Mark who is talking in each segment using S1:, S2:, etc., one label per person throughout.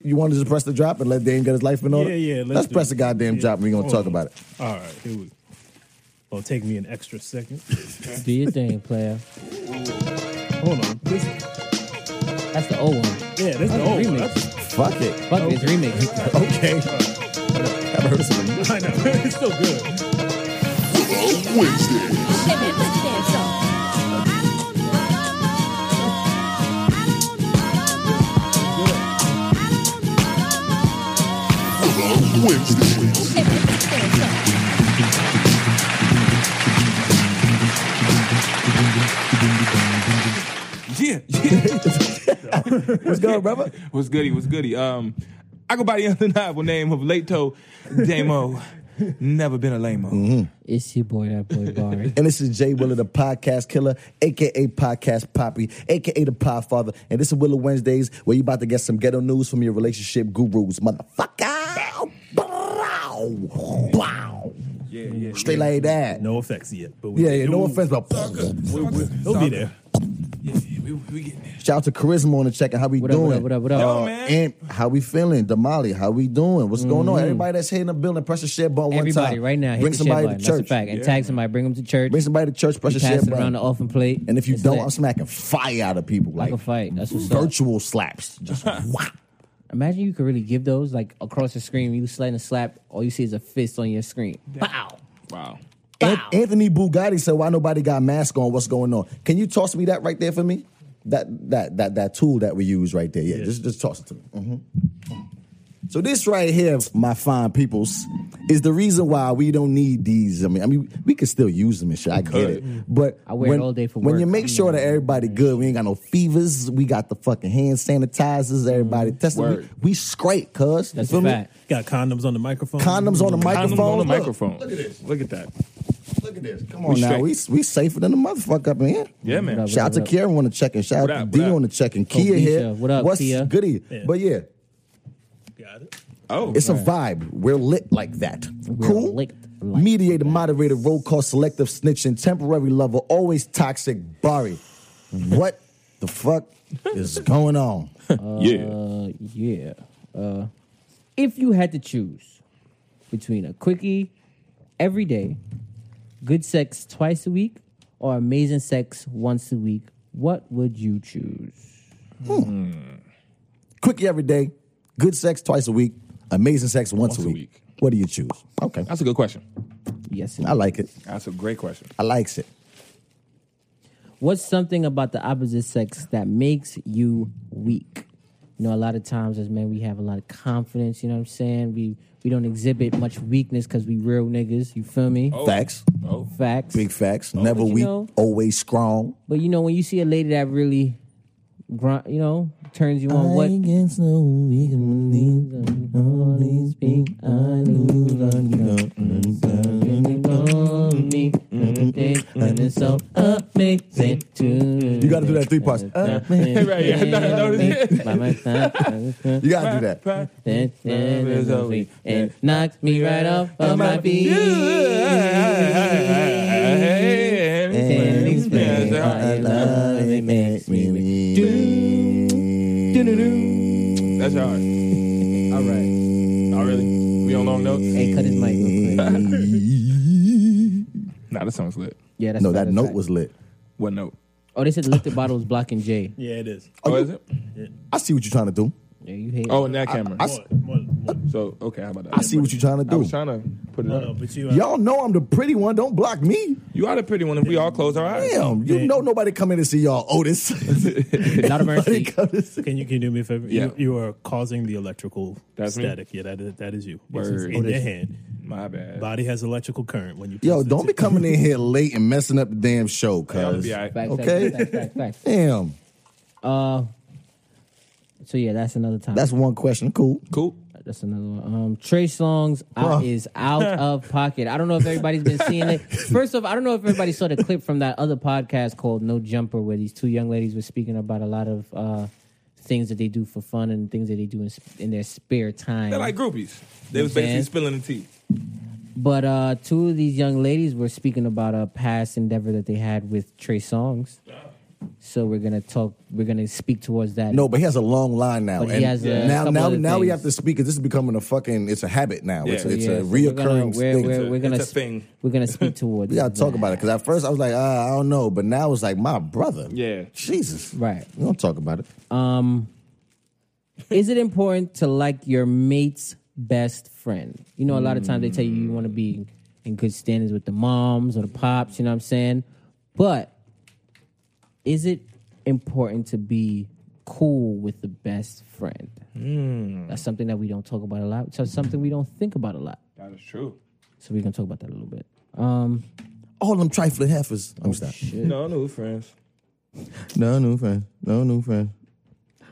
S1: You wanted to press the drop and let Dame get his life in order?
S2: Yeah, yeah, let's
S1: Let's,
S2: do
S1: press
S2: it.
S1: the goddamn
S2: Yeah.
S1: drop and we're going to
S2: Hold
S1: talk
S2: on.
S1: about it.
S2: All right, here we go. It'll take me an extra second.
S3: Do your thing, player.
S2: Hold on. This,
S3: That's the old one.
S2: yeah, this is the
S3: a
S2: old one.
S3: remix.
S2: That's-
S1: Fuck it.
S3: Fuck it, it's remix.
S1: Okay. I've heard some of
S2: I know. It's still good.
S4: Yeah, yeah.
S1: What's good, brother?
S4: what's goody? What's goody? Um, I go by the undeniable name of Lato Damo. Never been a lame
S3: It's your boy, that boy Barry.
S1: And this is Jay Willer, the podcast killer, aka Podcast Poppy, aka the Podfather. And this is Willow Wednesdays, where you about to get some ghetto news from your relationship gurus, motherfucker. Bow. Bow.
S4: Yeah, yeah.
S1: Straight like that.
S2: No effects yet, but we
S1: Yeah, yeah, no
S2: Ooh,
S1: offense, but
S2: It'll be there.
S4: Yeah, yeah, we, we getting there.
S1: shout out to Charisma on the check and how we
S3: What up,
S1: doing.
S3: what up, what up, what up?
S4: Yo,
S1: Uh,
S4: man.
S1: and how we feeling? Damali, how we doing? What's going on? Everybody that's hitting the building, press the share button one
S3: Mm-hmm. Everybody,
S1: time.
S3: right now, hit
S1: bring
S3: the
S1: somebody
S3: share button.
S1: to
S3: That's a
S1: church.
S3: fact. And tag somebody, bring them to church.
S1: Bring somebody to church, press
S3: You
S1: the share
S3: pass it around
S1: button.
S3: the offering plate.
S1: And if you
S3: It's
S1: don't,
S3: lit.
S1: I'm smacking fire out of people. Like
S3: a fight. That's what's up.
S1: virtual slaps. Just whap.
S3: Imagine you could really give those like across the screen. You slide and slap. All you see is a fist on your screen. Wow.
S4: Wow.
S1: An- Anthony Bugatti said, "Why nobody got mask on? What's going on? Can you toss me that right there for me? That that that that tool that we use right there. Yeah,
S2: Yeah.
S1: just just toss it to me." Mhm. So this right here, my fine peoples, is the reason why we don't need these. I mean, I mean, we could still use them and shit. I get it, but
S3: I wear it
S1: when,
S3: all day for
S1: when
S3: work.
S1: you make
S3: I'm
S1: sure
S3: not-
S1: that everybody good, we ain't got no fevers. We got the fucking hand sanitizers. Everybody testing. We,
S4: Mm. Word.
S1: we scrape, cuz. You
S3: That's
S1: feel
S3: a
S1: me?
S3: fact.
S2: Got condoms on the microphone.
S1: Condoms on the microphone.
S4: Condoms on the
S1: Look,
S4: microphone.
S1: Look at this.
S4: Look at that.
S1: Look at this. Come on
S4: We
S1: now.
S4: straight.
S1: We, we safer than the motherfucker up in here.
S4: Yeah, man.
S3: What
S1: Shout out
S3: up,
S1: to
S3: what up?
S1: Kieran on the check in. Shout
S4: What
S1: out to
S4: up,
S1: D
S4: what up?
S1: on the check in. Kia here.
S3: Keisha, what up,
S1: What's
S3: Kia?
S1: goody?
S2: Yeah.
S1: But yeah,
S2: Got it.
S4: Oh,
S1: it's a vibe. We're lit like that.
S3: We're
S1: cool.
S3: licked like
S1: Mediator, moderator, roll call, selective snitching, temporary lover, always toxic, Bari. What the fuck is going on?
S4: yeah.
S3: Uh, yeah. Uh, if you had to choose between a quickie every day, good sex twice a week, or amazing sex once a week, what would you choose?
S1: Quickie every day, good sex twice a week, amazing sex once, a, week. What do you choose? Okay,
S4: That's a good question.
S3: Yes. and
S1: I like it.
S4: That's a great question.
S1: I likes it.
S3: What's something about the opposite sex that makes you weak? You know, a lot of times as men, we have a lot of confidence. You know what I'm saying? We we don't exhibit much weakness because we real niggas. You feel me?
S4: Oh.
S1: Facts,
S4: Oh,
S3: Facts.
S1: big facts. Never
S3: But you
S1: weak,
S3: know-
S1: always strong.
S3: But you know, when you see a lady that really, grind, you know, turns you on, what?
S1: I get so weak beneath
S3: Always be honest, love you. Something on me, everything, and it's so amazing to
S1: You gotta do that three parts. Uh,
S4: Right, yeah, I noticed
S3: By my side.
S1: You gotta do that.
S3: Then- then it's over. And knocks me right off of my feet. Can't explain why your love, it makes me weak.
S4: That's hard. All right. All really. We on long notes.
S3: Hey, cut his mic real quick.
S4: Nah, that sounds lit.
S3: Yeah, that's
S1: No,
S3: right,
S1: that
S3: that's
S1: note
S3: right.
S1: was lit.
S4: What note?
S3: Oh, they said the lifted bottle was blocking Jay.
S2: Yeah, it is.
S4: Oh, is it?
S1: I see what you're trying to do.
S3: Yeah, you hate.
S4: Oh, in that camera.
S1: I-
S2: More, more, more.
S4: so okay, how about that?
S1: I see what you're trying to
S4: I was
S1: do.
S4: trying to put it
S2: No, no,
S4: up.
S2: but you, uh,
S1: Y'all know I'm the pretty one. Don't block me.
S4: You are the pretty one if we all close our eyes.
S1: Damn, you know nobody come in to see y'all, Otis.
S3: it. Not a
S1: Nobody
S3: mercy.
S1: come to see-
S2: Can you can you do me a favor?
S4: Yeah.
S2: You, you are causing the electrical
S4: That's me?
S2: static. Yeah, that is, that is you. It's
S4: Word.
S2: in your hand.
S4: My bad.
S2: Body has electrical current when you.
S1: Yo,
S2: press it
S1: don't
S2: to-
S1: be coming in here late and messing up the damn show,
S4: Y'all
S1: cuz.
S4: be all right.
S3: Facts,
S1: Okay.
S3: Facts, facts, facts, facts.
S1: Damn,
S3: Uh, so yeah, that's another time.
S1: that's one question. Cool.
S4: Cool.
S3: That's another one. Um, Trey Songz out-
S1: Bruh.
S3: is out of pocket. I don't know if everybody's been seeing it. First off, I don't know if everybody saw the clip from that other podcast called No Jumper, where these two young ladies were speaking about a lot of uh, things that they do for fun and things that they do in, sp- in their spare time.
S4: They're like groupies. They was
S3: Yeah.
S4: basically spilling the tea.
S3: But uh, two of these young ladies were speaking about a past endeavor that they had with Trey Songs. So we're gonna talk. We're gonna speak towards that.
S1: No, but he has a long line now.
S3: But he
S1: and
S3: has a
S1: now,
S3: couple
S1: now,
S3: other
S1: now we
S3: things.
S1: have to speak because this is becoming a fucking. It's a habit now. It's, a,
S4: Yeah.
S1: it's
S3: Yeah,
S1: a
S3: so
S1: reoccurring
S3: We're
S1: thing.
S3: gonna, we're, we're, we're
S4: It's a-
S3: gonna
S4: it's a thing.
S3: We're gonna speak towards.
S1: we gotta talk
S3: that.
S1: about it because at first I was like, ah, I don't know, but now it's like my brother.
S4: Yeah.
S1: Jesus.
S3: Right.
S1: We don't talk about it.
S3: Um, is it important to like your mate's best friend? You know, a lot of times they tell you you want to be in good standings with the moms or the pops. You know what I'm saying? But is it important to be cool with the best friend? That's something that we don't talk about a lot. So something we don't think about a lot.
S4: That is true.
S3: So we're gonna talk about that a little bit. Um,
S1: All them trifling heifers. I'm stop.
S4: No new friends.
S1: No new friend. No new friend.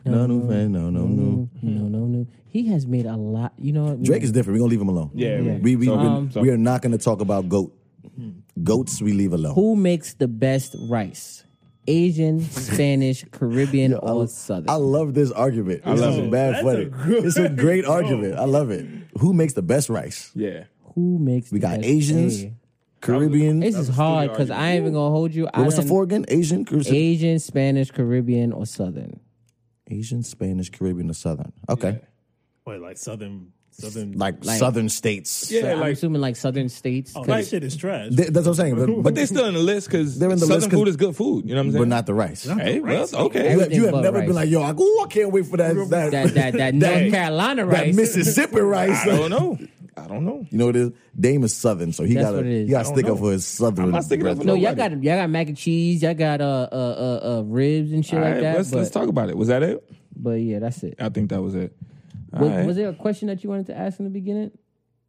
S1: No new friend. No no no.
S3: no, no, no. He has made a lot. You know, what?
S1: Drake is different. We're gonna leave him alone.
S4: Yeah, Yeah.
S1: We we, we-
S4: Um,
S1: we are not gonna talk about goat. Goats we leave alone.
S3: Who makes the best rice? Asian, Spanish, Caribbean, or Southern?
S1: I love this argument. This
S4: love
S1: is
S4: it.
S1: bad
S2: That's
S1: funny.
S2: a good-
S1: It's a great argument. I love it. Who makes the best rice?
S4: Yeah.
S3: Who makes
S1: We
S3: the
S1: got
S3: best-
S1: Asians,
S3: Hey,
S1: Caribbean.
S3: This is
S4: was a
S3: hard
S4: studio
S3: because I ain't even gonna hold you. I
S1: What's the
S3: done-
S1: four again? Asian, Car-
S3: Asian, Spanish, Caribbean, or Southern?
S1: Asian, Spanish, Caribbean, or Southern. Okay,
S2: Wait, like southern, southern.
S1: like,
S3: Like-
S1: Southern states.
S4: Yeah,
S3: So I'm
S4: like-
S3: assuming like Southern states.
S2: oh,
S3: 'cause
S2: that shit is trash.
S1: Th- that's what I'm saying. But,
S4: But they're still in the list because
S1: They're in the
S4: Southern
S1: list 'cause-
S4: food is good food. You know what I'm saying?
S1: but not the rice. You
S4: Hey, well,
S2: Rice.
S4: okay.
S1: have, you have
S3: but
S1: never
S3: rice.
S1: been like, yo, I, ooh, I can't wait for that that
S3: that that that North Carolina
S1: that
S3: rice.
S1: Mississippi rice.
S4: I don't know. I don't know.
S1: You know what it is? Dame is Southern, so he
S3: That's
S1: got to
S3: what it is.
S1: he got to
S4: I don't
S1: stick up
S4: know.
S1: for his Southern.
S4: I'm not sticking up for
S3: no, y'all
S4: nobody.
S3: got y'all got mac and cheese. Y'all got uh uh uh, uh ribs and shit
S4: All
S3: like
S4: right,
S3: that.
S4: let's
S3: but,
S4: let's talk about it. Was that it?
S3: but yeah, that's it.
S4: I think that was it. All
S3: Was,
S4: right.
S3: was there a question that you wanted to ask in the beginning?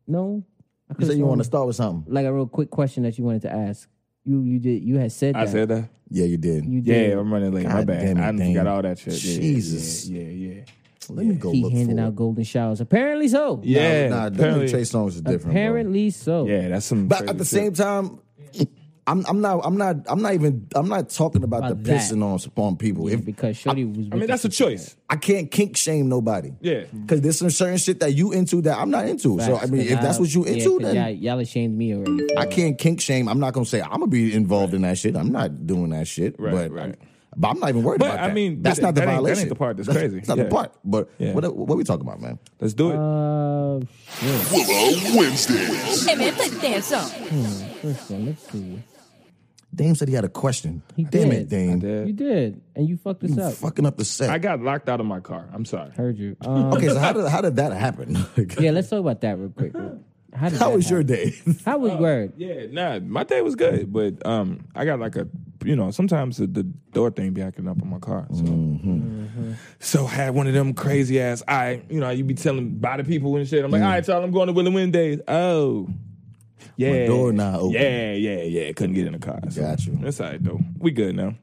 S3: No. I
S1: You
S3: could've
S1: said you want
S3: sworn-
S1: to start with something.
S3: like a real quick question that you wanted to ask. You you did you had said
S4: I
S3: that.
S4: said that.
S1: Yeah, you did.
S3: you
S4: Yeah,
S3: did.
S4: I'm running late. My
S1: God
S4: bad.
S1: damn it,
S4: I done
S1: Dame.
S4: forgot all that shit. Yeah,
S1: Jesus.
S4: Yeah, yeah, yeah.
S1: Let me go
S3: he
S1: look
S3: handed
S1: for
S3: out golden showers. Apparently so.
S1: it.
S4: Yeah,
S1: nah, nah
S4: apparently-
S1: apparently, Trey Songz is different. bro.
S3: Apparently so.
S4: Yeah, that's some.
S1: But at the same time, I'm, I'm not I'm not I'm not even I'm not talking about,
S3: About
S1: the
S3: that.
S1: pissing on on people. If
S3: Because Shorty was.
S4: I mean, that's a choice.
S1: I can't kink shame nobody.
S4: Yeah.
S1: Because there's some certain shit that you into that I'm not into. so I mean, if that's what you into, then
S3: y'all, y'all ashamed me already.
S1: I can't kink shame. I'm not gonna say I'm gonna be involved in that shit. I'm not doing that shit.
S4: Right,
S1: but,
S4: right.
S1: but I'm not even worried
S4: But,
S1: about
S4: I
S1: that.
S4: mean,
S1: that's
S4: but
S1: not the
S4: that ain't- that ain't
S1: violation.
S4: the part that's crazy.
S1: That's not
S4: Yeah.
S1: the part. But
S4: Yeah.
S1: what what we talking about, man?
S4: Let's do it.
S3: Uh, shit.
S5: Willow Wednesdays.
S6: Hey man, put the damn song.
S3: First one, let's see.
S1: Dame said he had a question.
S3: He
S1: Damn
S3: did.
S1: it, Dame.
S4: I did.
S3: You did, and you fucked us up.
S1: Fucking up the set.
S4: I got locked out of my car. I'm sorry.
S3: Heard you. Um,
S1: okay, so how did how did that happen?
S3: yeah, let's talk about that real quick. How, did
S1: How
S3: that
S1: was your Uh,
S3: happen?
S1: day?
S3: How was word?
S4: Yeah, nah, my day was good, but um, I got like a, you know, sometimes the, the door thing be acting up on my car, so
S1: Mm-hmm.
S4: so I had one of them crazy ass. I, you know, you be telling by the people and shit. I'm like, all right, y'all, I'm going to Willow Wednesdays. Oh, yeah,
S1: door not open.
S4: Yeah, yeah, yeah. Couldn't get in the car. so.
S1: Got you.
S4: That's all right though. We good now.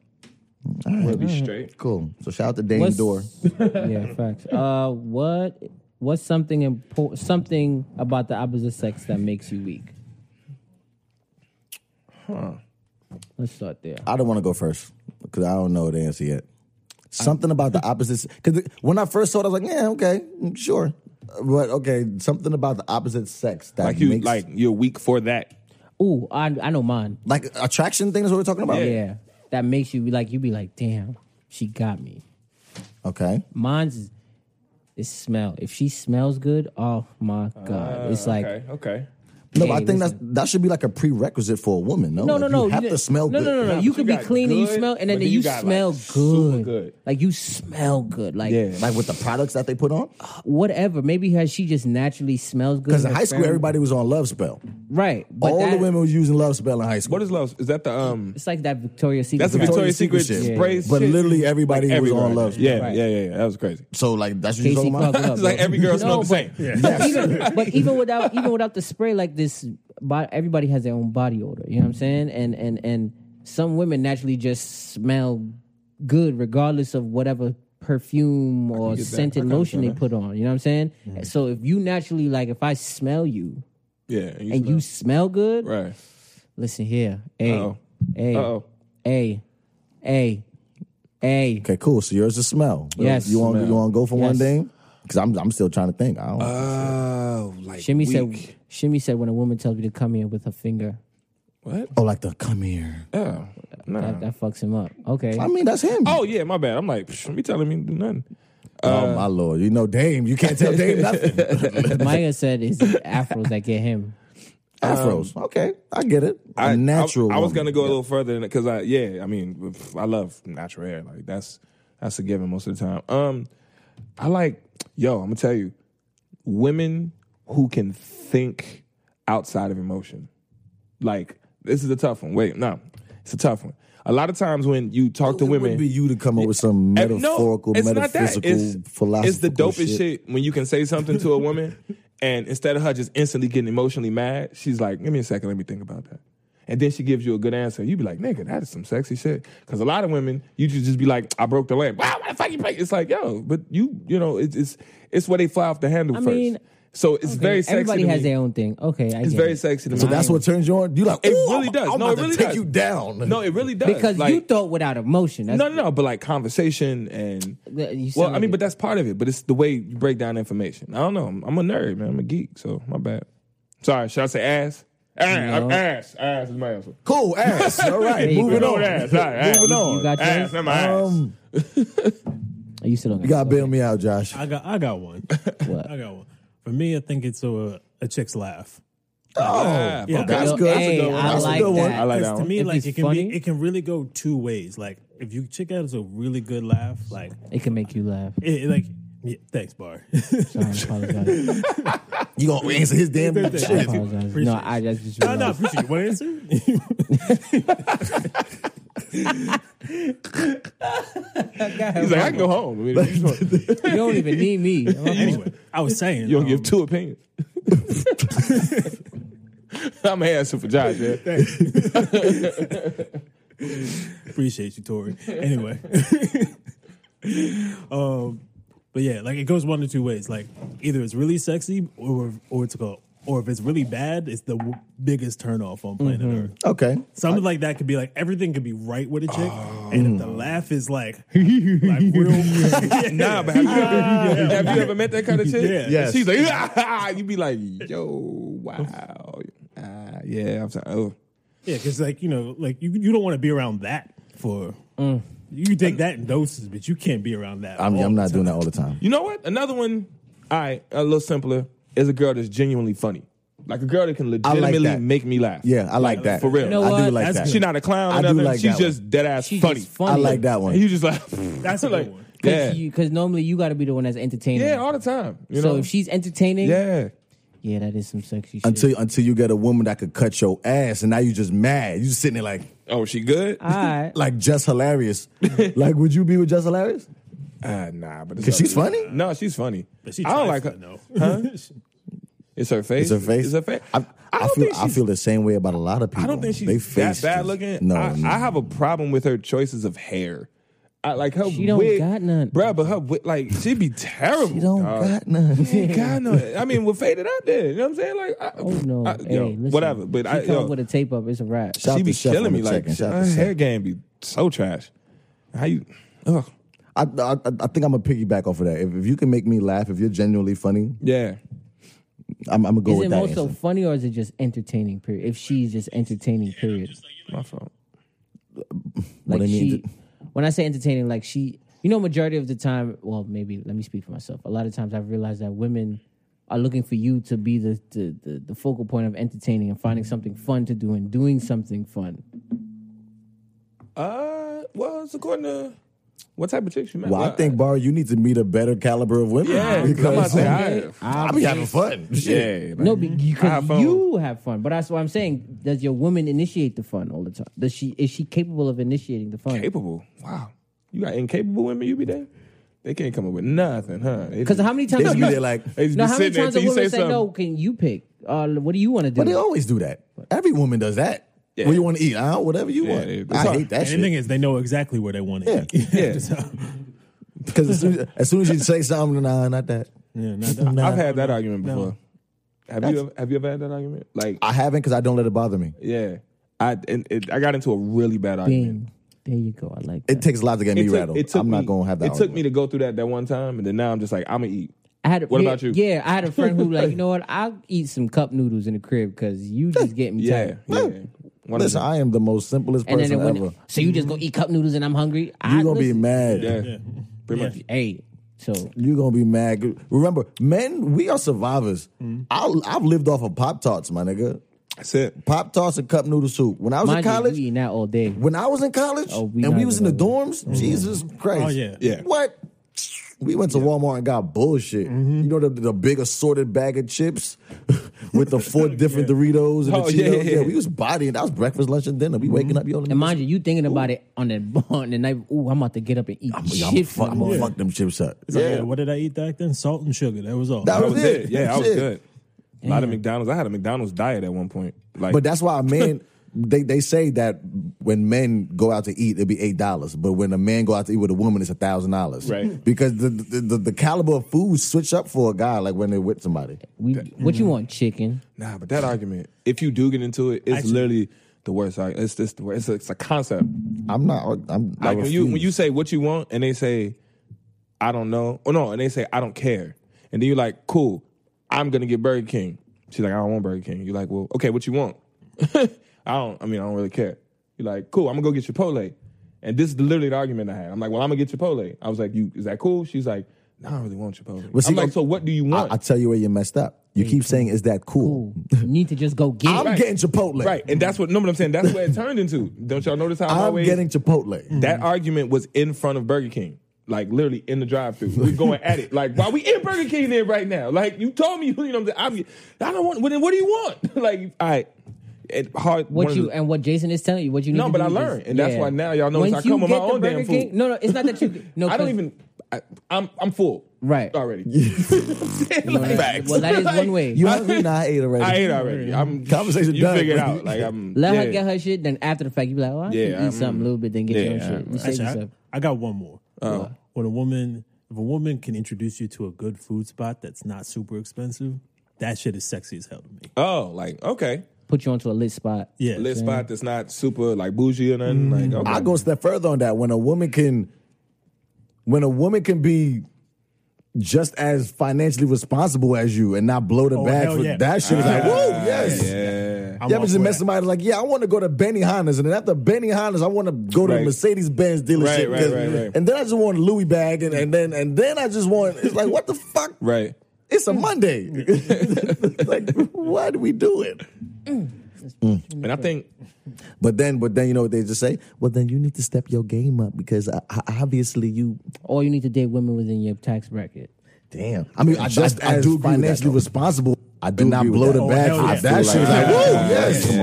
S4: We'll be straight.
S1: Cool. So shout out to Dame
S3: What's-
S1: Door.
S3: yeah, facts. Uh, what what's something important? Something about the opposite sex that makes you weak? Let's start there.
S1: I don't want to go first because I don't know the answer yet. Something about the opposite. Because when I first saw it, I was like, yeah, okay, mm, sure. But okay, something about the opposite sex that
S4: Like you,
S1: makes
S4: like you're weak for that.
S3: Ooh, I I know mine.
S1: like attraction thing is what we're talking about.
S4: Yeah.
S3: Yeah, that makes you like you be like, damn, she got me.
S1: Okay.
S3: Mine's is- is smell. If she smells good, oh my god, it's like.
S4: Uh, okay, okay.
S1: No,
S3: Hey,
S1: I think that's
S3: listen.
S1: that should be like a prerequisite for a woman. No,
S3: No,
S1: Like,
S3: no, no.
S1: You have
S3: you-
S1: to smell
S3: no,
S1: good.
S3: No, no, no,
S4: Yeah,
S3: You
S4: but
S3: can
S4: you
S3: be
S4: got
S3: clean and you
S4: good,
S3: smell, and then,
S4: but then
S3: you,
S4: you got, like,
S3: smell
S4: super
S3: good.
S4: good.
S3: Like you smell good. Like
S4: Yeah.
S1: Like with the products that they put on.
S3: Oh, whatever. Maybe her, she just naturally smells good.
S1: Because
S3: her
S1: in high school,
S3: pheromone-
S1: everybody was on Love Spell.
S3: right? But
S1: All the
S3: that-
S1: women was using Love Spell in high school.
S4: What is love? Is that the um?
S3: It's like that Victoria's Secret.
S4: That's the Victoria's Secret,
S1: Secret shit.
S4: spray
S1: Yeah. But
S4: shit.
S1: literally everybody was on Love Spell.
S4: Yeah,
S3: Right.
S4: yeah, yeah, yeah. That was crazy.
S1: So like that's what you
S3: Casey
S1: talking about.
S3: fucked it up.
S4: It's like every girl smells the same.
S3: But even, but even without even without the spray, like this, bo- everybody has their own body odor. You know what I'm saying? And and and some women naturally just smell good, regardless of whatever perfume or
S4: get that. I
S3: scented
S4: can
S3: lotion they
S4: understand
S3: put on. You know what I'm saying?
S4: Mm.
S3: So if you naturally like, if I smell you
S4: Yeah,
S3: and you smell good,
S4: right.
S3: listen here, hey,
S4: Uh-oh.
S3: hey,
S4: Uh-oh.
S3: hey, hey, hey.
S1: Okay, cool. So yours is smell.
S3: Yes.
S1: You want you want to go for one
S3: Yes.
S1: thing? Because I'm I'm still trying to think. I don't.
S4: Oh, like
S3: Shimmy
S4: weak.
S3: said, Shimmy said, when a woman tells me to come here with her finger,
S4: what?
S1: oh, like the come here.
S4: Oh, Nah.
S3: That, that fucks him up. Okay.
S1: I mean, that's him.
S4: Oh uh, yeah, my bad. I'm like, psh, you telling me to do nothing?
S1: Oh, my lord! You know, Dame. You can't tell Dame
S4: Um,
S1: nothing.
S3: Maya said it's the afros that get him.
S1: Afros. okay, I get it.
S4: I-
S1: A natural.
S4: I, I was
S1: woman.
S4: gonna go a little further than that because I yeah, I mean I love natural hair. Like that's that's a given most of the time. Um, I like yo. I'm gonna tell you, women who can think outside of emotion. Like this is a tough one. Wait, no, it's a tough one. A lot of times when you talk to
S1: It
S4: women,
S1: would be you to come up with some
S4: Ev-
S1: metaphorical,
S4: no, it's not that.
S1: metaphysical, philosophical
S4: It's the
S1: shit.
S4: dopest shit. when you can say something to a woman, and instead of her just instantly getting emotionally mad, she's like, "Give me a second, let me think about that." And then she gives you a good answer. You be like, "Nigga, that is some sexy shit." Because a lot of women, you just just be like, "I broke the lamp." Wow, what the fuck you break? It's like, yo, but you, you know, it's it's it's where they fly off the handle
S3: I
S4: first.
S3: mean,
S4: so it's very sexy.
S3: Everybody
S4: to
S3: has
S4: me.
S3: their own thing. Okay, I
S4: It's
S3: get
S4: very
S3: it.
S4: sexy to me.
S1: So that's what turns you on. You like?
S4: It
S1: "Ooh,
S4: really
S1: I'm-
S4: does.
S1: I'm
S4: No,
S1: about
S4: it
S1: to
S4: really
S1: take
S4: does.
S1: you down.
S4: No, it really does.
S3: Because
S4: Like-
S3: you thought without emotion. That's,
S4: no, no, no, but like conversation and
S3: Yeah, you sound
S4: well, I
S3: like it.
S4: mean, but that's part of it. But it's the way you break down information. I don't know. I'm, I'm a nerd, man. I'm a geek, so my bad. Sorry, should I say ass? Ass,
S3: No.
S4: ass, ass is my answer.
S1: Cool ass. All right,
S3: There you
S1: moving
S3: go.
S1: on.
S4: ass, all right, ass.
S1: Moving on.
S3: You got
S4: ass,
S3: yours?
S4: not my ass.
S1: Um,
S3: You still don't
S1: you gotta bail me out, Josh.
S2: I got I got one.
S3: What?
S2: I got one. For me, I think it's a, a chick's laugh.
S1: Oh,
S2: Yeah.
S1: that's
S3: Yo,
S1: good. That's a
S3: hey,
S1: good one.
S3: I
S1: That's a
S3: like
S1: good one.
S3: that.
S4: I like
S2: Because
S4: that
S2: to
S4: one.
S2: me,
S3: If
S2: like
S3: it's
S2: it can
S3: funny-
S2: be, it can really go two ways. Like if you chick out is a really good laugh, like
S3: It can make you laugh.
S2: it, it, like yeah, thanks, Bar.
S3: Sorry, I apologize.
S1: You gonna answer his damn
S3: I
S1: shit?
S3: apologize.
S2: Appreciate
S3: No, I just, just
S2: no, no,
S3: realized.
S2: appreciate it. What answer?
S4: He's like, I can go home. I mean, if you want- you
S3: you don't even need me.
S2: anyway, I was saying
S4: don't
S2: um,
S4: give two opinions. I'm an answer for Josh, man.
S2: Appreciate you, Tori. Anyway. um, but yeah, like it goes one of two ways. Like either it's really sexy or or it's called or if it's really bad, it's the w- biggest turnoff on planet Earth.
S1: Okay.
S2: Something like that could be like everything could be right with a chick, and if the laugh is like like real,
S4: Nah, but have you, ever, have you ever met that kind of chick?
S2: Yeah.
S1: Yes.
S4: She's like, ah, you be like, yo, wow. Ah, yeah, I'm sorry. Oh.
S2: yeah, because like you know, like you you don't want to be around that for. You can take that in doses, but you can't be around that.
S1: I'm,
S2: all
S1: I'm
S2: the
S1: not
S2: time.
S1: doing that all the time.
S4: You know what? Another one, all right, a little simpler, is a girl that's genuinely funny. Like a girl that can
S1: like
S4: legitimately
S1: that.
S4: make me laugh.
S1: Yeah, I like that.
S4: For real.
S3: You know
S1: I do
S3: what?
S1: like
S2: That's
S1: that.
S4: She's not a clown or
S1: I do
S4: nothing.
S1: like
S4: She's
S1: that
S4: just dead ass
S3: She's
S4: funny.
S3: just
S1: I
S3: funny.
S1: like that one.
S4: And you just like,
S2: That's a
S4: like,
S2: good one.
S4: yeah.
S3: Because normally you got to be the one that's entertaining.
S4: yeah, all the time. You
S3: so
S4: know?
S3: if she's entertaining, yeah.
S4: yeah.
S3: that is some sexy shit.
S1: until until you get a woman that could cut your ass, and now you just mad. You just sitting there like
S4: Oh, she good?
S3: all right.
S1: like just hilarious. like, would you be with just hilarious?
S4: Ah, nah, but it's
S1: Cause
S4: all
S1: she's
S4: good.
S1: funny.
S4: No, she's funny.
S2: But she
S4: I don't like her.
S2: No,
S4: It's her
S1: It's
S4: face.
S1: her face.
S4: It's her face.
S1: I, I
S4: don't
S1: feel
S4: think
S1: I
S4: she's-
S1: feel the same way about a lot of people.
S4: I don't think
S1: They
S4: she's
S1: face
S4: that bad
S1: just-
S4: looking.
S1: No,
S4: I,
S1: no.
S4: I have a problem with her choices of hair. I like her.
S3: She don't
S4: wig,
S3: got none.
S4: bruh. But her wig, like she be terrible.
S1: You don't
S4: dog.
S1: got none.
S4: She ain't got none. I mean, we're faded out there. You know what I'm saying? Like, I,
S3: Oh no.
S4: I-
S3: hey,
S4: yo,
S3: listen,
S4: whatever. But
S3: she
S4: I,
S3: come
S4: yo,
S3: up with a tape up. It's a wrap.
S1: Shout out
S4: she
S1: to
S4: be
S1: Chef
S4: killing
S1: on
S4: me.
S1: the
S4: Like
S1: check-in. Shout out
S4: her
S1: to
S4: hair
S1: Chef.
S4: game be so trash. How you? Ugh.
S1: I, I I think I'm gonna piggyback off of that. If, if you can make me laugh, if you're genuinely funny,
S4: Yeah.
S1: I'm, I'm gonna go
S3: Is it
S1: with that.
S3: more so
S1: answer.
S3: funny or is it just entertaining? Period. If she's just entertaining, period.
S4: My fault.
S1: What
S3: Like
S1: I mean,
S3: she, when I say entertaining, like she, you know, majority of the time, well, maybe let me speak for myself. A lot of times, I've realized that women are looking for you to be the the, the, the focal point of entertaining and finding something fun to do and doing something fun.
S4: Uh, well, it's according to what type of chick you met.
S1: Well, I think Bar, you need to meet a better caliber of women.
S4: Yeah, 'cause I'm about to say, I-
S1: I be having fun. Shit.
S4: Yeah. like-
S3: No, because
S4: have fun.
S3: you have fun. But that's what I'm saying. Does your woman initiate the fun all the time? Does she is she capable of initiating the fun?
S4: Capable. Wow. You got incapable women you be there? They can't come up with nothing, huh? They
S3: Because
S4: just-
S3: how many
S1: They
S3: times?
S1: just
S3: have
S1: be
S3: you-
S1: there like,
S4: they just
S3: no,
S4: be
S3: how many
S4: sitting there
S3: times a
S4: until
S3: woman
S4: you
S3: say,
S4: say
S3: no? Can you pick? Uh, what do you want to do?
S1: but they always do that. Every woman does that. What you want to eat? I don't- whatever you
S4: Yeah,
S1: want.
S4: it's
S1: I
S4: all-
S1: hate that
S2: and the thing
S1: shit.
S2: is, they know exactly where they want it.
S4: Yeah.
S1: Because as, soon- as soon as you say something, nah, not that.
S2: Yeah, not that.
S4: I've had that argument before. Have you ever, have you ever had that argument? Like,
S1: I haven't because I don't let it bother me.
S4: yeah, I and it, I got into a really bad argument.
S3: Bing. There you go. I like
S1: It
S3: that.
S1: takes a lot to get me
S4: It took,
S1: rattled.
S4: it took
S1: I'm
S4: me-
S1: not gonna have that.
S4: It took me to go through that that one time, and then now I'm just like, I'm gonna eat.
S3: I had a,
S4: What
S3: yeah,
S4: about you?
S3: Yeah, I had a friend who like, you know what? I'll eat some cup noodles in the crib because you just get me
S4: Yeah,
S3: tired.
S4: yeah. One
S1: Listen,
S4: of them.
S1: I am the most simplest
S3: And then
S1: person
S3: it
S1: ever.
S3: went,
S1: You're
S3: so you just gonna eat cup noodles and I'm hungry. I
S1: gonna be
S3: listen-
S1: mad.
S4: yeah,
S2: Yeah.
S4: pretty
S2: Yeah.
S4: much.
S3: Hey, so
S1: You're gonna be mad. Remember, men, we are survivors.
S3: Mm-hmm.
S1: I, I've lived off of Pop Tarts, my nigga.
S4: That's it.
S1: Pop Tarts and cup noodle soup. When I was
S3: mind
S1: in
S3: you,
S1: college,
S3: we eating that all day.
S1: when I was in college
S3: Oh, we
S1: and
S3: not
S1: we was in the
S3: gonna- Mm-hmm.
S1: dorms, Jesus Christ.
S2: Oh, yeah.
S4: Yeah.
S1: What? We went to Walmart and got bullshit.
S3: Mm-hmm.
S1: You know the, the big assorted bag of chips with the four different Doritos and
S4: Oh,
S1: the
S4: yeah,
S1: Cheetos.
S4: yeah, yeah.
S1: we was bodying. That was breakfast, lunch, and dinner. We waking
S3: Mm-hmm.
S1: up, yo. let me
S3: And mind you, you thinking about it on the on the night. Ooh, I'm about to get up and eat
S1: just-
S3: shit.
S1: I'm,
S3: for
S1: fuck,
S3: the
S1: I'm gonna
S3: morning.
S1: fuck them chips up.
S2: It's like, yeah, what did I eat back then? Salt and sugar. That was all.
S1: That
S4: That was it. Yeah,
S1: That's
S4: I was
S1: it.
S4: good. A lot of McDonald's. I had a McDonald's diet at one point. Like,
S1: But that's why a man they, they say that when men go out to eat, it'll be eight dollars. But when a man go out to eat with a woman, it's a thousand dollars.
S4: Right.
S1: Because the the, the the caliber of food switch up for a guy like when they're with somebody.
S3: We, what you want? Chicken.
S4: nah, but that argument, if you do get into it, it's
S2: Actually-
S4: literally the worst. Like, it's just the worst. It's a, it's a concept.
S1: I'm not I'm I
S4: Like when you when
S1: refuse.
S4: you say what you want and they say, I don't know. Oh no, and they say I don't care. And then you're like, cool, I'm gonna get Burger King. She's like, I don't want Burger King. You're like, well, okay, what you want? I don't. I mean, I don't really care. You're like, cool, I'm gonna go get Chipotle. And this is literally the argument I had. I'm like, well, I'm gonna get Chipotle. I was like, you is that cool? She's like, no, I don't really want Chipotle.
S1: Well, see,
S4: I'm like,
S1: okay,
S4: so what do you want?
S1: I, I tell you where you messed up. You keep saying, "Is that cool?"
S3: Ooh, you need to just go get.
S1: I'm
S3: it.
S1: getting Chipotle.
S4: Mm. right, and that's what. No, but I'm saying that's where it turned into. Don't y'all notice how I
S1: I'm
S4: always Mm.
S1: getting Chipotle.
S4: That
S3: Mm-hmm.
S4: argument was in front of Burger King. Like literally in the drive-through, we going at it. Like, why we in Burger King then right now? Like you told me, you know, what I'm saying? I'm, I don't want. Well, then what do you want? like, all right, it hard. one
S3: What
S4: of
S3: you
S4: the-
S3: and what Jason is telling you, what you need
S4: No,
S3: to
S4: but
S3: do
S4: I
S3: is-
S4: learned, and that's why now y'all notice
S3: Once
S4: I come
S3: you
S4: with my
S3: get the
S4: own damn
S3: Burger
S4: food.
S3: King- No, no, it's not that you. No,
S4: I don't
S3: 'cause-
S4: even. I, I'm I'm full.
S3: Right.
S4: already.
S3: no, no,
S4: Facts.
S3: Well, that is
S4: Like,
S3: one way.
S1: You hungry? Nah, I ate already.
S4: I ate already. I'm
S1: Conversation
S4: You
S1: done.
S4: figure it out. Like I'm.
S3: Mm-hmm. Let
S4: yeah.
S3: her get her shit. Then after the fact, you be like, "Oh, I
S4: Yeah,
S3: can eat
S4: I'm-
S3: something a little bit, then get your own
S4: yeah,
S3: shit." You save
S2: Actually, I,
S3: yourself.
S2: I got one more. When a woman, if a woman can introduce you to a good food spot that's not super expensive, that shit is sexy as hell to me.
S4: Oh, like okay.
S3: Put you onto a lit spot.
S2: Yeah,
S4: Lit spot that's not super like bougie or nothing.
S3: Mm-hmm.
S4: Like okay.
S1: I go a step further on that. When a woman can, when a woman can be just as financially responsible as you and not blow the
S2: Oh,
S1: bag
S2: hell
S1: for
S2: yeah.
S1: that shit, is like, whoa, yes.
S4: Yeah.
S2: I'm
S1: You
S2: all
S1: ever just
S2: for
S1: met
S2: that.
S1: somebody like, yeah, I want to go to Benny Hannes, and then after Benny Hannes, I want to go to
S4: Right.
S1: Mercedes Benz dealership,
S4: Right, right,
S1: 'cause-
S4: right, right.
S1: and then I just want a Louis bag, and, and then and then I just want it's like, what the fuck?
S4: Right.
S1: It's a Monday. like, why do we do it?
S4: And I think
S1: But then, but then you know what they just say? Well, then you need to step your game up because uh, o- obviously you.
S3: Or you need to date women within your tax bracket.
S1: Damn. I mean, I,
S7: Just
S1: just I,
S7: as financially
S1: do financially responsible. I do not
S7: agree with
S1: blow
S7: that.
S1: the bag.
S2: Oh, hell
S1: for
S2: yeah.
S1: that shit was like,
S4: Yeah.
S1: woo,
S4: Yeah.
S1: yes.
S4: Come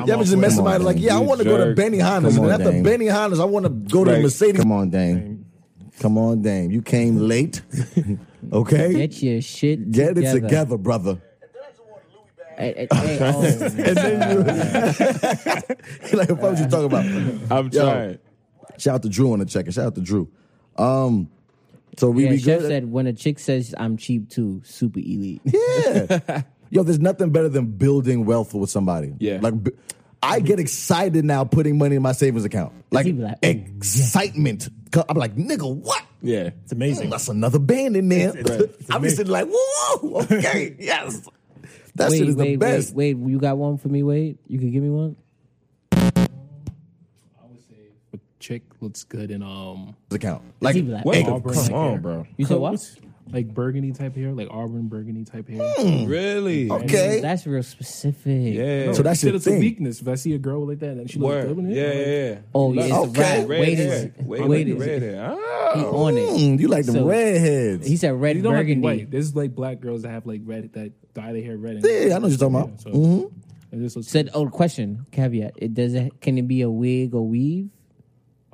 S4: on,
S1: You ever just met
S7: Come on,
S1: somebody like,
S7: man.
S1: yeah, I
S4: You
S1: want to go to
S4: jerk.
S1: Benny Hannes.
S7: Come
S1: And
S7: on,
S1: after
S7: Dame.
S1: Benny Hannes, I want to go to
S4: Right.
S1: Mercedes.
S7: Come on, Dame.
S1: Come on, Dame. You came late. okay?
S3: Get your shit.
S1: Get it
S3: together.
S1: together, brother.
S3: Hey, hey, hey, oh,
S1: And then you. like, what was you talking about?
S4: I'm
S1: Yo.
S4: trying.
S1: Shout out to Drew on the checker. Shout out to Drew. Um, so we
S3: yeah,
S1: be
S3: Chef
S1: good.
S3: said when a chick says I'm cheap too, super elite.
S1: Yeah. Yo, there's nothing better than building wealth with somebody.
S4: Yeah.
S1: Like, b- I get excited now putting money in my savings account. Like,
S3: he be like, "Ooh, yeah."
S1: excitement. Co- I'm like, nigga, what?
S4: Yeah.
S2: It's amazing.
S1: Mm, that's another band in there.
S2: It's- it's- it's
S1: I'm just sitting like, whoa, okay, yes. That shit is
S3: wait,
S1: the
S3: wait,
S1: best.
S3: wait, wait. You got one for me? Wait, you can give me one.
S8: a chick looks good in um
S1: Account. Like,
S3: he black?
S4: What?
S1: egg-
S8: Auburn
S4: Come
S8: type
S4: on,
S8: hair.
S4: bro.
S3: You said what?
S8: like burgundy type hair, like Auburn burgundy type hair.
S1: Hmm,
S4: Really?
S1: okay.
S3: That's real specific.
S4: Oh, Yeah.
S1: So that's
S8: Shit,
S1: your
S8: it's a
S1: thing.
S8: weakness. If I see a girl like that and she looks
S4: Word.
S8: good in it,
S4: Yeah,
S8: I'm like,
S4: yeah, yeah.
S3: Oh, yeah, it's
S1: Okay.
S3: okay.
S4: Red
S3: Wait,
S4: hair.
S3: is
S4: Wait,
S3: wait,
S4: look,
S3: is
S4: red hair.
S3: he
S4: Oh.
S3: on it?
S1: Mm, you like them
S3: So-
S1: redheads.
S3: He said red
S8: You don't have to be
S3: burgundy.
S8: white. There's like black girls that have like red that dye their hair red. And
S1: Yeah, I know what you're talking about.
S8: so
S1: Mhm.
S8: it just looks-
S3: Said, oh, question caveat. It does. It, can it be a wig or weave?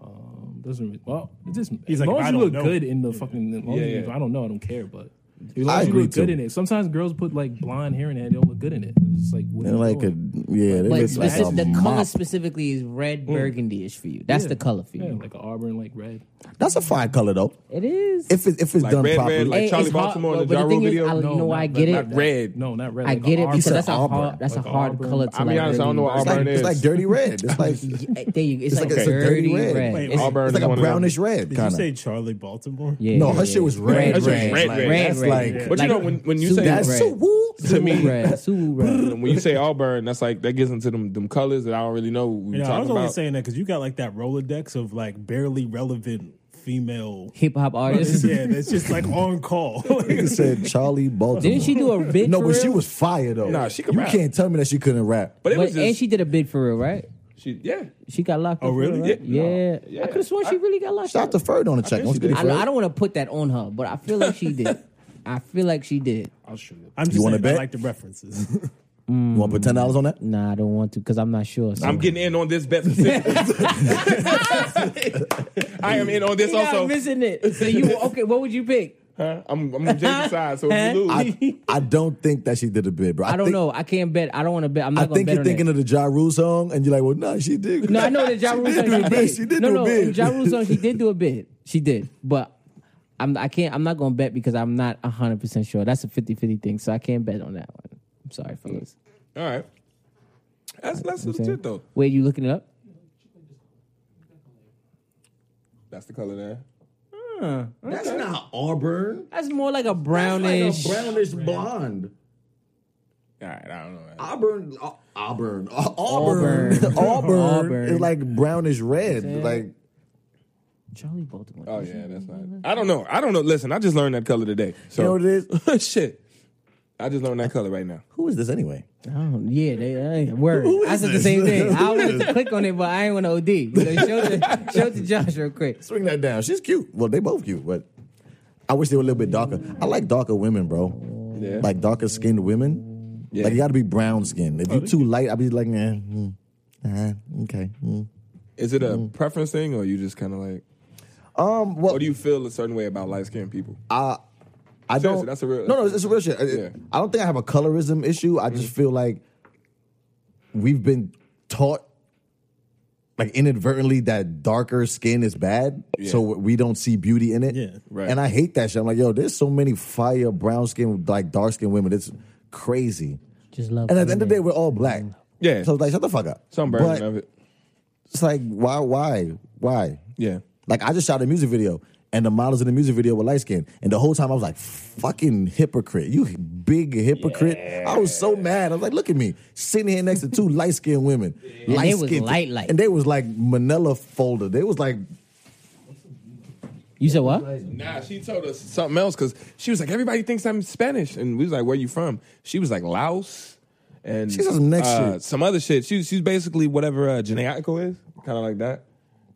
S8: um, doesn't really, well. It just
S2: He's
S8: as
S2: like,
S8: long
S2: if I
S8: as you
S2: don't
S8: look
S2: know.
S8: good in the fucking. As long as
S4: Yeah,
S8: you,
S4: yeah.
S8: I don't know. I don't care, but. As
S1: I
S8: long as you
S1: agree,
S8: look good
S1: too.
S8: in it. Sometimes girls put like blonde hair in it and they don't look good in it. It's just like what are
S1: They're
S8: you
S1: like a,
S8: doing?
S1: yeah, they
S3: But
S1: look like
S3: specif-
S1: a
S3: the color
S1: mop.
S3: specifically is red burgundy ish for you. That's
S8: Yeah.
S3: the color for you.
S8: yeah, like an auburn like red.
S1: That's a fine color though.
S3: It is.
S1: If it, if it's
S4: Like
S1: done
S4: red,
S1: properly,
S4: red, like
S3: Hey,
S4: Charlie
S3: it's hard,
S4: Baltimore in
S3: but-
S4: the
S3: but
S4: Ja
S3: the
S4: Rule
S3: thing is,
S4: video.
S3: I- Oh, you know why I
S8: not-
S3: get
S8: not
S3: it?
S8: red. No, not red.
S3: I
S8: like a
S3: get it
S8: auburn.
S3: because
S1: said
S3: that's a
S1: auburn.
S3: hard. That's
S8: Like
S3: a hard
S8: auburn.
S3: color to
S4: I'll be
S3: like.
S4: honest, I don't know what
S1: it's like,
S4: Auburn
S1: it's
S4: is.
S1: like dirty red. It's like it's
S3: Yeah, there you. It's, like,
S1: like, it's a dirty red.
S2: Wait,
S3: It's-
S2: Auburn
S4: Auburn
S1: like
S4: is
S1: a
S4: one of them.
S1: brownish red
S2: Did
S1: kind of.
S2: you say Charlie Baltimore?
S3: yeah,
S1: No,
S3: yeah,
S1: her shit
S3: yeah.
S1: was red,
S4: That's just
S1: red,
S4: red,
S1: like,
S4: red.
S3: red,
S4: That's
S1: like-
S4: But you know, when, when you
S3: Sue
S4: say
S1: That's
S3: Right.
S1: so woo.
S4: to me,
S3: red, Sue red.
S4: when you say Auburn, that's like that gets into them them colors that I don't really know. What we
S2: You know, I
S4: talking
S2: was
S4: about.
S2: only saying that because you got like that Rolodex of like barely relevant female.
S3: Hip hop artist.
S2: yeah, that's just like on call.
S1: He said Charlie Baltimore.
S3: Didn't she do a bid?
S1: No,
S3: for
S1: but she
S3: real?
S1: was fire though.
S4: Nah, she could
S1: You
S4: rap.
S1: can't tell me that she couldn't rap.
S4: but it
S3: But,
S4: was
S3: and
S4: just
S3: she did a bid for real, right?
S4: she- yeah.
S3: She got locked
S2: Oh,
S3: up. for real,
S2: really?
S3: right?
S4: Yeah,
S3: Yeah.
S4: no, yeah.
S3: I could have sworn she really got locked
S1: Shout
S3: up.
S1: out to Ferdy on the check.
S4: think
S1: Don't
S4: she
S1: forget
S4: did.
S3: I,
S1: Ferdy.
S3: I don't want to put that on her, but I feel like she did. I feel like she did.
S9: I'll show you.
S2: I'm just
S1: You wanna
S2: saying,
S1: bet?
S2: I like the references.
S1: You want to put ten dollars on that?
S3: Nah, I don't want to because I'm not sure. so-
S4: I'm getting in on this bet. I am in on this
S3: You're not
S4: also.
S3: missing it. So you okay? What would you pick?
S4: Huh? I'm I'm on Jason's side, so if you lose,
S1: I, I don't think that she did a bid, bro. I,
S3: I don't
S1: think,
S3: know. I can't bet. I don't want to bet. I'm
S1: I
S3: not going to
S1: think
S3: bet
S1: you're
S3: on
S1: thinking of
S3: that.
S1: the Ja Rule song, and you're like, well, nah, she did.
S3: no, I know that Ja Rule
S1: did
S3: song
S1: do a
S3: she
S1: bid.
S3: did.
S1: She did
S3: no,
S1: do a
S3: no,
S1: bid.
S3: Ja Rule song she did do a bid. She did, but I'm I can't. I'm not going to bet because I'm not 100 percent sure. That's a 50 50 thing, so I can't bet on that one. I'm sorry, fellas.
S4: all right. That's that's
S3: I'm saying.
S4: legit though.
S3: Wait, you looking it up?
S4: That's the color there.
S1: That's not Auburn.
S3: That's more like a brownish.
S1: brownish blonde.
S4: All right, I don't know. man.
S1: Auburn, Au- Auburn, Au-
S3: Auburn.
S1: Auburn, Auburn,
S3: Auburn.
S1: is like brownish red. Like
S3: Charlie Baltimore.
S4: Oh yeah, that's not. I don't know. I don't know. Listen, I just learned that color today. So
S1: you know what it is?
S4: shit. I just learned that color right now.
S1: Who is this anyway?
S3: Oh, yeah, they, they word. I said the same thing. I wanted to click on it, but I ain't want to OD. You know, show, it to, show it to Josh real quick.
S1: Swing that down. She's cute. Well, they both cute, but I wish they were a little bit darker. I like darker women, bro.
S4: Yeah.
S1: Like darker skinned women.
S4: Yeah.
S1: Like you got to be brown skinned. If you too light, I'll be like, eh, mm, uh, okay. mm."
S4: Is it a
S1: Mm-hmm.
S4: preference thing, or you just kind of like,
S1: Um, well,
S4: or do you feel a certain way about light skinned people?
S1: I
S4: Seriously,
S1: don't.
S4: that's a real-
S1: No, no, it's, it's a real shit. I,
S4: Yeah. Mm-hmm.
S1: I don't think I have a colorism issue. I just feel like we've been taught, like inadvertently, that darker skin is bad,
S4: Yeah.
S1: so we don't see beauty in it.
S2: Yeah,
S4: right.
S1: And I hate that shit. I'm like, yo, there's so many fire brown skin, like dark skin women. It's crazy.
S3: Just love.
S1: And at the end of the day, we're all black.
S4: Yeah.
S1: So like, shut the fuck up.
S4: Some version
S1: but
S4: of it.
S1: It's like, why, why, why?
S4: Yeah.
S1: Like I just shot a music video, and the models in the music video were light skinned. And the whole time I was like, fucking hypocrite. You big hypocrite. I was so mad. I was like, look at me, sitting here next to two light skinned women.
S3: they was
S1: Light-skinned.
S3: light, light.
S1: And they was like manila folder. They was like,
S3: you said what?
S4: Nah, she told us something else because she was like, everybody thinks I'm Spanish, and we was like, where you from? She was like Laos, and
S1: She said some next
S4: uh,
S1: shit.
S4: some other shit. She she's basically whatever uh, Janaiko is, kind of like that.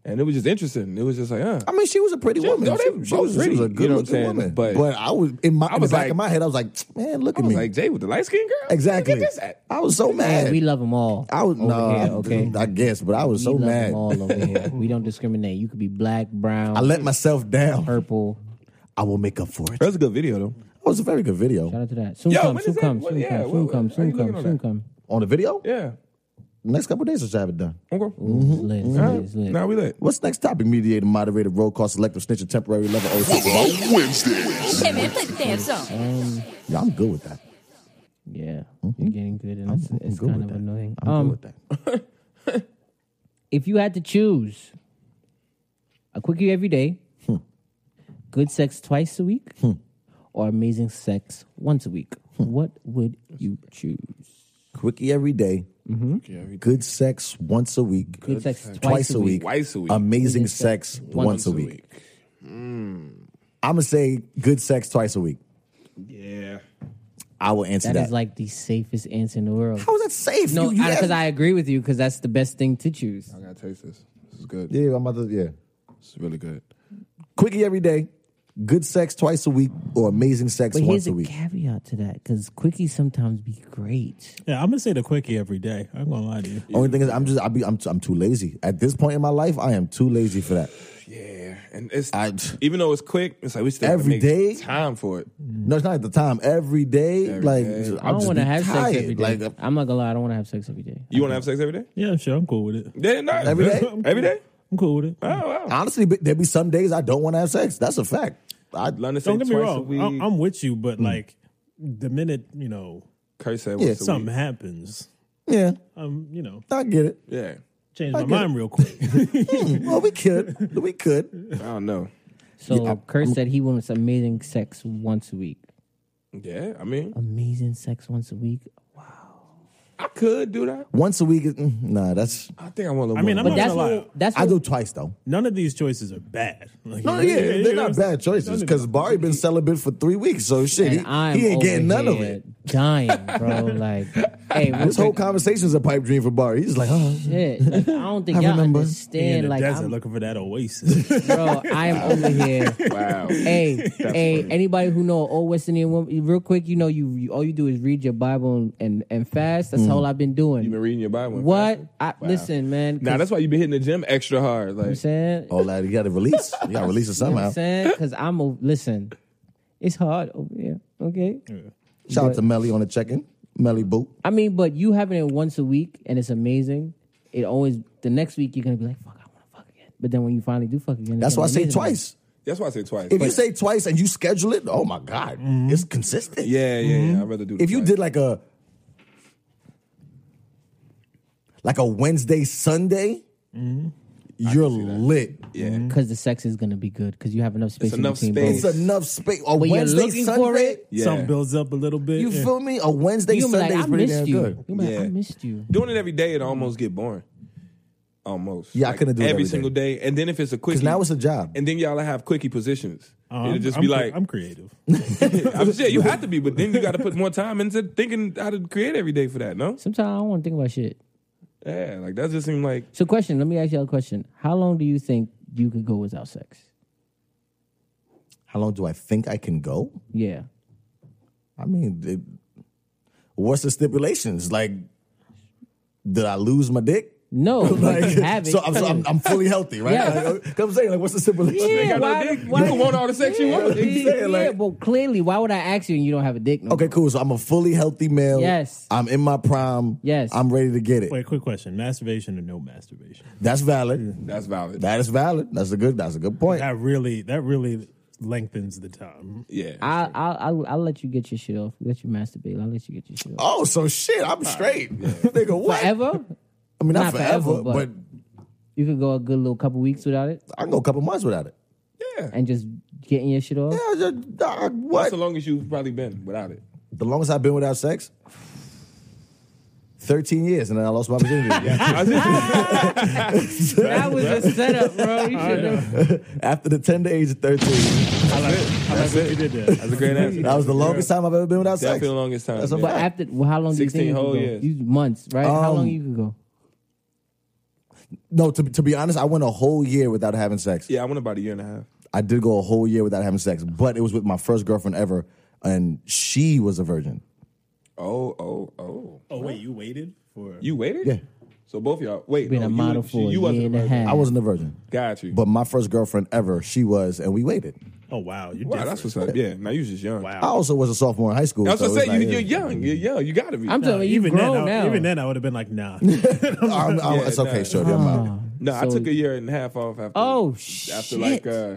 S4: And it was just interesting. It was just like, huh.
S1: I mean, she was a pretty woman.
S4: no, they-
S1: she, she
S4: both
S1: was, she was
S4: pretty,
S1: a
S4: you
S1: good
S4: know what
S1: looking
S4: I'm saying?
S1: woman. But,
S4: But-
S1: I was in my
S4: I
S1: in
S4: was
S1: the back
S4: like-
S1: of my head, I was like, man, look
S4: I
S1: at
S4: was
S1: me.
S4: like Jay with the light skinned girl.
S1: exactly.
S4: Look at this at.
S1: I was so mad.
S3: Yeah, we love them all.
S1: I was
S3: over
S1: no,
S3: here, okay.
S1: I guess, but I was so
S3: we love
S1: mad.
S3: them all over here. We don't discriminate. You could be black, brown,
S1: I let myself down.
S3: purple.
S1: I will make up for it.
S4: That
S1: That
S4: was a good video though.
S1: was a very good video.
S3: Shout out to that. Soon
S4: Yo,
S3: come,
S4: when
S3: soon
S4: is that?
S3: come,
S4: What-
S3: soon
S4: yeah,
S3: come,
S4: what-
S3: soon
S4: what-
S3: come,
S4: how you
S3: soon
S4: looking
S3: come,
S4: on
S3: soon
S4: that?
S3: come.
S1: on the video.
S4: Yeah.
S1: Next couple days, I should have it done.
S4: Okay.
S3: Ooh,
S1: Mm-hmm.
S3: lit,
S4: All
S3: lit,
S4: right.
S3: lit.
S4: Now we lit.
S1: What's next topic? Mediator, moderator, roll call, selective, snitcher, temporary, level, OC.
S10: On Wednesdays.
S6: Him and put their song.
S1: Yeah, I'm good with that.
S3: Yeah, you're getting good, and it's,
S1: Mm-hmm. I'm
S3: it's
S1: good
S3: kind
S1: with
S3: of
S1: that.
S3: annoying.
S1: I'm
S3: um,
S1: good with that.
S3: if you had to choose a quickie every day,
S1: Hmm.
S3: good sex twice a week, or amazing sex once a week,
S1: Hmm.
S3: what would you choose?
S1: Quickie every day. Good sex once a week.
S3: Good sex sex twice
S1: twice
S3: a
S1: a week.
S4: Twice a week.
S1: Amazing sex once a week. I'm gonna say good sex twice a week.
S4: Yeah.
S1: I will answer that.
S3: that is like the safest answer in the world.
S1: How is that safe?
S3: no,
S1: You- you asked-
S3: because I, agree with you because that's the best thing to choose.
S4: I gotta taste this. This is good.
S1: yeah, I'm about to. Yeah,
S4: This is really good.
S1: quickie every day. Good sex twice a week or amazing sex
S3: But
S1: once
S3: here's
S1: a
S3: a
S1: week.
S3: caveat to that because quickies sometimes be great.
S2: yeah, I'm gonna say the quickie every day. I'm gonna lie to you.
S1: Only thing is, I'm just I be I'm I'm too lazy at this point in my life. I am too lazy for that.
S4: Yeah. And it's
S1: I-
S4: even though it's quick, it's like we still
S1: Every
S4: every
S1: day?
S4: day time for it.
S1: No, it's not at the time. Every day,
S4: Every
S1: like I'm
S3: I
S4: day.
S3: don't
S1: want
S3: want to have
S1: tired.
S3: sex every day.
S1: Like um,
S3: I'm not gonna lie, I don't want to have sex every day.
S4: You want to have sex every day?
S2: Yeah, sure, I'm cool with it.
S4: Yeah, no,
S1: Every day?
S4: Every day?
S2: I'm cool with it.
S4: Oh, wow.
S1: honestly, but there be some days I don't want to have sex. That's a fact. I
S4: London said
S2: Don't get me
S4: twice a week.
S2: wrong. I- I'm with you, but like the minute you know
S4: Kurt said
S1: Yeah,
S4: once a
S2: something
S4: week.
S2: happens,
S1: yeah,
S2: um, you know,
S1: I get it.
S4: Yeah.
S2: change
S1: I
S2: my
S1: get
S2: mind real quick.
S1: Well, we could, we could.
S4: I don't know.
S3: So Kurt said he wants amazing sex once a week.
S4: Yeah, I mean,
S3: Amazing sex once a week.
S4: I could do that.
S1: Once a week, is- mm, nah, that's.
S4: I think I want to.
S2: I mean, I'm
S3: But
S2: not
S3: that's
S2: gonna lie.
S3: what, that's
S1: I
S3: what,
S1: go twice though.
S2: None of these choices are bad. Like,
S1: No,
S2: you know,
S1: yeah, they're
S2: you know
S1: not
S2: what I'm
S1: bad choices
S2: None of
S1: because
S2: them.
S1: Barry been celibate for three weeks, so shit, he,
S3: and I'm
S1: he ain't getting
S3: over
S1: none of
S3: here
S1: it.
S3: Dying, bro. Like, hey,
S1: This whole conversation's a pipe dream for Barry. He's like, oh,
S3: shit. Like, I don't think
S1: I
S3: y'all
S1: remember.
S2: Being in
S3: understand.
S2: the
S3: Like,
S2: desert
S3: I'm,
S2: looking for that oasis.
S3: bro, I'm over here.
S4: wow.
S3: hey, hey, anybody who know an old West Indian woman, real quick, you know, you, you all you do is read your Bible and and, and fast. That's
S1: Hmm.
S3: all I've been doing.
S4: You been reading your Bible? and
S3: what?
S4: fasting?
S3: I,
S4: Wow.
S3: Listen, man.
S4: Now
S3: 'cause-
S4: that's why you been hitting the gym extra hard.
S3: you know what I'm
S4: Like,
S3: saying.
S1: all that you got to release. You got to release it
S3: You know what
S1: somehow.
S3: I'm saying? Because I'm a listen. It's hard over here. Okay.
S1: Shout out to Melly on the check-in, Melly Boot.
S3: I mean, but you having it once a week and it's amazing. It always the next week you're gonna be like, fuck, I wanna fuck again. But then when you finally do fuck again, it's
S1: That's why
S3: gonna
S1: I
S3: be
S1: say
S3: amazing.
S1: twice.
S4: that's why I say twice.
S1: If
S4: But-
S1: you say twice and you schedule it, oh my god,
S3: Mm-hmm.
S1: it's consistent.
S4: yeah, yeah, yeah,
S2: Mm-hmm.
S4: I'd rather do. the
S1: If you
S4: twice.
S1: did like a like a Wednesday Sunday,
S3: Mm-hmm.
S1: you're lit.
S4: yeah,
S2: Mm-hmm.
S3: Cause the sex is gonna be good because you have enough space.
S4: enough
S3: in between
S4: space.
S1: It's enough space. A
S3: But you're
S1: Wednesday
S3: looking
S1: Sunday,
S3: for it?
S4: yeah.
S2: Something builds up a little bit.
S1: you
S2: Yeah.
S1: feel me? A Wednesday
S3: You'll be
S1: Sunday
S3: like,
S1: is
S3: I
S1: pretty
S3: missed
S1: damn
S3: you.
S1: good.
S3: You'll be like,
S4: Yeah.
S3: I missed you.
S4: doing it every day, it almost get boring. Almost.
S1: Yeah, I couldn't do it
S4: every,
S1: every
S4: single day. And then if it's a
S1: Because
S4: quickie,
S1: now it's a job.
S4: and then y'all have quickie positions.
S2: Uh,
S4: It'll
S2: I'm-
S4: just
S2: I'm
S4: be
S2: cre-
S4: like,
S2: I'm creative.
S4: I'm saying you have to be, but then you got to put more time into thinking how to create every day for that. No,
S3: Sometimes I don't want to think about shit.
S4: yeah, like that just seemed like
S3: So, question. Let me ask y'all a question. How long do you think you could go without sex?
S1: How long do I think I can go?
S3: Yeah.
S1: I mean, it, what's the stipulations? Like, did I lose my dick?
S3: No.
S1: Like,
S3: like, you have it.
S1: so I'm, so I'm, I'm fully healthy, right?
S3: Yeah.
S1: Like, uh, 'cause I'm saying, like, what's the stipulation?
S3: Yeah,
S4: got no
S3: why-
S4: dick.
S3: why-
S4: you can want all the sex you want.
S1: I'm
S3: yeah,
S1: saying, like-
S3: well, clearly, why would I ask you and you don't have a dick? No
S1: Okay,
S3: more?
S1: cool. So I'm a fully healthy male.
S3: Yes.
S1: I'm in my prime.
S3: Yes.
S1: I'm ready to get it.
S2: Wait, quick question: masturbation or no masturbation?
S1: That's valid.
S4: That's valid.
S1: That is valid. That's a good. That's a good point.
S2: That really, that really lengthens the time.
S4: yeah,
S3: I'll, I'll, I'll, I'll let you get your shit off. Let you masturbate. I'll let you get your shit off.
S1: Oh, so shit. I'm straight. Nigga, what?
S3: Forever?
S1: I mean, not,
S3: Not
S1: forever,
S3: forever,
S1: but,
S3: but- You could go a good little couple weeks without it
S1: I can go a couple months without it.
S4: yeah.
S3: and just getting your shit off.
S1: Yeah, I just- I-
S4: That's
S1: what?
S4: the longest you've probably been without it.
S1: the longest I've been without sex? 13 years, and then I lost my virginity.
S3: That was a setup, bro. You should have.
S1: After the tender age of 13.
S2: I like, I like what you did there.
S4: That's a great answer.
S1: That was the longest time I've ever been without
S4: Definitely
S1: sex.
S4: the longest time.
S1: That's a
S4: man.
S3: But after, well, how long do you
S4: 16
S3: think you could
S4: whole
S3: go?
S4: years. oh,
S3: You, months, right? how
S1: Um,
S3: long you could go?
S1: No, to, to be honest, I went a whole year without having sex.
S4: yeah, I went about a year and a half.
S1: I did go a whole year without having sex, but it was with my first girlfriend ever, and she was a virgin.
S4: Oh, oh, oh.
S2: Oh wait, you waited for?
S4: You waited?
S1: Yeah.
S4: So both of y'all wait.
S3: Been
S4: no,
S3: a
S4: you-
S3: model
S4: she-
S3: for a
S4: you wasn't
S3: year and a
S4: virgin.
S3: half.
S1: I wasn't a virgin,
S4: Got you.
S1: but my first girlfriend ever, she was, and we waited.
S2: oh wow, you
S4: wow, that's what's up. Yeah, now you was just young.
S1: I
S2: Wow.
S1: also was a sophomore in high school.
S4: I was
S1: so
S4: gonna
S1: it
S4: say you,
S1: like-
S4: you're young. You're young. You gotta be.
S3: I'm
S2: No,
S3: telling you,
S2: even
S3: you've grown
S2: then, I,
S3: now.
S2: even then, I would have been like, nah.
S1: I'm- I'm-
S4: Yeah,
S1: it's okay,
S4: nah.
S1: Shorty. I'm out.
S4: no, I
S3: so-
S4: took a year and a half off after.
S3: Oh,
S4: after
S3: shit.
S4: like uh,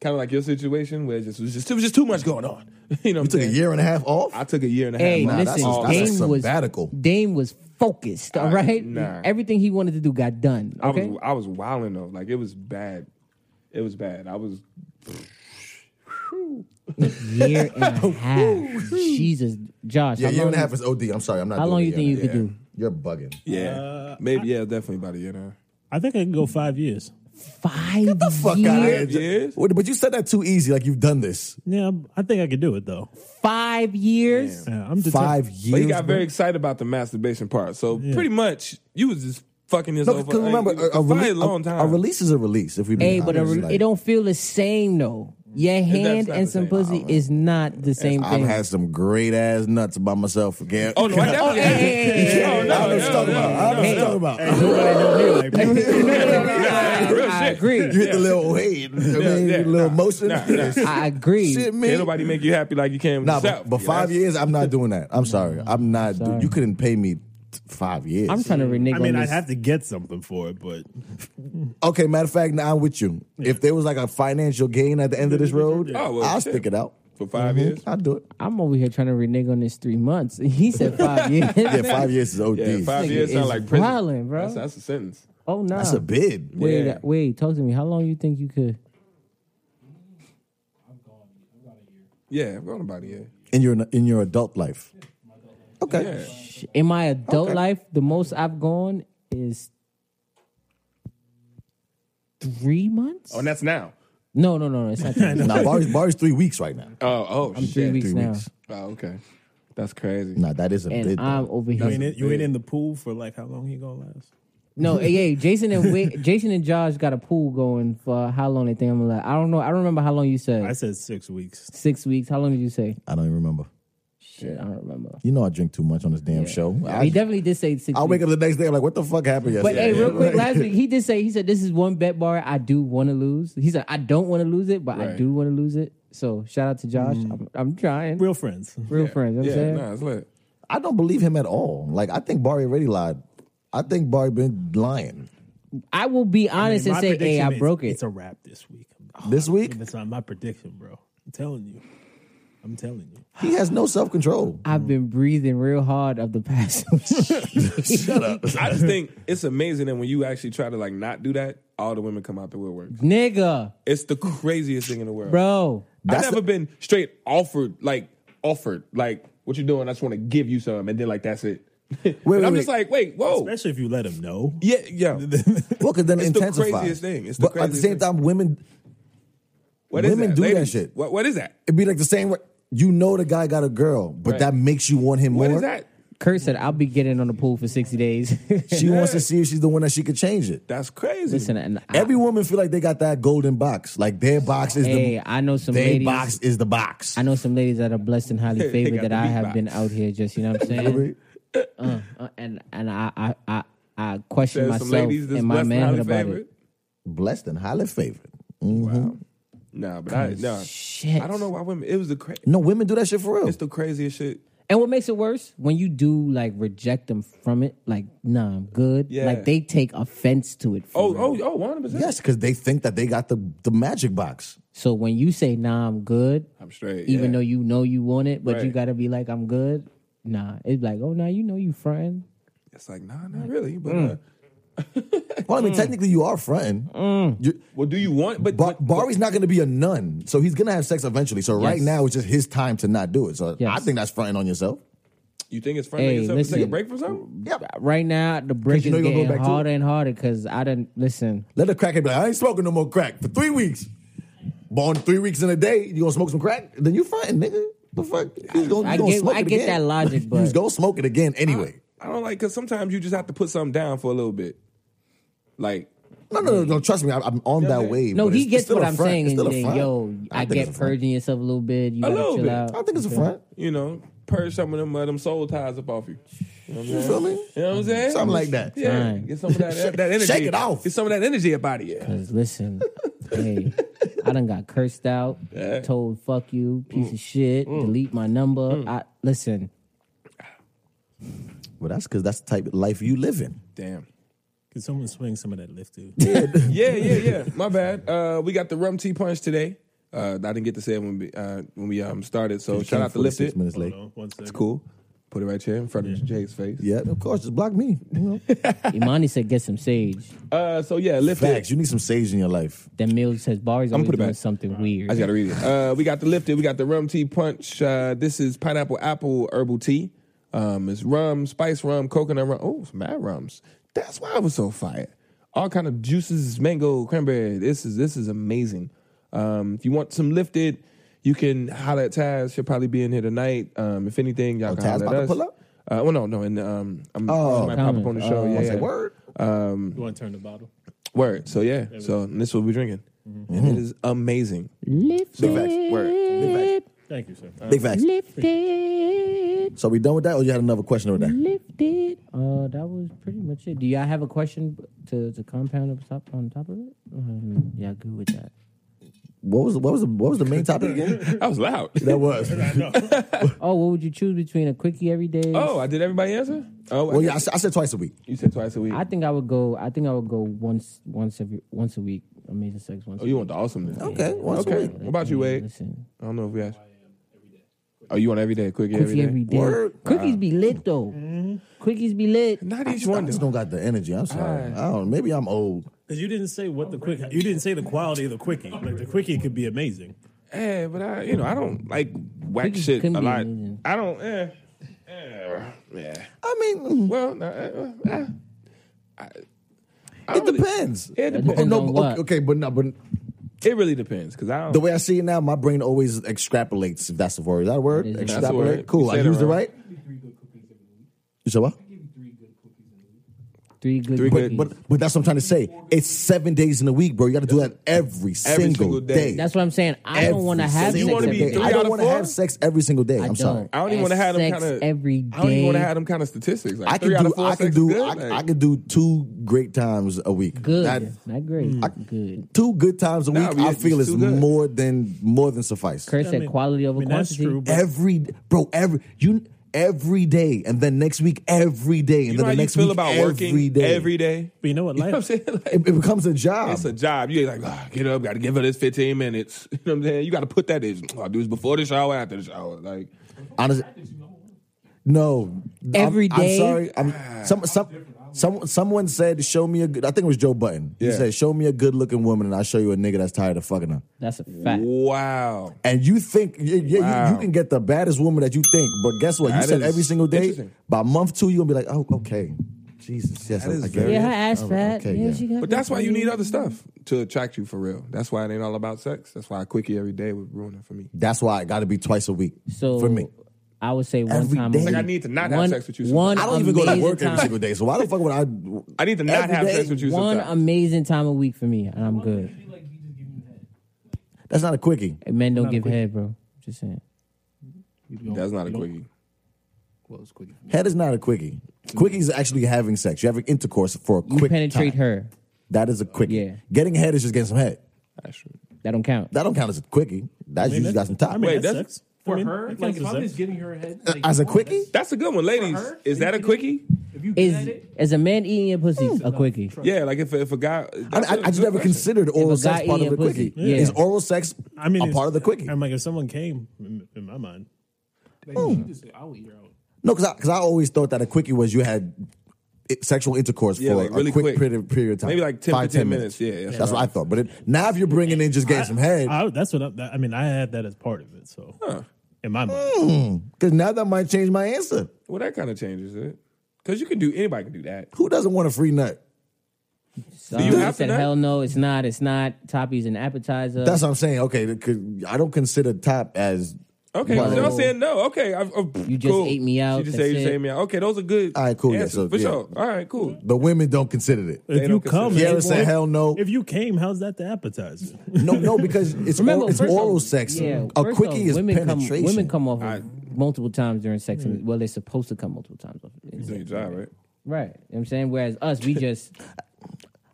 S4: kind of like your situation where it just it was just it was just too much going on. you know, what
S1: You took
S4: I'm
S1: a
S4: saying?
S1: year and a half off?
S4: I took a year and a half.
S3: Hey,
S4: off.
S1: Nah, that's
S3: listen,
S1: a- that's a
S3: Dame was
S1: sabbatical.
S3: Dame was focused. All
S4: I-
S3: right,
S4: nah.
S3: everything he wanted to do got done.
S4: I
S3: Okay,
S4: was I was wilding though. Like it was bad. It was bad. I was
S3: year and a half. Jesus, Josh,
S1: yeah,
S3: how
S1: year
S3: long
S1: and a half is OD. I'm sorry. I'm not
S3: How
S1: doing
S3: long
S1: a
S3: you
S1: year
S3: think
S1: and
S3: you
S1: a
S3: could
S1: half.
S3: do?
S1: You're bugging.
S4: yeah.
S1: Uh,
S4: Maybe yeah, definitely about a year and a half.
S2: I think I can go five years.
S3: Five
S1: the fuck
S3: years.
S1: out of here.
S4: Years?
S1: Wait, But you said that too easy, like you've done this.
S2: Yeah, I'm- I think I could do it though.
S3: Five years.
S2: Yeah, I'm determined.
S1: Five years.
S4: But he got very excited about the masturbation part. So pretty much you was just fucking this over.
S1: Because remember,
S4: like,
S1: a, a,
S4: probably
S1: rele-
S4: a long
S1: a-
S4: time.
S1: a release is a release. If we be
S3: Hey, but a,
S1: honest,
S3: re-
S1: like,
S3: it don't feel the same though. Your hand
S4: not
S3: and
S4: the
S3: some
S4: same.
S3: pussy is not the same
S1: I've
S3: thing.
S1: had some great ass nuts by myself again.
S4: Oh no, I definitely.
S3: hey, hey, hey, hey,
S4: Oh,
S3: hey.
S4: no,
S1: I don't know what
S4: no,
S1: you're talking
S4: no,
S1: about. I don't know what you're talking about.
S2: Like,
S3: No, no, no, no, I,
S4: Real
S3: I
S4: shit.
S3: agree.
S1: You hit the little hey,
S4: yeah,
S1: the little
S4: nah,
S1: motion.
S4: nah, nah.
S3: I agree.
S1: Shit, man.
S4: Can't nobody make you happy like you can with
S1: Nah,
S4: yourself.
S1: but, but
S4: you
S1: five
S4: know?
S1: years, I'm not doing that. I'm sorry, I'm not. dude, you couldn't pay me t- five years.
S3: I'm trying to renege
S2: I
S3: on
S2: mean, I'd
S3: this.
S2: have to get something for it, but
S1: okay, matter of fact, now I'm with you. If there was like a financial gain at the end of this road,
S4: Oh, well,
S1: I'll
S4: shit.
S1: stick it out.
S4: For 5 years.
S1: I'll do it.
S3: I'm over here trying to renege on this three months. He said five years.
S1: Yeah, five years is OD.
S4: Yeah, five
S3: Nigga
S4: years sound
S3: is
S4: like prison.
S3: wildin', bro.
S4: That's, that's a sentence.
S3: Oh no.
S1: That's a bid.
S3: Wait,
S4: Yeah.
S3: wait. Talk to me. How long you think you could?
S4: Yeah, I'm going about a year.
S1: in your in your adult life?
S11: Okay.
S3: In my adult life, the most I've gone is three months.
S12: Oh, and that's now.
S3: no, no, no, no. It's not three, months.
S1: Now Barry's Barry's three weeks right now.
S4: Oh, oh,
S3: I'm three
S4: shit.
S3: weeks now,
S4: Oh, okay. That's crazy.
S1: Nah, that is a
S3: and
S1: bit.
S3: I'm over here.
S2: You ain't, in, you ain't in the pool for like how long he gonna last?
S3: No, yeah, Jason and Wi- Jason and Josh got a pool going for how long they think I'm gonna last. I don't know. I don't remember how long you said.
S2: I said six weeks.
S3: Six weeks. How long did you say?
S1: I don't even remember.
S3: Shit, I don't remember.
S1: You know I drink too much on this damn
S3: Yeah.
S1: show.
S3: he
S1: I,
S3: definitely did say six.
S1: I
S3: weeks.
S1: wake up the next day. I'm like, what the fuck happened
S3: But
S1: yesterday?
S3: hey, real quick, last week he did say he said this is one bet bar I do want to lose. He said I don't want to lose it, but I
S4: Right.
S3: do want to lose it. So shout out to Josh. I'm, I'm trying. Real,
S2: Real friends.
S3: friends. You know what
S4: yeah,
S3: I'm saying.
S4: nah, it's lit.
S1: I don't believe him at all. Like I think Barry already lied. I think Barry been lying
S3: I will be honest
S2: And my
S3: and say, hey,
S2: prediction
S3: I
S2: is
S3: broke it.
S2: It's a wrap this week.
S1: this week.
S2: That's not my prediction, bro. I'm telling you. I'm telling you.
S1: He has no self control.
S3: I've been breathing real hard of the past.
S1: Shut up.
S4: I just think it's amazing that when you actually try to like not do that, all the women come out the woodwork.
S3: Nigga,
S4: It's the craziest thing in the world.
S3: bro.
S4: I've
S1: That's
S4: never been straight offered, like offered, like what you doing? I just want to give you some, and then like that's it. And
S1: wait,
S4: I'm
S1: wait.
S4: just like, wait, whoa,
S2: Especially if you let him know.
S4: yeah, yeah.
S1: Well, because then it
S4: It's the
S1: intensifies.
S4: craziest thing. It's the
S1: but at the
S4: craziest
S1: same time,
S4: thing.
S1: women
S4: What is
S1: Women
S4: that?
S1: do that
S4: Ladies,
S1: shit.
S4: What, what is that?
S1: it'd be like the same. way- You know the guy got a girl, but
S4: Right.
S1: that makes you want him
S4: What
S1: more.
S4: is that?
S3: Kurt said I'll be getting on the pool for sixty days.
S1: She wants to see if she's the one that she could change it.
S4: That's crazy.
S3: Listen, and I,
S1: Every woman feel like they got that golden box. Like their box is
S3: hey,
S1: the
S3: I know some
S1: their
S3: ladies.
S1: box is the box.
S3: I know some ladies that are blessed and highly
S4: They
S3: favored
S4: got
S3: that
S4: the
S3: I
S4: big
S3: have
S4: box.
S3: been out here. Just you know what I'm saying. uh, uh, and and I I I, I question
S4: There's
S3: myself
S4: some ladies that's
S3: and my
S4: blessed and
S3: manhood
S4: highly
S3: about
S4: favored.
S3: it.
S1: Blessed and highly favored. Mhm.
S4: Wow. Nah, but I nah.
S3: Shit.
S4: I don't know why women. It was the cra-
S1: No, women do that shit for real.
S4: It's the craziest shit.
S3: And what makes it worse when you do like reject them from it, like nah, I'm good.
S4: Yeah.
S3: Like they take offense to it. For
S4: Oh,
S3: real.
S4: oh, oh, 100. percent
S1: yes, because they think that they got the the magic box.
S3: So when you say nah, I'm good,
S4: I'm straight.
S3: even
S4: yeah.
S3: though you know you want it, but you
S4: Right.
S3: gotta be like I'm good. Nah, it's like oh nah, you know you fronting.
S4: it's like nah, not really. But uh,
S1: Well, I
S3: Mm.
S1: mean, technically, you are fronting. You-
S4: well, do you want? But,
S1: Bar-
S4: but-
S1: Barry's not going to be a nun, so he's going to have sex eventually. So right
S3: Yes.
S1: now, it's just his time to not do it. So I
S3: Yes.
S1: think that's fronting on yourself.
S4: you think it's friendly
S3: Hey,
S4: hey, yourself to take a
S3: listen.
S4: break from something?
S1: Yep.
S3: Right now the break
S1: you
S3: is
S1: know you gonna go
S3: getting
S1: back to
S3: harder
S1: it.
S3: and harder because I didn't listen.
S1: Let the crackhead be like, I ain't smoking no more crack for three weeks. Born three weeks in a day, you gonna smoke some crack? Then you fronting, nigga. The fuck? You gonna,
S3: I
S1: you gonna
S3: get-
S1: smoke
S3: I
S1: it
S3: get
S1: again.
S3: that logic,
S1: you
S3: but- Uh,
S1: just gonna smoke it again anyway.
S4: I don't like because sometimes you just have to put something down for a little bit. Like
S1: No, no, no, no. Trust me, I, I'm on that
S4: man.
S1: wave.
S3: No,
S1: but
S3: he
S1: it's- it's
S3: gets
S1: still
S3: what
S1: a
S3: I'm
S1: front.
S3: saying.
S1: It's still a
S3: and then,
S1: front.
S3: yo, I,
S1: think
S3: get
S1: it's a front.
S3: purging yourself a little bit. You
S4: A
S3: gotta
S4: little
S3: chill
S4: bit.
S1: I
S3: out.
S1: don't think it's a front.
S4: you know, purge some of them uh, them soul ties up off you. You know what I'm
S1: You
S4: saying?
S1: feel me?
S4: You know what I'm saying?
S1: Something like that.
S4: Yeah,
S3: Fine.
S4: get some of that, that, that energy.
S1: Shake it off.
S4: Get some of that energy up out of you.
S3: 'Cause listen, hey, I done got cursed out,
S4: Yeah.
S3: told fuck you, piece of shit,
S1: Mm.
S3: delete my number. I listen.
S1: Well, that's because that's the type of life you live in.
S4: Damn.
S2: Can someone swing some of that lift dude?
S4: Yeah, yeah, yeah. My bad. Uh, we got the rum tea punch today. Uh, I didn't get to say it when we uh, when we um, started. So shout out to Oh, Lift
S1: 46
S4: It.
S1: minutes late.
S4: It's cool. Put it right here in front of Jay's face.
S1: Yeah, of course. Just block me. You know?
S3: Imani said get some sage.
S4: Uh, so yeah, Lift It.
S1: Facts. You need some sage in your life.
S3: Then Mills says Barry's always
S4: put it
S3: doing
S4: back.
S3: something
S4: I
S3: weird.
S4: just gotta read it. Uh, we got the lifted. We got the rum tea punch. Uh, this is pineapple apple herbal tea. Um, it's rum, spice rum, coconut rum. Oh, it's mad rums. That's why I was so fired. All kind of juices, mango, cranberry. This is this is amazing. Um, if you want some lifted, you can holler at Taz. She'll probably be in here tonight. Um, if anything, y'all
S1: Oh,
S4: can
S1: Taz
S4: holler
S1: about
S4: at
S1: to
S4: us.
S1: pull up?
S4: Uh, well, no, no, and um, I'm,
S1: Oh,
S4: I might pop up on the
S3: coming.
S4: show.
S3: Oh,
S4: yeah,
S3: I
S4: yeah.
S1: Say word.
S2: You want to turn the bottle?
S4: word. So yeah, so and this is what we're drinking, and
S1: Mm-hmm.
S4: it is amazing.
S3: Lift
S1: Big facts. Big
S3: it,
S2: Thank you, sir. Uh,
S1: Big facts.
S3: lift it,
S1: So we done with that, or you had another question over there?
S3: lift it. Uh, that was pretty much it. Do y'all have a question to, to compound up top on top of it? Um, yeah, good with that.
S1: What was what was the, what was the main topic again?
S4: That was loud.
S1: that was.
S3: Oh, what would you choose between a quickie every day?
S4: Oh, I did everybody answer? Oh,
S1: Well,
S4: I-
S1: yeah, I, s- I said twice a week.
S4: You said twice a week.
S3: I think I would go. I think I would go once, once every, once a week. Amazing sex once.
S4: oh, you want the awesomeness?
S1: Okay, once
S4: Okay.
S1: a week.
S4: What about you, Wade?
S3: Listen,
S4: I don't know if we asked. Oh, you want every day, quick every
S3: quickie
S4: day.
S3: every day.
S1: Word.
S3: Quickies be lit though.
S2: Mm-hmm.
S3: Quickies be lit.
S4: Not each
S1: I
S4: one.
S1: just don't got the energy. I'm sorry. I don't. Maybe I'm old.
S2: Because you didn't say what the quick. You didn't say the quality of the quickie. Like the quickie could be amazing.
S4: eh, but I, you know, I don't like whack
S3: Couldn't-
S4: shit a
S3: couldn't be
S4: lot.
S3: amazing.
S4: I don't, eh, eh, yeah.
S1: I mean,
S4: Well, no, eh, eh, I, I
S1: it
S4: really-
S1: depends.
S4: It
S3: depends.
S4: depends.
S3: No,
S1: but-
S3: what?
S1: okay, okay, but no, but
S4: It really depends because I don't.
S1: the way I see it now, my brain always extrapolates. If that's the word, is that a word?
S3: That is a word.
S1: Extrapolate.
S4: That's a word. You
S1: Cool. I
S4: said it
S1: used it
S4: right.
S1: right. You said what?
S3: Three good
S4: Three good-
S3: cookies.
S1: But but that's what I'm trying to say. It's seven days in a week, bro. You got to do that every,
S4: single
S1: single
S4: day.
S1: day.
S3: That's what I'm saying. I
S1: Every
S3: don't want to
S1: single
S3: have sex
S4: You wanna
S3: every
S4: be
S3: day.
S4: three
S1: I
S3: I
S1: don't
S4: out of
S1: want to
S4: four?
S1: have sex every single day. I'm
S3: don't.
S1: sorry.
S4: I don't even
S3: Have
S4: wanna have them
S3: sex
S4: kinda-
S3: every day.
S4: I don't even want to have them kind of statistics. Like
S1: I
S4: three
S1: can
S4: out
S1: do.
S4: of four
S1: I can
S4: sex
S1: do.
S4: is good,
S1: I,
S4: like-
S1: I can do two great times a week.
S3: good.
S1: That-
S3: not great.
S2: Mm.
S3: Good.
S1: two good times a
S4: Nah,
S1: week.
S4: we-
S1: I feel
S4: it's
S1: is
S4: too good.
S1: more than more than suffice.
S3: Kurt said
S2: mean-
S3: quality
S2: I
S3: over
S2: mean, that's
S3: quantity.
S2: true. But
S1: Every bro, every you every day, and then next week every day, and
S4: You know
S1: then
S4: how
S1: the
S4: you
S1: next
S4: feel
S1: week
S4: about
S1: every
S4: working
S1: day.
S4: every day?
S2: but you know what?
S4: You know what I'm
S2: Life,
S4: saying? Like, um,
S1: it, it becomes a job.
S4: It's a job. You're like, "Ah, get up, got to give her this 15 minutes. You know what I'm saying? You got to put that in. Oh, I do this before the shower, after the shower. Like,
S1: Honestly, no.
S3: Every
S1: I'm,
S3: day?
S1: I'm sorry.
S4: Ah.
S1: I'm, some some. Some, someone said, "Show me a good." I think it was Joe Button. He
S4: Yeah.
S1: said, "Show me a good-looking woman, and I'll show you a nigga that's tired of fucking her."
S3: That's a fact.
S4: wow.
S1: And you think, yeah, yeah,
S4: Wow.
S1: you, you can get the baddest woman that you think, but guess what? You
S4: That
S1: said
S4: is
S1: every single day.
S4: interesting.
S1: By month two, you're gonna be like, "Oh, okay, Jesus, yes,
S4: That
S1: I,
S4: is
S1: I get
S4: very-
S1: it."
S3: Yeah, her ass
S1: Oh,
S3: fat.
S1: okay,
S3: yeah,
S1: yeah.
S3: she got
S4: But that's why you need other stuff to attract you for real. That's why it ain't all about sex. That's why a quickie every day would ruin it for me.
S1: That's why it got to be twice a week
S3: So
S1: for me.
S3: I would say one
S1: Every
S3: time.
S1: day.
S3: a
S1: It's like
S4: I
S3: week.
S4: need to not have
S3: One-
S4: sex with you
S3: One
S4: sometimes.
S1: I don't even go to
S3: amazing
S1: work every
S3: time-
S1: single day, so why the fuck would I?
S4: I need to not
S1: Every
S4: have
S1: day.
S4: sex with you
S3: One
S4: sometimes.
S3: amazing time a week for me, and I'm good.
S1: That's not a quickie.
S3: And Men don't
S8: Not a
S3: give
S8: quick-
S3: head, bro. Just saying.
S8: You don't-
S4: That's not a
S8: you don't-
S4: quickie.
S8: Well, it's quickie.
S1: Head is not a quickie. Quickie is actually having sex. You're having intercourse for a
S3: You
S1: quick
S3: penetrate
S1: time.
S3: her.
S1: That is a quickie.
S3: Yeah.
S1: Getting head is just getting some head.
S4: That's true.
S3: That don't count.
S1: That don't count as a quickie. That's you just got some
S2: I
S1: time.
S2: mean,
S4: Wait,
S2: that's,
S4: that's-
S2: sex. I
S8: For
S2: mean,
S8: her,
S2: it
S8: like
S2: counts
S8: if
S2: as
S8: I'm
S2: sex.
S8: just giving her a head, like,
S1: Uh, As a
S8: come on,
S1: quickie,
S4: That's a good one, ladies.
S8: her?
S4: Is that a quickie?
S8: that's- If you
S3: Is
S8: had it,
S3: is a man eating your pussy a quickie?
S4: Yeah, like if, if a guy.
S1: I, I, I just never considered oral
S3: guy
S1: sex part
S3: eating
S1: of the
S3: a pussy,
S1: quickie.
S3: yeah.
S1: Is oral sex
S2: I mean,
S1: a
S2: if-
S1: part of the quickie?
S2: I'm like, if someone came, in, in my mind,
S8: like, you just, I'll eat her out.
S1: No, because I, 'cause I always thought that a quickie was you had it, sexual intercourse
S4: Yeah,
S1: for
S4: like, really
S1: a quick,
S4: quick.
S1: Period, period of time.
S4: Maybe like 10, 15 minutes. Yeah,
S1: that's
S4: that's
S1: what I thought. But it, now if you're bringing in just getting some head,
S2: I, that's what I, that, I mean. I had that as part of it. So in my mind,
S1: because now that might change my answer.
S4: Well, that kind of changes it. Because you can do, anybody can do that.
S1: Who doesn't want a free nut?
S3: Some
S4: you have to
S3: said
S4: not?
S3: hell no, it's not. It's not. Toppy's an appetizer.
S1: That's what I'm saying. Okay, that could- I don't consider top as
S4: Okay,
S1: But-
S4: no, I'm saying no. Okay, I, I,
S3: You just ate me out,
S4: She just
S3: that's
S4: said you just
S3: it.
S4: ate me out. Okay, those are good.
S1: All right, cool, yeah,
S4: answers,
S1: so,
S4: for
S1: yeah.
S4: sure. All right, cool.
S1: But women don't consider it.
S2: if you
S4: don't consider
S2: come,
S4: it.
S1: You ever
S2: if-
S1: say
S2: if-
S1: hell no?
S2: If you came, how's that the appetizer?
S1: No, no, because it's
S3: Remember,
S1: oral, it's
S3: first off-
S1: oral sex.
S3: Yeah,
S1: a
S3: first
S1: quickie
S3: off,
S1: is
S3: women
S1: penetration.
S3: Come, women come off
S4: I- Mm.
S3: multiple times during sex. and Well, they're supposed to come multiple times. Off
S4: You doing your job, right?
S3: Right. You know what I'm saying? Whereas us, we just.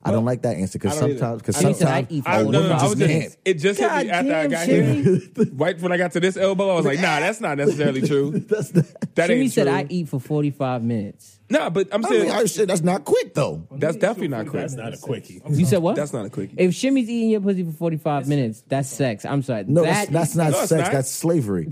S1: I don't like that answer because
S4: I don't either.
S1: sometimes, because
S3: I mean, so I
S1: sometimes
S3: eat
S4: I,
S3: Oh,
S4: no, no,
S1: women
S4: no, I
S1: just
S4: was just,
S1: can't.
S4: it just hit me
S3: God
S4: after I
S3: damn,
S4: got
S3: Jimmy.
S4: here. Right when I got to this elbow, I was like, nah, that's not necessarily true.
S1: That's the,
S4: That
S3: Jimmy
S4: ain't
S3: said
S4: true.
S3: I eat for 45 minutes.
S4: nah, but I'm
S1: I mean,
S4: saying
S1: I said that's not quick though.
S4: that's definitely not quick.
S2: that's not a quickie.
S3: You said what?
S4: That's not a quickie.
S3: If Shimmy's eating your pussy for 45 minutes, that's sex. I'm sorry.
S1: No,
S3: That-
S1: that's, that's not
S4: No, it's
S1: sex.
S4: not.
S1: That's slavery.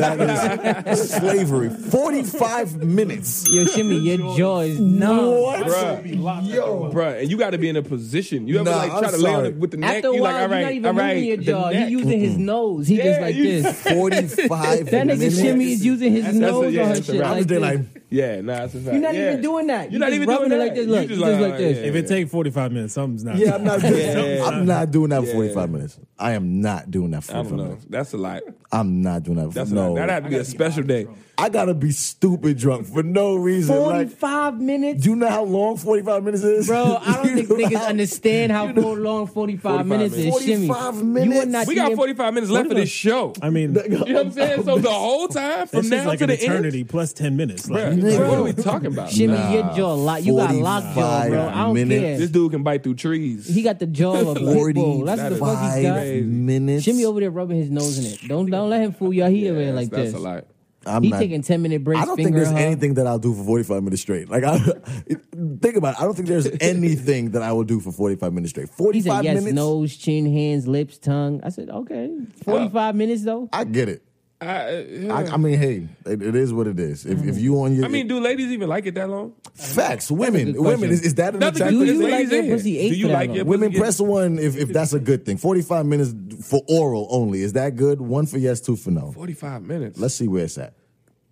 S1: that is slavery. Forty-five minutes.
S3: Yo, Shimmy, your jaw is numb.
S4: Bruh,
S1: Yo,
S4: bruh, and you got to be in a position. You ever
S1: Nah,
S4: like
S1: I'm
S4: try to lay on
S1: sorry.
S4: it with the neck?
S3: After a
S4: You like,
S3: while,
S4: all
S3: you're not
S4: right, all
S3: even
S4: right.
S3: moving your
S4: the
S3: jaw.
S4: neck.
S3: He's using his nose. He just
S4: Yeah,
S3: like
S4: you-
S3: this.
S1: forty-five.
S3: That nigga
S1: minutes.
S3: Shimmy is using his
S4: That's- that's a-
S3: nose
S4: yeah,
S3: on her
S4: that's a
S3: shit
S4: wrap.
S1: I
S3: like
S1: was there
S3: this.
S1: like,
S4: Yeah, nah, that's a fact.
S3: You're not
S4: Yeah.
S3: even doing that.
S4: You're not
S3: just
S4: even
S3: rubbing
S4: doing
S3: it
S4: that.
S3: like this.
S4: You
S3: Look,
S4: just
S3: just like,
S4: like,
S3: this.
S4: yeah.
S2: If it take 45 minutes, something's not.
S1: yeah, I'm not doing.
S4: Yeah.
S1: I'm not doing that.
S4: Yeah.
S1: Forty-five minutes. I am not doing that.
S4: I
S1: Forty-five
S4: don't know.
S1: minutes.
S4: That's a lot.
S1: I'm not doing that.
S4: That's
S1: no.
S4: a lot. That'd have to be a special day.
S1: I gotta be stupid drunk for no reason. Like,
S3: 45 minutes?
S1: do you know how long forty-five minutes is,
S3: Bro, I
S1: You
S3: don't think
S1: know
S3: niggas
S1: how-
S3: understand how long 45,
S4: 45
S3: minutes is.
S1: minutes.
S3: Shimmy.
S1: 45
S3: You are
S1: minutes?
S3: not
S4: We got
S3: even-
S4: 45 minutes left for this show.
S2: I mean,
S1: You
S2: this
S4: You know what I'm saying? So the whole time from
S2: is
S4: now
S2: like
S4: to
S2: an
S4: the
S2: eternity plus 10 minutes.
S4: end,
S2: Like,
S4: Bruh, like, what are we talking about?
S3: Shimmy, your jaw lock. You got
S1: 45
S3: locked jaw, bro. I don't
S1: minutes.
S4: This
S3: care.
S4: dude can bite through trees.
S3: He got the jaw of a pit bull. That's what the fuck he got.
S1: Forty-five minutes.
S3: Shimmy over there rubbing his nose in it. Don't don't let him fool y'all. He over there
S4: Yes,
S3: like
S4: that's
S3: this.
S4: a lot.
S1: I'm
S3: He
S1: not-
S3: taking ten minute breaks.
S1: I don't think
S3: finger
S1: there's
S3: her.
S1: anything that I'll do for 45 minutes straight. Like, I, think about it. I don't think there's anything that I will do for 45 minutes straight.
S3: He
S1: 45
S3: said yes,
S1: minutes?
S3: nose, chin, hands, lips, tongue. I said okay. Forty five minutes though.
S1: I get it.
S4: I,
S3: uh,
S1: I, I mean, hey, it, it is what it is. If, if you on your.
S3: Mm-hmm.
S4: I mean, do ladies even like it that long?
S1: Facts. Women.
S3: good
S1: Women.
S3: question.
S1: Is, is that an
S4: That's a
S1: attractive
S4: good
S3: Do you
S1: thing?
S3: like
S4: question.
S3: your
S4: Ladies in.
S3: pussy ate
S4: Do you
S3: for that
S4: like your
S3: long?
S1: Women
S4: Let's get-
S1: press the one if, if that's a good thing. 45 minutes for oral only. Is that good? One for yes, two for no.
S4: Forty-five minutes.
S1: Let's see where it's at.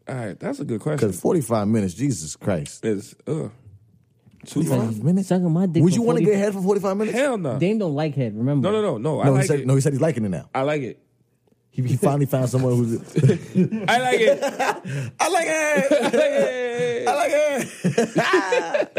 S4: All right, that's a good question.
S1: Because 45 minutes, Jesus Christ.
S4: It's uh, too long.
S1: 45 minutes?
S3: Sucking my dick.
S1: Would
S3: for
S1: you want to
S3: 40
S1: get head for 45 minutes?
S4: Hell no.
S3: Dame don't like head. Remember?
S4: No, no, no, no. I
S1: No,
S4: like
S1: he said,
S4: it.
S1: no, he said he's liking it now.
S4: I like it.
S1: He, he finally found someone who's.
S4: I like it.
S1: I like it.
S4: Hey.
S1: I like it.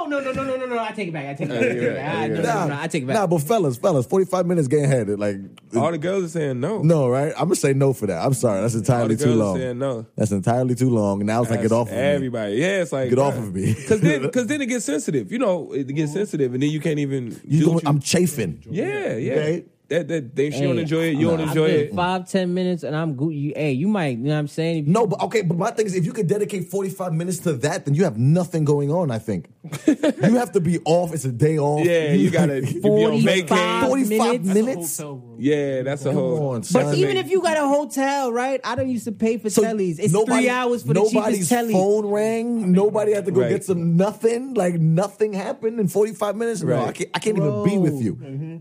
S3: Oh, no, no, no, no, no, no. I take it back. I take it back.
S4: Yeah, you're right.
S3: I- no,
S4: You're
S3: no, no, no, I take it back.
S1: Nah, but fellas, fellas, 45 minutes getting head. Like,
S4: All the girls are saying no.
S1: no, right? I'm going to say no for that. I'm sorry. That's entirely
S4: the
S1: too
S4: girls
S1: long.
S4: saying no.
S1: That's entirely too long. Now it's like, get
S4: That's
S1: off of me.
S4: everybody. Yeah, it's like
S1: Get off of me. Mm-hmm.
S4: Because then, because then it gets sensitive. You know, it gets sensitive, and then you can't even.
S1: You
S4: do
S1: going,
S4: what you-
S1: I'm chafing.
S4: yeah, yeah.
S1: Okay.
S4: That that they, she
S3: Hey,
S4: don't enjoy it. You don't
S3: I've
S4: enjoy
S3: been
S4: it.
S3: Five, ten minutes, and I'm good. You, hey, you might. You know what I'm saying?
S1: No, but okay, but my thing is, if you could dedicate 45 minutes to that, then you have nothing going on, I think. you have to be off. It's a day off.
S4: Yeah, you gotta you be on
S3: 45
S4: vacation.
S1: 45
S3: minutes?
S1: minutes?
S8: Hotel room.
S4: Yeah, that's a
S1: Come
S4: whole.
S1: on,
S3: But
S1: son.
S3: even if you got a hotel, right? I don't used to pay for
S1: So
S3: tellies. It's
S1: nobody-
S3: three hours for the
S1: nobody's
S3: cheapest telly.
S1: phone rang. Nobody had to go
S4: Right.
S1: get some nothing. Like nothing happened in 45 minutes. No, I
S4: Right.
S1: can't, I can't even be with you.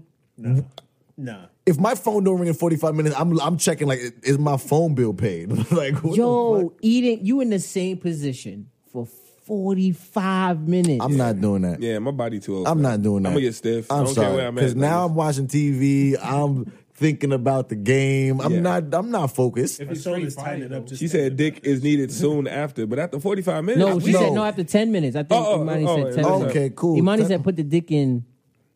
S2: Nah.
S1: If my phone don't ring in 45 minutes, I'm I'm checking like is my phone bill paid? like what the fuck?
S3: Yo, eating. You in the same position for forty five minutes.
S1: I'm not doing that.
S4: Yeah, my body too old.
S1: I'm
S4: for
S1: not doing that.
S4: I'm gonna get stiff. I
S1: I'm
S4: don't care where
S1: sorry.
S4: I'm at.
S1: Because now I'm watching TV. I'm thinking about the game. I'm
S4: Yeah.
S1: not. I'm not focused.
S2: If your shoulders tighten it up, just
S4: she said dick is needed soon after, but after 45 minutes,
S3: no, she
S1: No.
S3: said no after ten minutes. I think
S4: Oh, oh,
S3: Imani
S4: oh,
S3: said ten.
S4: oh,
S3: minutes.
S1: okay, cool.
S3: Imani
S1: Ten-
S3: said put the dick in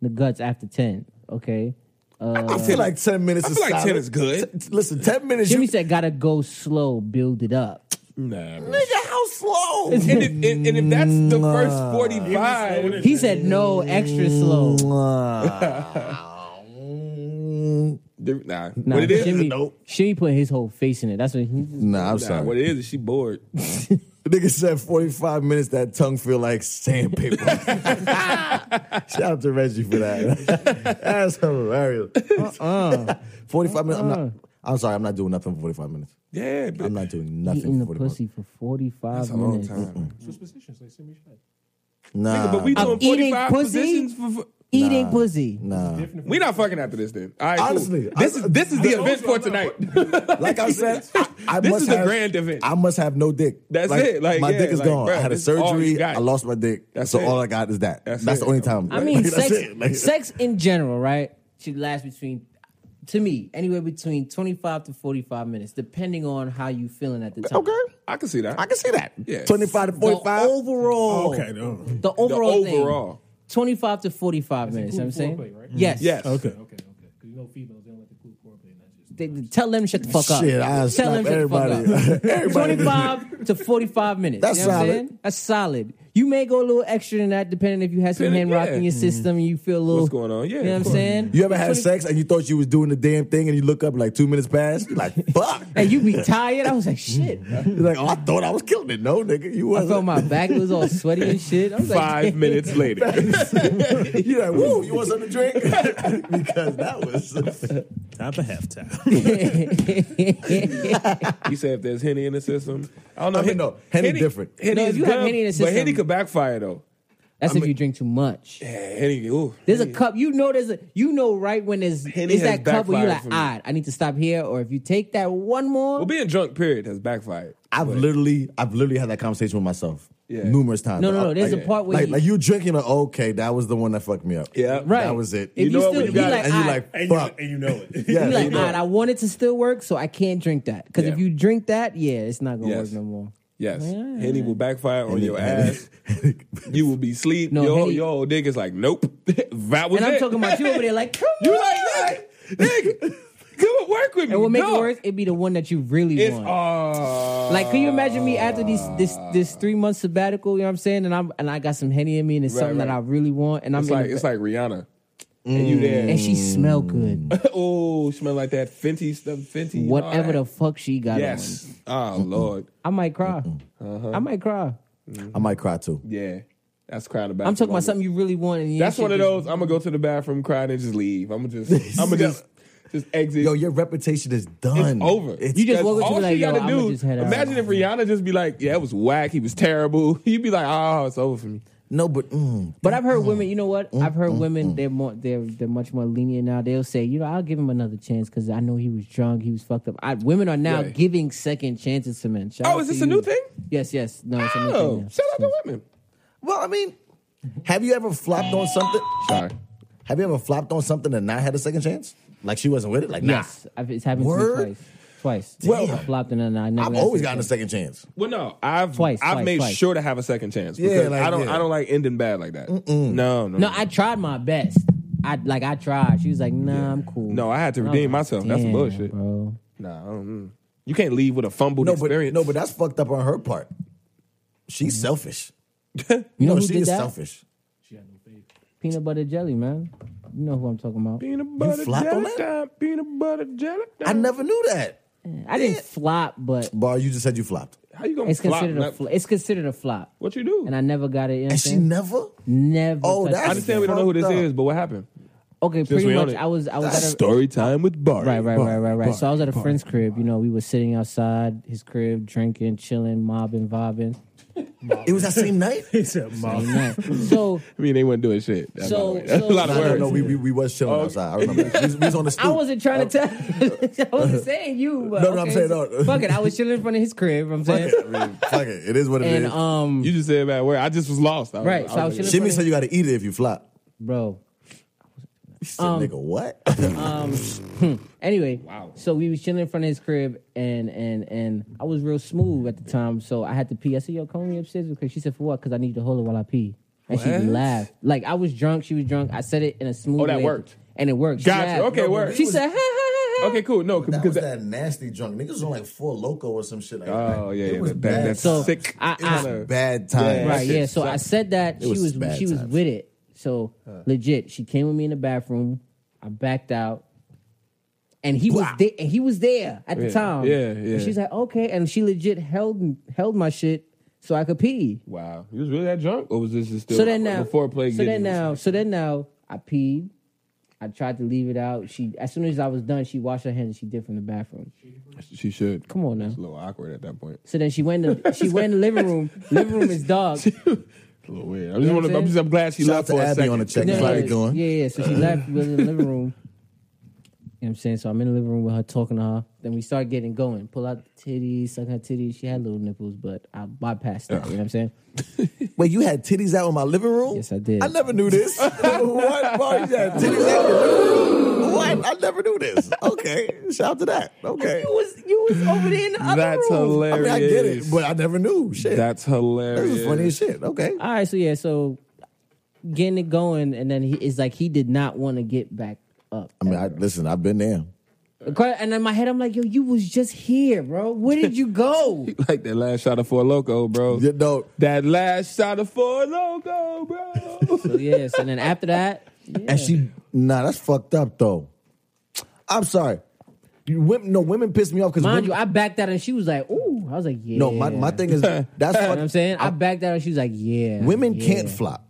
S3: the guts after ten. Okay.
S1: I feel like ten minutes.
S4: I
S1: is
S4: feel like
S1: solid.
S4: 10 is good.
S1: T- Listen, ten minutes.
S3: Jimmy
S1: you,
S3: said, "Gotta go slow, build it up."
S4: nah, bro.
S1: nigga, how slow?
S4: and, if, and, and if that's the first 45,
S3: He said, "No, extra slow."
S1: Mm.
S4: the- nah.
S3: Nah,
S4: What it is?
S3: Jimmy,
S4: Nope.
S3: Jimmy put his whole face in it. That's what he.
S1: nah, I'm
S4: Nah,
S1: sorry.
S4: what it is is she bored.
S1: Nigga said 45 minutes, that tongue feel like sandpaper. Shout out to Reggie for that. That's hilarious.
S4: Uh-uh.
S1: 45 minutes. I'm not. I'm sorry, I'm not doing nothing for 45 minutes.
S4: Yeah, but
S1: I'm not doing nothing
S3: Eating
S1: for 45
S3: the
S1: minutes.
S3: pussy for forty
S4: that's
S3: five
S4: a long
S3: minutes.
S4: time.
S8: Switch positions. Like, send me shit.
S1: Nah,
S4: But we
S3: I'm
S4: doing
S3: eating
S4: 45
S3: pussy?
S4: positions for. for-
S3: Eating pussy.
S1: nah.
S4: we not fucking after this then. All right, cool.
S1: Honestly,
S4: this
S1: I-
S4: is this is the event
S8: told you
S4: for tonight.
S1: Like I said, I, I
S4: This
S1: must
S4: is a
S1: have,
S4: grand event.
S1: I must have no dick.
S4: That's it, like,
S1: my
S4: yeah,
S1: dick is
S4: like,
S1: gone.
S4: bruh,
S1: I had a
S4: this is all you
S1: surgery.
S4: got.
S1: I lost my dick.
S4: That's
S1: so
S4: it.
S1: all I got is that.
S4: That's
S1: That's,
S4: it.
S1: the only time.
S3: I
S1: Like,
S3: mean,
S1: that's
S3: sex.
S1: it. Like-
S3: sex in general, right? Should last between, to me, anywhere between twenty five to forty five minutes, depending on how you feeling at the time.
S1: Okay,
S4: I can see that.
S1: I can see that.
S4: Yeah.
S1: 25 to 45.
S3: The overall.
S2: Okay, no.
S3: The
S4: the
S3: overall. thing,
S4: overall.
S3: 25 to 45 minutes, you know what I'm saying?
S8: foreplay, right?
S3: Yes.
S4: Yes.
S2: Okay.
S8: Okay, okay. Because you know females, they don't like the cool foreplay. and That's just.
S3: They- they- tell them to shut the fuck up.
S1: Shit, I
S3: tell
S1: slap
S3: them shut the fuck
S1: everybody.
S3: up.
S1: Everybody.
S3: 25 to 45 minutes.
S1: That's
S3: you know what I'm
S1: solid.
S3: saying? That's solid. You may go a little extra than that, depending if you had some
S4: Depending-
S3: hand rock in
S4: yeah.
S3: your system and you feel a little.
S4: What's going on? Yeah,
S3: You know what I'm
S4: of course.
S3: saying?
S1: You ever had
S3: 20
S1: sex and you thought you was doing the damn thing and you look up like two minutes passed? You're like, fuck.
S3: And you be tired? I was like, shit.
S1: You're like, oh, I thought I was killing it. No, nigga, you
S3: I
S1: wasn't.
S3: felt my back was all sweaty and shit. I was
S4: Five
S3: like,
S4: minutes later.
S1: You're like, woo, you want something to drink? because that was.
S2: Time for halftime.
S4: You said if there's henny in the system, I don't know.
S1: I mean,
S4: Hen-
S1: no, Henny different.
S4: Henny
S3: No, if
S4: is
S3: you have
S4: good,
S3: Henny in the
S4: but
S3: system-
S4: henny could backfire though.
S3: That's if you drink too much.
S4: Yeah, henny. Ooh,
S3: There's a cup. You know, there's a. You know, right when there's
S4: Henny
S3: is
S4: has
S3: that cup where you're
S4: backfired
S3: like,
S4: for
S3: all
S4: me.
S3: right, I need to stop here. Or if you take that one more,
S4: well, being drunk period has backfired.
S1: I've
S4: But-
S1: literally, I've literally had that conversation with myself
S4: Yeah.
S1: numerous times.
S3: No, no, no.
S1: I-
S3: There's
S1: like,
S3: a part where
S1: like,
S3: you,
S1: like you drinking, like, okay, that was the one that fucked me up.
S4: Yeah.
S3: right.
S1: that was it. You
S3: If you,
S4: know it
S3: still,
S4: when
S3: you
S4: you got it
S3: like,
S1: and
S3: all
S1: you're
S3: right.
S1: like,
S2: and, you,
S1: fuck.
S2: and you know it.
S1: yeah,
S3: you
S1: there
S3: like,
S1: go.
S3: all right, I want it to still work, so I can't drink that. Because if
S4: Yeah.
S3: you drink that, yeah, it's not gonna work
S4: Yes.
S3: no more.
S4: Yes,
S3: Yeah.
S4: henny will backfire on
S1: Henny-
S4: your ass. you will be sleep.
S3: No,
S4: your,
S3: Henny-
S4: your old dick is like, nope. that was
S3: And
S4: it.
S3: I'm talking about you over there, like, come
S4: you
S3: on.
S4: like nigga, nigga, come work with me.
S3: and what makes it
S4: dog.
S3: worse, it'd be the one that you really
S4: It's
S3: want.
S4: uh,
S3: like, can you imagine me after these this this three month sabbatical? You know what I'm saying? And I'm and I got some henny in me, and it's
S4: Right,
S3: something that
S4: right.
S3: I really want. And I'm
S4: It's
S3: in
S4: like
S3: the-
S4: it's like Rihanna. And you
S3: and
S4: there?
S3: she smell good,
S4: oh, smell like that Fenty stuff. Fenty, and all
S3: whatever the
S4: that.
S3: fuck she got on.
S4: Yes. Oh Lord.
S3: I might cry. I might cry.
S1: I might cry too.
S4: Yeah. That's crying about.
S3: I'm talking about
S4: moment.
S3: something you really want. And you
S4: That's
S3: should
S4: one of
S3: just-
S4: those. I'm gonna go to the bathroom, cry, and just leave. I'm gonna just. I'm gonna just Just exit.
S1: Yo, your reputation is done.
S4: It's over.
S3: You just
S4: That's
S3: walk up to
S4: all
S3: me like,
S4: she
S3: yo,
S4: gotta
S3: I'ma
S4: do.
S3: just head out.
S4: Imagine if Rihanna just be like, "Yeah, it was whack. He was terrible." You'd be like, "Oh, it's over for me."
S1: no, but mm,
S3: But I've heard women. You know what? I've heard women. They're more. They're they're much more lenient now. They'll say, you know, I'll give him another chance because I know he was drunk. He was fucked up. I, women are now
S4: Right.
S3: giving second chances to men. Shout
S4: Oh,
S3: out
S4: is
S3: to
S4: this a new
S3: you.
S4: thing?
S3: Yes, yes. No, it's a new
S4: Oh,
S3: thing. now.
S4: shout out to women.
S1: well, I mean, have you ever flopped on something?
S4: Sorry.
S1: Have you ever flopped on something and not had a second chance? Like she wasn't with it. Like
S3: Yes, I've, it's happened
S1: Word?
S3: to me twice. Twice.
S1: Well-
S3: I flopped and then I
S1: nah,
S3: never.
S1: I've
S3: got
S1: always
S3: second
S1: gotten a second chance.
S4: Well, no, I've
S3: Twice,
S4: I've
S3: twice,
S4: made
S3: twice.
S4: sure to have a second chance
S1: Yeah,
S4: because
S1: like,
S4: I don't
S1: yeah.
S4: I don't like ending bad like that. No, no,
S3: No, I tried my best. I like I tried. She was like, Nah, I'm cool.
S4: no. I had to
S3: I'm
S4: redeem
S3: like,
S4: myself. That's
S3: "Damn,
S4: bullshit.
S3: bro.
S4: Nah, I don't, mm. you can't leave with a fumbled
S1: No, but
S4: experience.
S1: no, but that's fucked up on her part. She's selfish.
S3: Mm-hmm. You
S1: no,
S3: know who
S1: she
S3: did
S1: is
S3: that?
S1: selfish.
S8: She had no faith.
S3: Peanut butter jelly, man. You know who I'm talking about.
S4: peanut butter
S1: flopped on
S4: jelly
S1: that?
S4: time. Peanut butter jelly time.
S1: I never knew that.
S3: I didn't flop, but
S1: Bar, you just said you flopped,
S4: How you gonna
S3: it's
S4: flop?
S3: considered a
S4: Not-
S3: fl- it's considered a flop.
S4: What you do?
S3: And I never got it. You know what I'm
S1: and she
S3: saying?
S1: never.
S3: never.
S1: Oh,
S3: touched
S1: that's-
S3: it.
S4: I understand we don't know who this
S1: fucked up.
S4: is, but what happened?
S3: okay.
S4: we
S3: Pretty
S4: on
S3: much,
S4: it.
S3: I was I was at a
S4: Story time with Bart.
S3: Right, right, right, right, right. so I was at a friend's crib. You know, we were sitting outside his crib, drinking, chilling, mobbing, vibing.
S1: It was that same night.
S2: He said, "Mom,
S3: Night. So
S4: I mean, they weren't doing shit. That's
S3: So-
S4: a lot of- that's
S3: so-
S4: a lot of
S1: No, no,
S4: words.
S1: no, we, we, we was chilling outside. I remember. that. We was, we was on the stoop.
S3: Oh. I wasn't trying to tell. I wasn't saying you. But
S1: Uh, No, no, I'm
S3: okay,
S1: saying
S3: so-
S1: no.
S3: Fuck it. I was chilling in front of his crib. I'm saying.
S1: I mean, fuck it. It is what it is.
S3: And um,
S4: You just said a bad word. I just was lost. I was,
S3: Right, so I was
S4: like,
S3: just-
S1: Jimmy said you got to eat it if you flop.
S3: bro.
S1: He said,
S3: Um,
S1: nigga, what?
S3: Anyway, So we was chilling in front of his crib, and and and I was real smooth at the time, so I had to pee. I said, "Yo, come with me upstairs," because she said, "For what?" Because I need to hold her while I pee. And she
S4: What?
S3: laughed. Like I was drunk, she was drunk. I said it in a smooth.
S4: Oh, that
S3: way,
S4: worked.
S3: And it worked. She
S4: Gotcha.
S3: laughed.
S4: Okay,
S3: No,
S4: word.
S3: She said, ha, ha, ha, ha.
S4: okay, cool. No,
S1: That
S4: because
S1: was
S4: that,
S1: that nasty drunk. Niggas was on like four loco or some shit like that.
S4: oh yeah,
S1: It
S4: yeah,
S1: was
S4: that,
S1: bad.
S4: that, that's
S3: So,
S4: sick.
S3: I-
S1: It was
S3: I-
S4: kinda-
S1: bad time.
S4: Yeah.
S3: Right, yeah. So I said that
S1: It
S3: she
S1: was
S3: was,
S1: bad
S3: she was
S1: times.
S3: with it. So legit, she came with me in the bathroom. I backed out, and he was there. And he was there at the
S4: Yeah,
S3: time.
S4: yeah, yeah.
S3: And she's like, okay, and she legit held held my shit so I could pee.
S4: Wow, you was really that drunk, or was this just still
S3: So then now,
S4: before play?
S3: so then now, so then now, I peed. I tried to leave it out. She, as soon as I was done, she washed her hands and she did from the bathroom.
S4: she should.
S3: Come on now.
S4: It's a little awkward at that point.
S3: So then she went. In, she went in the living room. Living room is dark.
S4: It's a little weird. I just
S3: know
S4: want
S3: what
S4: to. I'm
S3: I'm
S4: just. I'm glad she
S1: Shout
S4: left
S1: out to
S4: for a
S1: Abby
S4: second.
S1: on the check.
S3: No,
S1: Sorry,
S3: yeah,
S1: going. Uh-huh.
S3: Yeah, yeah. So she left. We was in the living room. You know what I'm saying? So I'm in the living room with her, talking to her. Then we start getting going. Pull out the titties, suck her titties. She had little nipples, but I bypassed that. You know what I'm saying?
S1: Wait, you had titties out in my living room?
S3: Yes, I did.
S1: I never knew this. what? Bar, you had titties out in your living room? What? I never knew this. Okay. Shout out to that. Okay.
S3: was you was over there in the
S4: That's
S1: I mean,
S4: hilarious.
S1: I get it, but I never knew. Shit.
S4: That's
S1: this
S4: hilarious.
S1: is funny as shit. Okay.
S3: All right, so yeah, so getting it going, and then he it's like he did not want to get back up.
S1: I mean, I, listen, I've been there.
S3: And in my head, I'm like, yo, you was just here, bro. Where did you go?
S4: Like that last shot of Four Loco, bro.
S1: You know,
S4: That last shot of Four Loco, bro.
S3: so yes, and then after that, yeah.
S1: And she, nah, that's fucked up though. I'm sorry. You women, no, women piss me off because
S3: mind you, I backed out, and she was like, ooh. I was like, yeah.
S1: no, my, my thing is that's
S3: You know what I'm
S1: fucked.
S3: saying? I backed out and she was like, yeah.
S1: Women
S3: yeah.
S1: can't flop,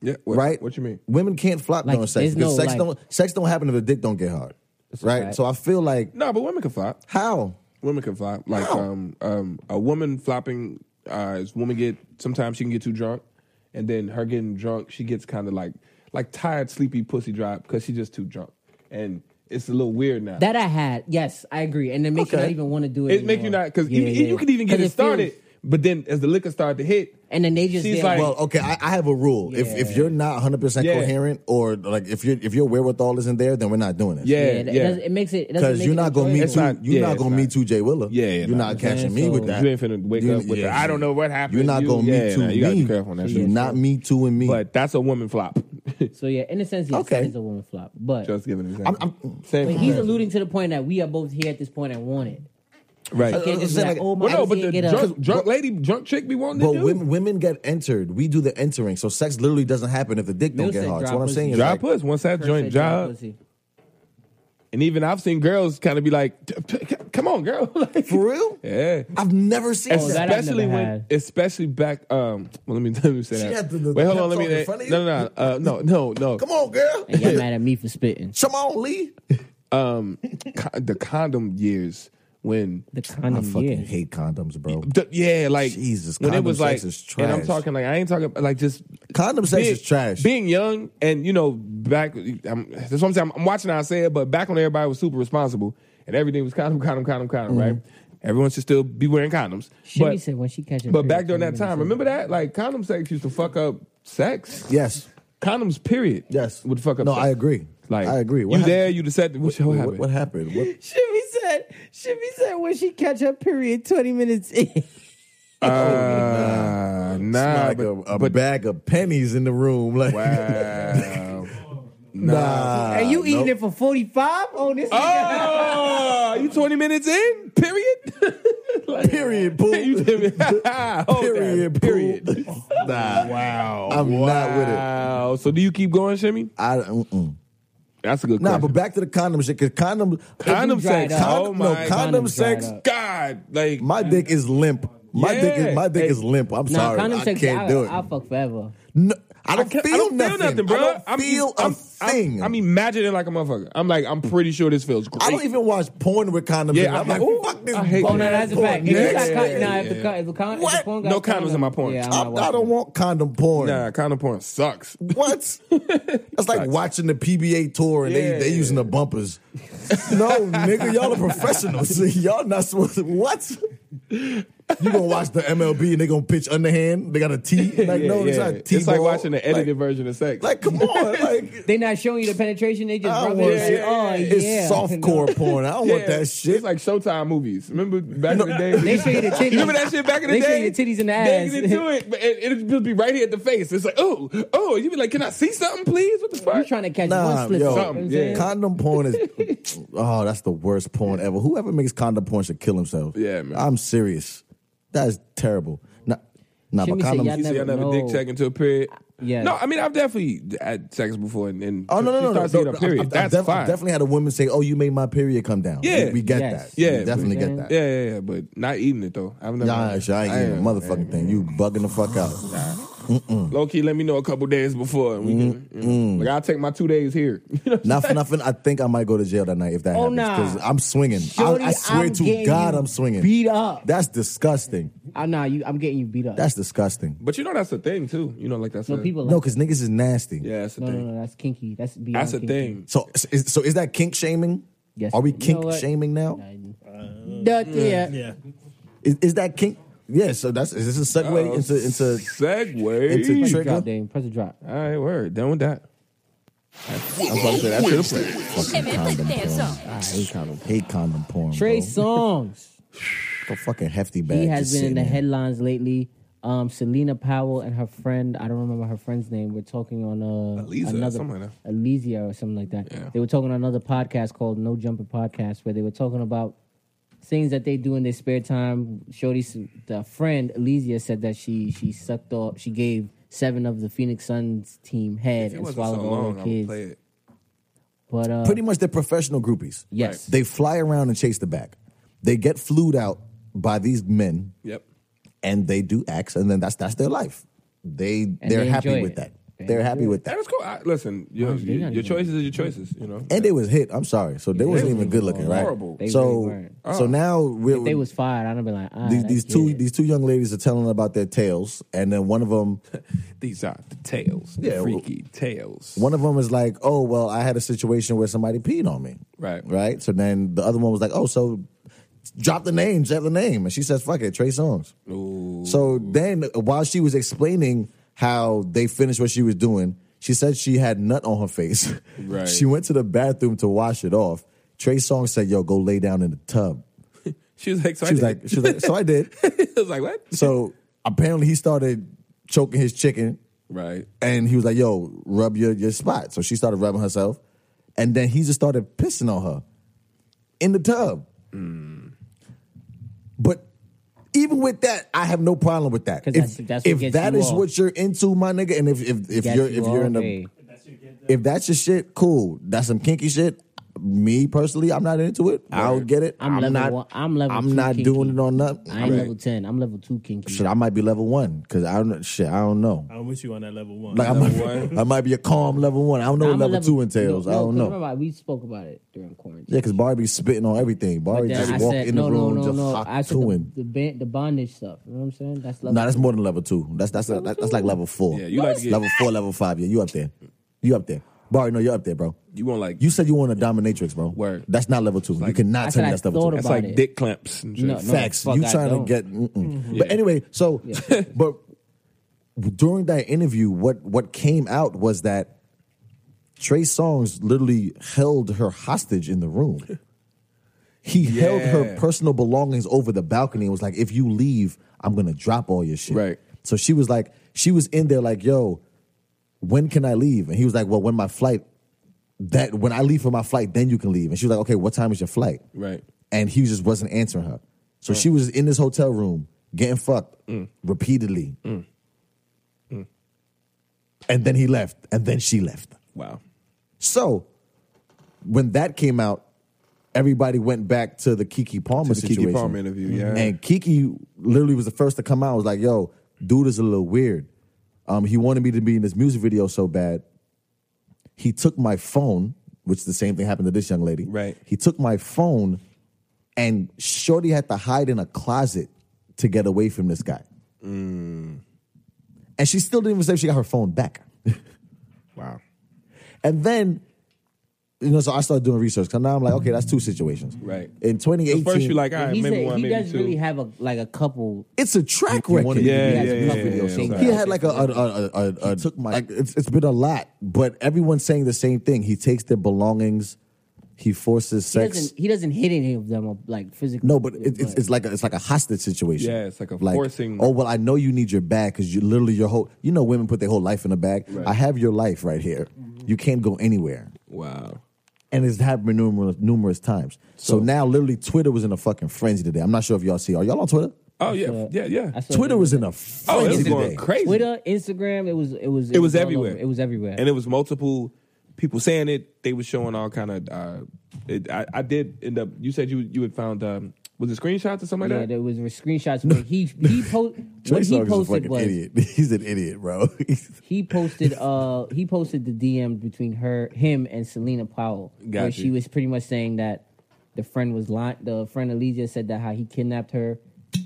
S4: yeah. What,
S1: right?
S4: What you mean?
S1: Women can't flop
S3: Like,
S1: during sex
S3: there's
S1: because
S3: no,
S1: sex
S3: like-
S1: don't sex don't happen if the dick don't get hard, right?
S3: fact.
S1: So I feel like
S4: No, but women can flop.
S1: how
S4: Women can flop. Like
S1: How?
S4: um um a woman flopping uh is woman get sometimes she can get too drunk and then her getting drunk, she gets kind of like like tired, sleepy, pussy dry because she's just too drunk. And it's a little weird now.
S3: That I had. Yes, I agree. And it makes you
S4: Okay.
S3: not even want to do it.
S4: it make you
S3: anymore.
S4: not because
S3: Yeah,
S4: you,
S3: yeah.
S4: you can even get
S3: 'Cause feels-
S4: it started, but then as the liquor started to hit,
S3: And then they just
S4: She's
S3: there,
S4: like-
S1: Well, okay, I, I have a rule. If if
S3: Yeah.
S1: you're not 100 percent
S4: Yeah.
S1: coherent or like if your if your wherewithal isn't there, then we're not doing it.
S3: yeah,
S4: yeah,
S3: it,
S4: yeah,
S3: it doesn't- it makes it
S1: Because you're not gonna meet
S4: It's
S1: two,
S4: not-
S1: you're
S4: yeah,
S1: not
S4: it's
S1: gonna
S4: not.
S1: meet two Jay Willer.
S4: Yeah, yeah,
S1: you're
S4: nah.
S1: not catching
S3: Yeah,
S1: me with
S3: so-
S1: that.
S4: You ain't finna wake
S1: You-
S4: up with
S1: yeah,
S4: the, I don't know what happened.
S1: You're not
S4: You-
S1: gonna
S4: yeah,
S1: meet two
S4: nah,
S1: me.
S4: You gotta be careful on that.
S1: Do
S4: shit.
S1: not meet two and me.
S4: But that's a woman flop.
S3: So yeah, in a sense, yes,
S1: Okay.
S3: it is a woman flop. But
S4: Just giving an example.
S1: I'm-
S4: Same
S3: but
S4: for
S3: he's
S4: men.
S3: alluding to the point that we are both here at this point and want it.
S1: Uh,
S4: right.
S3: Can't just be
S1: saying
S3: like,
S1: like-
S3: oh my,
S4: Well, no,
S3: well,
S4: but
S3: can't
S4: the
S3: get up.
S4: drunk, drunk lady, drunk chick be wanting
S1: But
S4: to do.
S1: women, women get entered. We do the entering, so sex literally doesn't happen if the dick don't
S3: Mills
S1: get
S3: said
S1: hard. So
S3: dry
S1: what I'm saying
S3: pussy.
S1: is,
S4: Dry
S1: like,
S4: puss. Once that
S3: Curse
S4: joint
S3: that
S4: job,
S3: pussy.
S4: and even I've seen girls kind of be like, "T- t- "Come on, girl." Like,
S1: for real,
S4: yeah.
S1: I've never seen
S3: Oh,
S1: that.
S3: that- I've
S4: especially
S3: never
S4: when,
S3: had.
S4: especially back. Um, well, let me let me say
S1: She
S4: that.
S1: had the- the
S4: Wait, hold
S1: pep
S4: on. Let
S1: talk in
S4: me.
S1: front of
S4: No, no, no, uh, no, no, no.
S1: Come on, girl.
S3: And y'all mad at me for spitting.
S1: Come on, Lee.
S4: um, co- the condom years when
S3: The
S1: I
S3: condom
S1: fucking
S3: year.
S1: hate condoms, bro.
S4: D- yeah, like
S1: Jesus,
S4: when it
S1: condom
S4: was like,
S1: sex is
S4: and I'm
S1: trash.
S4: talking like I ain't talking like just
S1: Condom sex
S4: being-
S1: is trash.
S4: Being young and you know back, I'm, that's what I'm saying. I'm, I'm watching how I say it, but back when everybody was super responsible and everything was condom, condom, condom, condom, right?
S1: Mm-hmm.
S4: Everyone should still be wearing condoms.
S3: She
S4: But,
S3: said when she catches.
S4: but back during that time, remember that like condom sex used to fuck up sex.
S1: Yes,
S4: Condoms, period.
S1: yes.
S4: would fuck up.
S1: No,
S4: sex.
S1: I agree.
S4: Like
S1: I agree.
S4: you there? You decided what, what,
S1: What,
S4: happened?
S1: what happened? What,
S3: Shimmy said. Shimmy said when she catch her period twenty minutes in.
S4: Uh,
S1: Smell
S4: nah,
S1: like
S4: but,
S1: a, a
S4: but
S1: bag of pennies in the room. Like,
S4: wow.
S1: nah.
S3: Are you eating it for forty five on this?
S4: Oh, you 20 minutes in? Period?
S1: Period, poop.
S4: You did it. Hold that.
S1: Period,
S4: Period.
S1: period. nah,
S4: Wow.
S1: I'm not with it.
S4: Wow. So do you keep going, Shimmy?
S1: I mm-mm.
S4: That's a good
S1: Nah,
S4: question.
S1: but back to the condom shit. Cause condom,
S4: condom
S3: dried
S4: sex.
S3: up.
S4: Oh
S1: condom, no,
S4: my
S1: condom,
S4: God.
S3: Condom
S1: sex.
S3: dried up.
S4: God. Like,
S1: My dick is limp. My dick
S4: Yeah.
S1: is my dick
S4: Hey.
S1: is limp. I'm
S3: Nah,
S1: sorry,
S3: condom
S1: I
S3: sex.
S1: can't do it.
S3: I'll fuck forever.
S1: No, I don't,
S4: can't-
S1: feel, nothing.
S4: bro.
S1: I don't
S4: I'm-
S1: feel
S4: I'm-
S1: a thing.
S4: I'm, I'm imagining like a motherfucker. I'm like, I'm pretty sure this feels great.
S1: I don't even watch porn with condoms.
S4: Yeah,
S1: in it.
S4: I'm
S1: I'm, like,
S4: like, ooh,
S1: fuck this.
S4: I hate
S3: Oh
S1: bull-
S3: no,
S4: that.
S3: that's a fact. If you
S4: Yeah,
S3: got
S4: yeah,
S3: con-
S4: yeah,
S3: nah, if the
S4: yeah.
S3: con- if the con- if the
S1: What?
S3: porn got
S4: No condoms in my porn.
S3: Yeah, I'm
S1: I'm-
S3: not
S1: I
S3: watching
S1: don't want condom porn.
S4: Nah, condom porn sucks.
S1: What? That's like watching the PBA tour and
S4: Yeah.
S1: they they using the bumpers. no, nigga, y'all are professionals. y'all not supposed to, what? You gonna watch the MLB and they gonna pitch underhand? They got a T. Like
S4: Yeah,
S1: no, it's
S4: yeah.
S1: not T.
S4: It's like watching the edited version of sex.
S1: Like, come on, like
S3: They not showing you the penetration. They just
S1: I don't
S3: rubbing
S1: want
S3: it.
S4: shit.
S3: Oh yeah,
S1: it's softcore porn. I don't want
S4: Yeah,
S1: that shit.
S4: It's like Showtime movies. Remember back in the day?
S3: They show you the titties.
S4: You remember that shit back in the
S3: They show
S4: day?
S3: you the titties and the
S4: They
S3: ass.
S4: get into it, but it, it'll just be right here at the face. It's like, oh, oh, you be like, can I see something, please? What the
S3: You
S4: fuck?
S3: trying to catch
S1: Nah,
S3: one slip?
S1: yo,
S3: you know what I'm
S4: yeah.
S3: saying?
S1: Condom porn is oh, that's the worst porn ever. Whoever makes condom porn should kill himself.
S4: Yeah, man.
S1: I'm serious. That is terrible. Nah, nah, but
S3: Shimmy said
S1: condom.
S3: y'all
S4: you see
S3: never
S4: another
S3: know.
S4: dick check into a period?
S3: Yeah.
S4: No, I mean, I've definitely had sex before and, and
S1: Oh no no
S4: she
S1: no! no,
S4: starts seeing
S1: no,
S4: a period.
S1: I've- I've
S4: That's
S1: def- I've
S4: fine.
S1: definitely had a woman say, "Oh, you made my period come down."
S4: Yeah.
S1: we, we get
S3: Yes.
S1: that.
S4: Yeah,
S1: we definitely
S3: but-
S1: get that.
S4: yeah, yeah, yeah, but not eating it though. I've never.
S1: Nah, shit, I ain't getting a motherfucking thing. You bugging the fuck out.
S4: Low key, let me know a couple days before. And we can,
S1: Mm-hmm.
S4: you
S1: Mm.
S4: know, Like I'll take my two days here. You know?
S1: Not for nothing. I think I might go to jail that night if that
S3: Oh,
S1: happens
S3: nah.
S1: because I'm swinging.
S3: Shorty,
S1: I, I swear
S3: I'm
S1: to
S3: getting
S1: God,
S3: you
S1: I'm swinging.
S3: Beat up.
S1: That's disgusting.
S3: I nah, you. I'm getting you beat up.
S1: That's disgusting.
S4: But you know that's the thing too. You know, like that's
S3: no
S4: a,
S3: people.
S1: No,
S3: Like,
S1: because niggas is nasty.
S4: Yeah, that's the
S3: no, no,
S4: thing.
S3: no, That's kinky. That's beyond
S4: That's the
S3: kinky.
S4: thing.
S1: So, is, so is that kink shaming?
S3: Yes.
S1: Are we
S3: You know
S1: kink
S3: what?
S1: shaming now?
S3: That- yeah.
S2: Yeah.
S1: Is, is that kink? Yeah. So that's is this a segue
S4: Oh,
S1: into into
S4: segue.
S1: into
S3: Press the
S1: trigger?
S3: drop, Dame. Press the drop.
S4: All right, word. Done with that.
S13: Willow
S4: about to say, that should've
S13: Wednesdays.
S6: Hey man, play the damn song.
S4: Ah,
S1: I hate condom. Hate condom porn.
S3: Trey
S1: bro.
S3: Songs.
S1: a fucking hefty bag.
S3: he
S1: just
S3: has been in
S1: sitting
S3: the
S1: there.
S3: headlines lately. Um, Selena Powell and her friend, I don't remember her friend's name, were talking on uh,
S4: Aliza,
S3: another
S4: something like
S3: Elysia or something like that.
S4: Yeah.
S3: They were talking on another podcast called No Jumper Podcast where they were talking about things that they do in their spare time. Shorty's the friend Elysia said that she she sucked off, she gave seven of the Phoenix Suns team head
S4: If it
S3: and
S4: wasn't
S3: swallowed
S4: so
S3: all
S4: long,
S3: their
S4: I would play
S3: kids.
S4: it.
S3: But uh,
S1: Pretty much, they're professional groupies.
S3: Yes.
S1: they fly around and chase the bag. They get flued out by these men,
S4: Yep.
S1: and they do acts, and then that's that's their life. They they're
S3: they
S1: happy
S3: enjoy
S1: with
S3: it.
S1: that.
S3: They
S1: They are happy with that.
S4: That is cool. I, listen, your,
S3: they
S4: your,
S3: not
S4: your
S3: even-
S4: choices are your choices. You know.
S1: And they was hit. I'm sorry. So they wasn't even good looking, right?
S4: horrible. Oh.
S3: They really
S1: So
S3: weren't.
S1: so now we're,
S3: if they was fired, I'd have been like, ah,
S1: these,
S3: that
S1: these two
S3: kid.
S1: these two young ladies are telling about their tales, and then one of them
S4: These are the tales. The
S1: Yeah, well-
S4: freaky tales.
S1: One of them is like, "Oh, well, I had a situation where somebody peed on me."
S4: Right.
S1: Right. So then the other one was like, "Oh, so drop the name, drop the name," and she says, "Fuck it, Trey Songz." So then, while she was explaining how they finished what she was doing, she said she had nut on her face.
S4: Right.
S1: she went to the bathroom to wash it off. Trey Songz said, "Yo, go lay down in the tub."
S4: She was like, so
S1: She was
S4: I
S1: like,
S4: did.
S1: "She was like, so I did."
S4: I was like, what?
S1: So apparently, he started choking his chicken.
S4: Right.
S1: And he was like, yo, rub your, your spot. So she started rubbing herself. And then he just started pissing on her in the tub.
S3: Hmm.
S1: But even with that, I have no problem with that.
S3: 'Cause
S1: If,
S3: that's- that's what
S1: if
S3: gets
S1: that
S3: you
S1: is
S3: off.
S1: what you're into, my nigga, and if if, if
S3: Got
S1: you're
S3: you
S1: if you're in
S3: all
S1: the
S3: day.
S1: if that's your shit, cool. That's some kinky shit. me personally, I'm not into it. I'll get it.
S3: I'm
S1: I'm,
S3: level
S1: not.
S3: one- I'm level two
S1: I'm not
S3: kinky.
S1: doing it on nothing.
S3: I ain't level ten. I'm level two kinky.
S1: Shit, I might be level one because I don't. Shit, I don't know.
S2: I'm with you on that level one.
S1: Like I
S4: Level
S1: might,
S4: one?
S1: I might be a calm level one. I don't know
S3: I'm
S1: what
S3: a
S1: level, two entails.
S3: No,
S1: I
S3: no,
S1: don't
S3: 'cause
S1: know.
S3: Remember, we spoke about it during quarantine.
S1: Yeah, because Barbie spitting on everything. Barbie
S3: Then
S1: just
S3: I
S1: walk
S3: said,
S1: in the
S3: no,
S1: room,
S3: no, no,
S1: just
S3: no.
S1: hot
S3: I said
S1: to him.
S3: the, the, ban- the bondage stuff. You know what I'm saying? That's level.
S1: No, that's more than level two. That's that's that's, that's like level four.
S4: Yeah, you like to get-
S1: level four, level five. Yeah, you up there. You up there. Barbie, no, you're up there, bro.
S4: You want like
S1: You said you want a dominatrix, bro.
S4: Word.
S1: That's not level two. you cannot
S3: I
S1: tell
S3: said
S1: me
S3: I
S1: that's level
S3: thought
S1: two.
S4: that's
S3: about
S4: like
S3: it.
S4: dick clamps and shit.
S3: No, no.
S1: Facts.
S3: fuck,
S1: you
S3: I
S1: trying
S3: don't.
S1: to get. Mm-mm.
S3: Mm-hmm.
S1: But anyway, so but during that interview, what what came out was that Trey Songz literally held her hostage in the room. He held her
S4: Yeah.
S1: personal belongings over the balcony and was like, "If you leave, I'm gonna drop all your shit."
S4: Right.
S1: So she was like, she was in there like, "Yo, when can I leave?" And he was like, "Well, when my flight." That when I leave for my flight, then you can leave. And she was like, "Okay, what time is your flight?"
S4: Right.
S1: and he just wasn't answering her. So she was in this hotel room getting fucked repeatedly. And then he left, and then she left.
S4: Wow.
S1: So when that came out, everybody went back to the Kiki Palmer
S4: To the Kiki
S1: situation. Mm-hmm.
S4: Palmer interview, yeah.
S1: And Kiki literally was the first to come out. Was like, "Yo, dude is a little weird. Um, he wanted me to be in this music video so bad. He took my phone, which the same thing happened to this young lady.
S4: Right.
S1: He took my phone, and Shorty had to hide in a closet to get away from this guy.
S4: Mm.
S1: And she still didn't even say if she got her phone back.
S4: Wow.
S1: And then, you know, so I started doing research. Cause now I'm like, okay, that's two situations.
S4: Right.
S1: In 2018,
S4: First you like, all right,
S3: he
S4: maybe
S3: said
S4: one,
S3: he
S4: maybe
S3: doesn't
S4: two.
S3: really have a like a couple.
S1: it's a track record.
S4: to- Yeah,
S3: he has
S4: yeah,
S3: a
S4: yeah,
S3: couple
S4: yeah, yeah,
S3: things.
S4: yeah.
S1: He had like a, a, a, a, a, a took my like it's, it's been a lot, but everyone's saying the same thing. He takes their belongings, he forces
S3: he
S1: sex.
S3: doesn't. He doesn't hit any of them up, like physically.
S1: No, but it, it's, it's like a, it's like a hostage situation.
S4: Yeah, it's like a forcing-
S1: Oh well, I know you need your bag because you literally your whole. You know, women put their whole life in a bag. I have your life right here. You can't go anywhere,
S4: Wow.
S1: and it's happened numerous numerous times. So, now, literally, Twitter was in a fucking frenzy today. I'm not sure if y'all see. Are y'all on Twitter?
S4: Oh yeah, yeah,
S3: I
S4: yeah.
S3: saw
S1: Twitter
S3: him.
S1: was in a
S4: Oh, it
S1: frenzy
S4: was
S1: today.
S4: going crazy.
S3: Twitter, Instagram. It was. It was.
S4: It was
S3: all
S4: everywhere.
S3: over. It was everywhere.
S4: and it was multiple people saying it. They were showing all kind of. Uh, it, I, I did end up. You said you you had found um, was it screenshots or something like
S3: yeah,
S4: that?
S3: there was screenshots where he he po-
S1: Trey
S3: what he
S1: Songz is a
S3: posted
S1: fucking
S3: was
S1: idiot. He's an idiot, bro.
S3: he posted uh he posted the DM between her him and Selena Powell where
S4: Got you.
S3: she was pretty much saying that the friend was lying the friend Alicia said that how he kidnapped her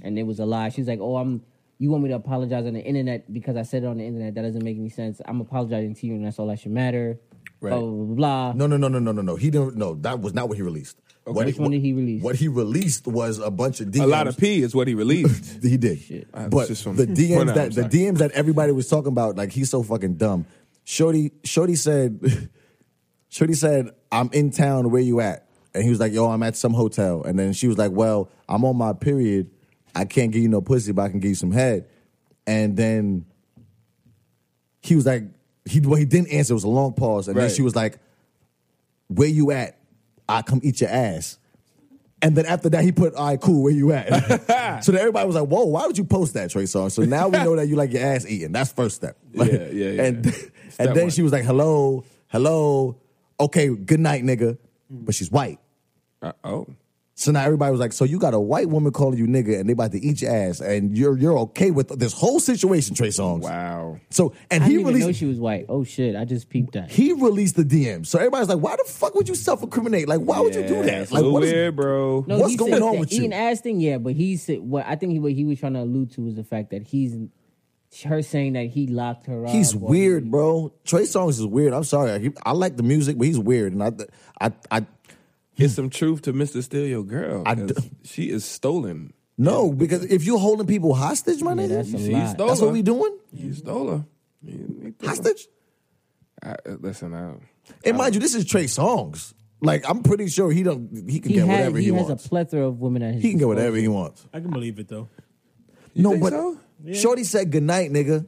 S3: and it was a lie. She's like, "Oh, I'm you want me to apologize on the internet because I said it on the internet that doesn't make any sense. I'm apologizing to you and that's all that should matter." Right. Blah blah blah. blah.
S1: no, no, no, no, no, no, no. He didn't. No, that was not what he released. What
S3: Which one did he release?
S1: What he released was a bunch of DMs.
S4: A lot of P is what he released.
S1: He did,
S4: Uh,
S1: but
S4: it's just from-
S1: the
S4: Point
S1: DMs
S4: out,
S1: that
S4: I'm
S1: the
S4: sorry.
S1: DMs that everybody was talking about, like he's so fucking dumb. Shorty, Shorty said, Shorty said, "I'm in town. Where you at?" And he was like, "Yo, I'm at some hotel." And then she was like, "Well, I'm on my period. I can't give you no pussy, but I can give you some head." And then he was like, he well, he didn't answer. It was a long pause, and then
S4: Right.
S1: she was like, "Where you at? I come eat your ass." And then after that, he put, "All right, cool. Where you at?" so then everybody was like, "Whoa, why would you post that, Trey Song?" So now we know that you like your ass eaten. That's first step. Like,
S4: Yeah, yeah, yeah.
S1: And
S4: Step
S1: and then
S4: one.
S1: she was like, "Hello, hello, okay, good night, nigga,"
S4: Mm.
S1: but she's white.
S4: Uh, oh,
S1: So now everybody was like, "So you got a white woman calling you nigga, and they about to eat your ass, and you're you're okay with this whole situation, Trey Songz."
S4: wow.
S1: So and
S3: I
S1: he
S3: didn't even
S1: released
S3: know she was white. Oh shit, I just peeped that.
S1: he released the DM. So everybody's like, why the fuck would you self incriminate? Like, why would you do
S4: Yeah,
S1: that?
S4: it's
S1: Like,
S4: a little
S1: what is-
S4: weird, bro.
S3: No,
S1: What's
S3: Oh, he
S1: going
S3: said
S1: on
S3: the
S1: with you?
S3: eating ass thing, yeah, but he said what I think he, what he was trying to allude to was the fact that he's her saying that he locked her up.
S1: he's
S3: or-
S1: weird, bro. Trey Songz is weird. I'm sorry. I, I like the music, but he's weird. And I, I, I
S4: It's some truth to Mister Steal Your Girl.
S1: I
S4: 'cause
S1: d-
S4: she is stolen.
S1: no, because if you're holding people hostage, my
S3: Yeah,
S1: nigga,
S3: that's a
S4: She
S3: lot.
S4: stole
S1: that's
S4: her.
S1: what we doing.
S4: You stole her. You- you took her.
S1: Hostage.
S4: I, uh, listen, I,
S1: And mind you, this is Trey Songz. Like, I'm pretty sure he don't. He can
S3: He,
S1: get
S3: had-
S1: whatever
S3: he,
S1: he,
S3: has
S1: wants.
S3: a plethora of women at his.
S1: he can get
S3: disposal.
S1: whatever he wants.
S2: I can believe it though.
S1: no,
S4: think
S1: but
S4: so?
S1: Shorty said goodnight, nigga.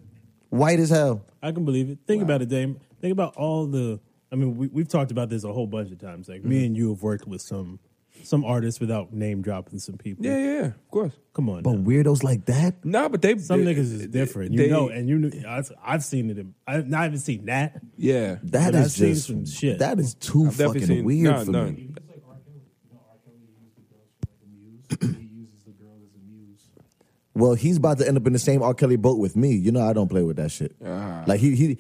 S1: White as hell.
S2: I can believe it. Think about it, Dame.
S4: Mm-hmm.
S2: Think about all the. I mean, we, we've talked about this a whole bunch of times. Like me and you have worked with some some artists without name dropping some people.
S4: Yeah, yeah, yeah, of course.
S2: Come on.
S1: But
S2: now.
S1: weirdos like that?
S4: No, but they
S2: Some
S4: they-
S2: niggas is different, you
S4: they-
S2: know, and you. kn- I've, I've seen it. In, I've not even seen that.
S4: yeah,
S1: That
S2: But
S1: is
S2: I've seen
S1: just
S2: some shit.
S1: That is too
S4: I've definitely
S1: fucking
S4: seen-
S1: weird
S4: no,
S1: for
S4: no.
S1: me. Well, he's about to end up in the same R. Kelly boat with me. You know, I don't play with that shit.
S4: Ah.
S1: Like he, he,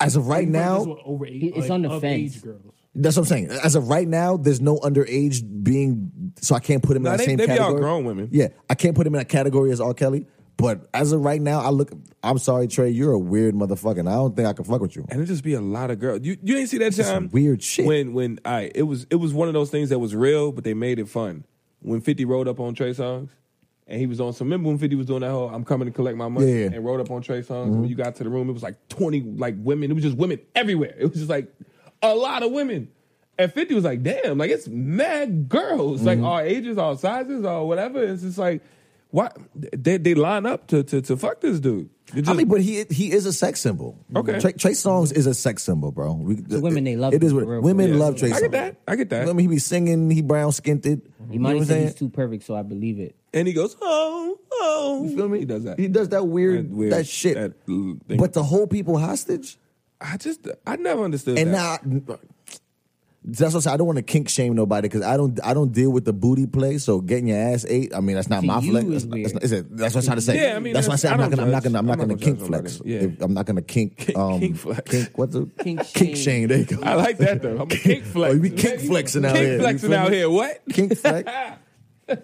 S1: as of right
S8: This
S1: now,
S8: one over eight,
S3: It's
S8: like,
S3: on the
S8: of
S3: fence.
S8: age girls.
S1: that's what I'm saying. As of right now, there's no underage being, so I can't put him
S4: Nah,
S1: in that
S4: they-
S1: same
S4: they be all
S1: category.
S4: grown women.
S1: Yeah, I can't put him in that category as R. Kelly. But as of right now, I look. I'm sorry, Trey. You're a weird motherfucker. And I don't think I can fuck with you.
S4: and it just be a lot of girls. You you ain't see that time
S1: some weird shit.
S4: when when I it was it was one of those things that was real, but they made it fun. When Fifty rolled up on Trey Songs, and he was on some. Remember when Fifty was doing that whole "I'm coming to collect my money"
S1: Yeah, Mm-hmm. yeah.
S4: and rolled up on Trey Songs. When you got to the room, it was like twenty like women. It was just women everywhere. It was just like a lot of women. And Fifty was like, "Damn, like it's mad girls, like
S1: Mm-hmm.
S4: all ages, all sizes, all whatever." It's just like, why they they line up to to to fuck this dude? It
S1: I
S4: just-
S1: mean, but he he is a sex symbol.
S4: Okay.
S1: Trey, Trey Songz is a sex symbol, bro. We,
S3: The women, they love
S1: it. Is
S3: him,
S1: what,
S3: for real,
S1: women
S3: for real.
S1: love Trey
S4: I
S1: Songz.
S4: get that. I get that.
S1: I mean, he be singing. He brown skinned it. You know what
S3: Imani
S1: I'm
S3: said
S1: saying?
S3: he's too perfect, so I believe it.
S4: and he goes, "Oh, oh."
S1: You feel me?
S4: He does that.
S1: He does that weird that,
S4: weird-
S1: shit.
S4: that l- thing.
S1: but to hold people hostage
S4: I just, I never understood
S1: and
S4: that.
S1: now that's what I said. I don't want to kink shame nobody because I don't I don't deal with the booty play. So getting your ass ate. I mean, that's not
S3: To
S1: my
S3: you
S1: flex.
S3: is
S1: That's, not- that's
S3: weird.
S1: not- is it- that's what I'm trying to say.
S4: Yeah, I mean,
S1: that's why I
S4: that's-
S1: said I'm not
S4: I don't
S1: gonna I'm not gonna I'm not
S4: judge. I'm
S1: gonna
S4: not
S1: kink
S4: gonna judge
S1: flex.
S4: nobody. Yeah.
S1: If- I'm not gonna kink um,
S4: kink flex.
S1: Kink, what's the
S3: Kink shame.
S1: shame? There you go.
S4: I like that though. I'm a kink flex.
S1: Oh, we kink flexing out
S4: Kink
S1: here. You
S4: flexing
S1: feel
S4: out
S1: me?
S4: here. What?
S1: Kink flex.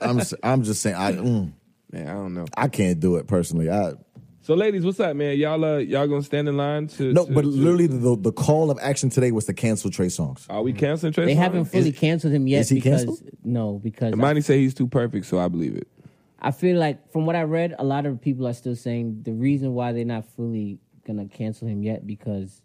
S1: I'm s- I'm just saying I mm,
S4: Man, I don't know.
S1: I can't do it personally. I
S4: So, ladies, what's up, man? Y'all, uh, y'all gonna stand in line to?
S1: no,
S4: to-
S1: but
S4: to-
S1: literally the the call of action today was to cancel Trey Songs.
S4: are we canceling Trey?
S3: They
S4: Songz?
S3: haven't fully canceled him yet
S1: is he
S3: because
S1: canceled?
S3: no, because I,
S4: Imani say he's too perfect, so I believe it.
S3: I feel like from what I read, a lot of people are still saying the reason why they're not fully gonna cancel him yet because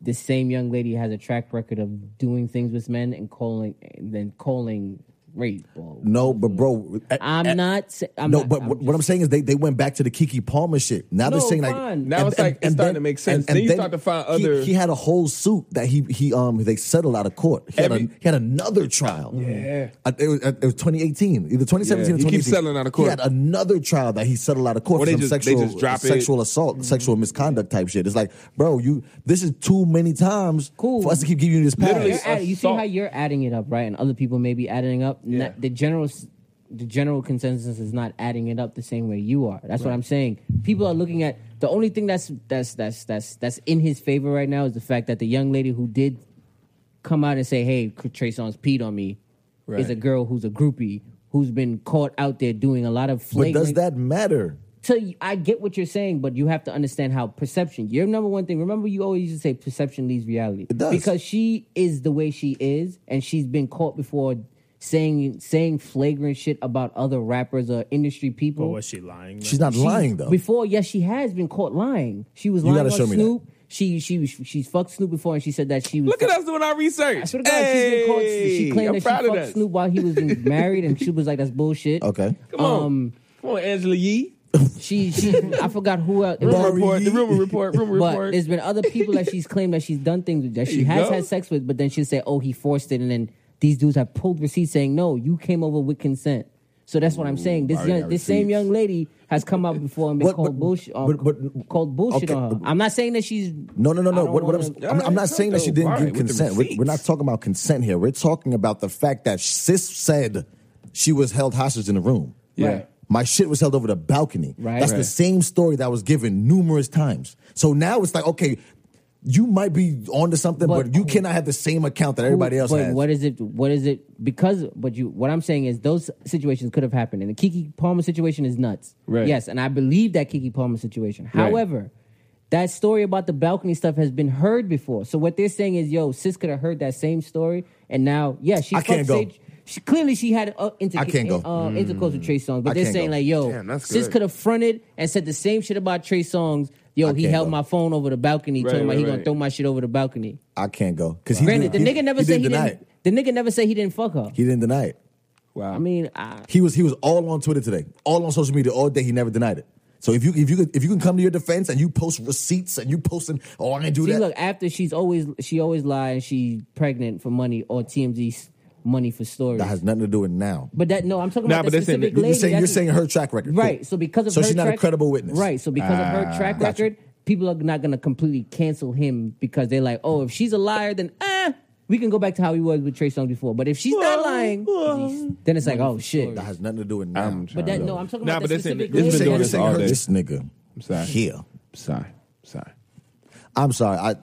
S3: the same young lady has a track record of doing things with men and calling and then calling rape. or-
S1: No, but bro, at-
S3: I'm
S1: at-
S3: not. sa- I'm
S1: no,
S3: not-
S1: but
S3: I'm
S1: what,
S3: just-
S1: what I'm saying is they, they went back to the Kiki Palmer shit. Now they're
S3: No,
S1: saying like
S3: fine.
S4: Now it's like, it's starting to make sense. Then you start to find
S1: he-
S4: other-
S1: He, had a whole suit that he he um they settled out of court. He, had, a,
S4: Every-
S1: he had another trial.
S4: Yeah.
S1: Uh, it, was, uh, it was 2018, either 2017 or
S4: Yeah, he
S1: 2018.
S4: keeps settling out of court.
S1: He had another trial that he settled out of court
S4: Or
S1: for
S4: they
S1: some
S4: just- they
S1: sexual
S4: just drop it. Mm-hmm.
S1: sexual assault, sexual misconduct type shit. It's like, bro, you this is too many times
S3: Cool.
S1: for us to keep giving you this pass.
S4: Literally,
S3: You're add- you see
S4: assault.
S3: how you're adding it up, right? And other people may be adding up. Not-
S4: Yeah.
S3: the general, s- the general consensus is not adding it up the same way you are. That's what I'm saying. People are looking at the only thing that's that's that's that's that's in his favor right now is the fact that the young lady who did come out and say, "Hey, Trey Songz peed on me," is
S4: Right.
S3: a girl who's a groupie who's been caught out there doing a lot of
S1: But
S3: flagrant.
S1: does that matter?
S3: So I get what you're saying, but you have to understand how perception. Your number one thing. Remember, you always used to say perception leads reality. It
S1: does.
S3: because she is the way she is, and she's been caught before saying saying flagrant shit about other rappers or industry people.
S2: Or was she lying?
S1: Oh, She's not
S3: She-
S1: lying though.
S3: Before, yes, she has been caught lying. She was
S1: You
S3: lying
S1: gotta
S3: on
S1: show me that.
S3: Snoop. She she she's fucked Snoop before, and she said that she was.
S4: Look at us doing our research.
S3: I swear to God, she's been caught. She claimed
S4: I'm
S3: that she
S4: proud of
S3: fucked
S4: us.
S3: Snoop while he was married, and she was like, "That's bullshit."
S1: Okay.
S4: Come on,
S3: Um,
S4: come on, Angela Yee.
S3: she she I forgot who else. it was-
S4: Rumor report. The rumor report. Rumor
S3: But
S4: report.
S3: there's been other people that she's claimed that she's done things with that she
S4: you
S3: has
S4: go.
S3: had sex with, but then she'll say, "Oh, he forced it," and then these dudes have pulled receipts saying, "No, you came over with consent." So that's what I'm saying. This
S4: already
S3: young,
S4: got
S3: this same
S4: receipts.
S3: young lady has come out before and been
S1: But- but-
S3: called bullshit. um,
S1: but- but-
S3: called bullshit
S1: okay,
S3: on her.
S1: but-
S3: I'm not saying that she's
S1: No, no, no,
S3: I
S1: no.
S3: don't
S1: What, what I'm,
S3: wanna-
S1: I'm, I'm not
S4: it's
S1: saying that she
S4: okay.
S1: didn't
S4: All
S1: give
S4: right, with the
S1: consent. We're, we're not
S4: receipts.
S1: talking about consent here. We're talking about the fact that sis said she was held hostage in the room.
S4: Yeah. Right.
S1: My shit was held over the balcony.
S3: Right.
S1: That's the
S3: Right.
S1: same story that was given numerous times. So now it's like, okay, you might be onto something, but,
S3: But
S1: you
S3: who-
S1: cannot have the same account that everybody else
S3: but
S1: has.
S3: what is it? What is it? Because but you, what I'm saying is those situations could have happened, and the Kiki Palmer situation is nuts.
S4: Right.
S3: Yes, and I believe that Kiki Palmer situation.
S4: Right.
S3: However, that story about the balcony stuff has been heard before. So what they're saying is, yo, sis could have heard that same story, and now, yeah, she
S1: I can't
S3: fucked
S1: go.
S3: Sage- She clearly she had uh, inter-
S1: I can't go. Mm.
S3: Uh, intercourse with Trey Songz, but
S1: I
S3: they're
S1: can't
S3: saying
S1: go.
S3: like, yo,
S4: Damn, that's
S3: sis
S4: good.
S3: could have fronted and said the same shit about Trey Songz. Yo,
S1: I
S3: he
S1: can't
S3: held
S1: go.
S3: my phone over the balcony,
S4: Right,
S3: talking about
S4: right,
S3: he gonna
S4: right.
S3: throw my shit over the balcony.
S1: I can't go because
S3: Granted, the nigga never
S1: he
S3: said
S1: didn't
S3: he
S1: deny
S3: didn't.
S1: it.
S3: The nigga never said he didn't fuck her.
S1: He didn't deny it.
S4: wow.
S3: I mean, I,
S1: He was he was all on Twitter today, all on social media all day. He never denied it. So if you if you could, if you can come to your defense and you post receipts and you posting, oh I didn't do
S3: see,
S1: that.
S3: look, after she's always she always lies. She pregnant for money or TMZ money for stories.
S1: That has nothing to do with now.
S3: But that no, I'm talking
S4: Nah,
S3: about
S4: but
S3: the
S4: that's in
S3: specific
S4: the-
S3: lady.
S1: You're saying, you're
S3: that's-
S1: saying her track record. Cool.
S3: right. So because of
S1: so
S3: her
S1: she's not
S3: track,
S1: a credible witness.
S3: Right. So because of
S4: Ah,
S3: her track
S1: gotcha.
S3: record, people are not gonna completely cancel him because they're like, oh, if she's a liar, then ah, we can go back to how he was with Trey Songz before. But if she's not lying, then it's like, oh shit.
S1: That has nothing to do with now.
S4: I'm
S3: But
S4: trying
S3: that
S4: to-
S3: no, I'm talking
S4: Nah,
S3: about
S4: but
S3: that
S4: this ain't-
S3: specific
S4: this been
S3: lady.
S1: saying,
S4: doing
S1: you're
S4: this
S1: saying
S4: all
S1: her,
S4: day.
S1: this nigga
S4: sorry.
S1: here.
S4: Sorry. Sorry.
S1: I'm sorry. I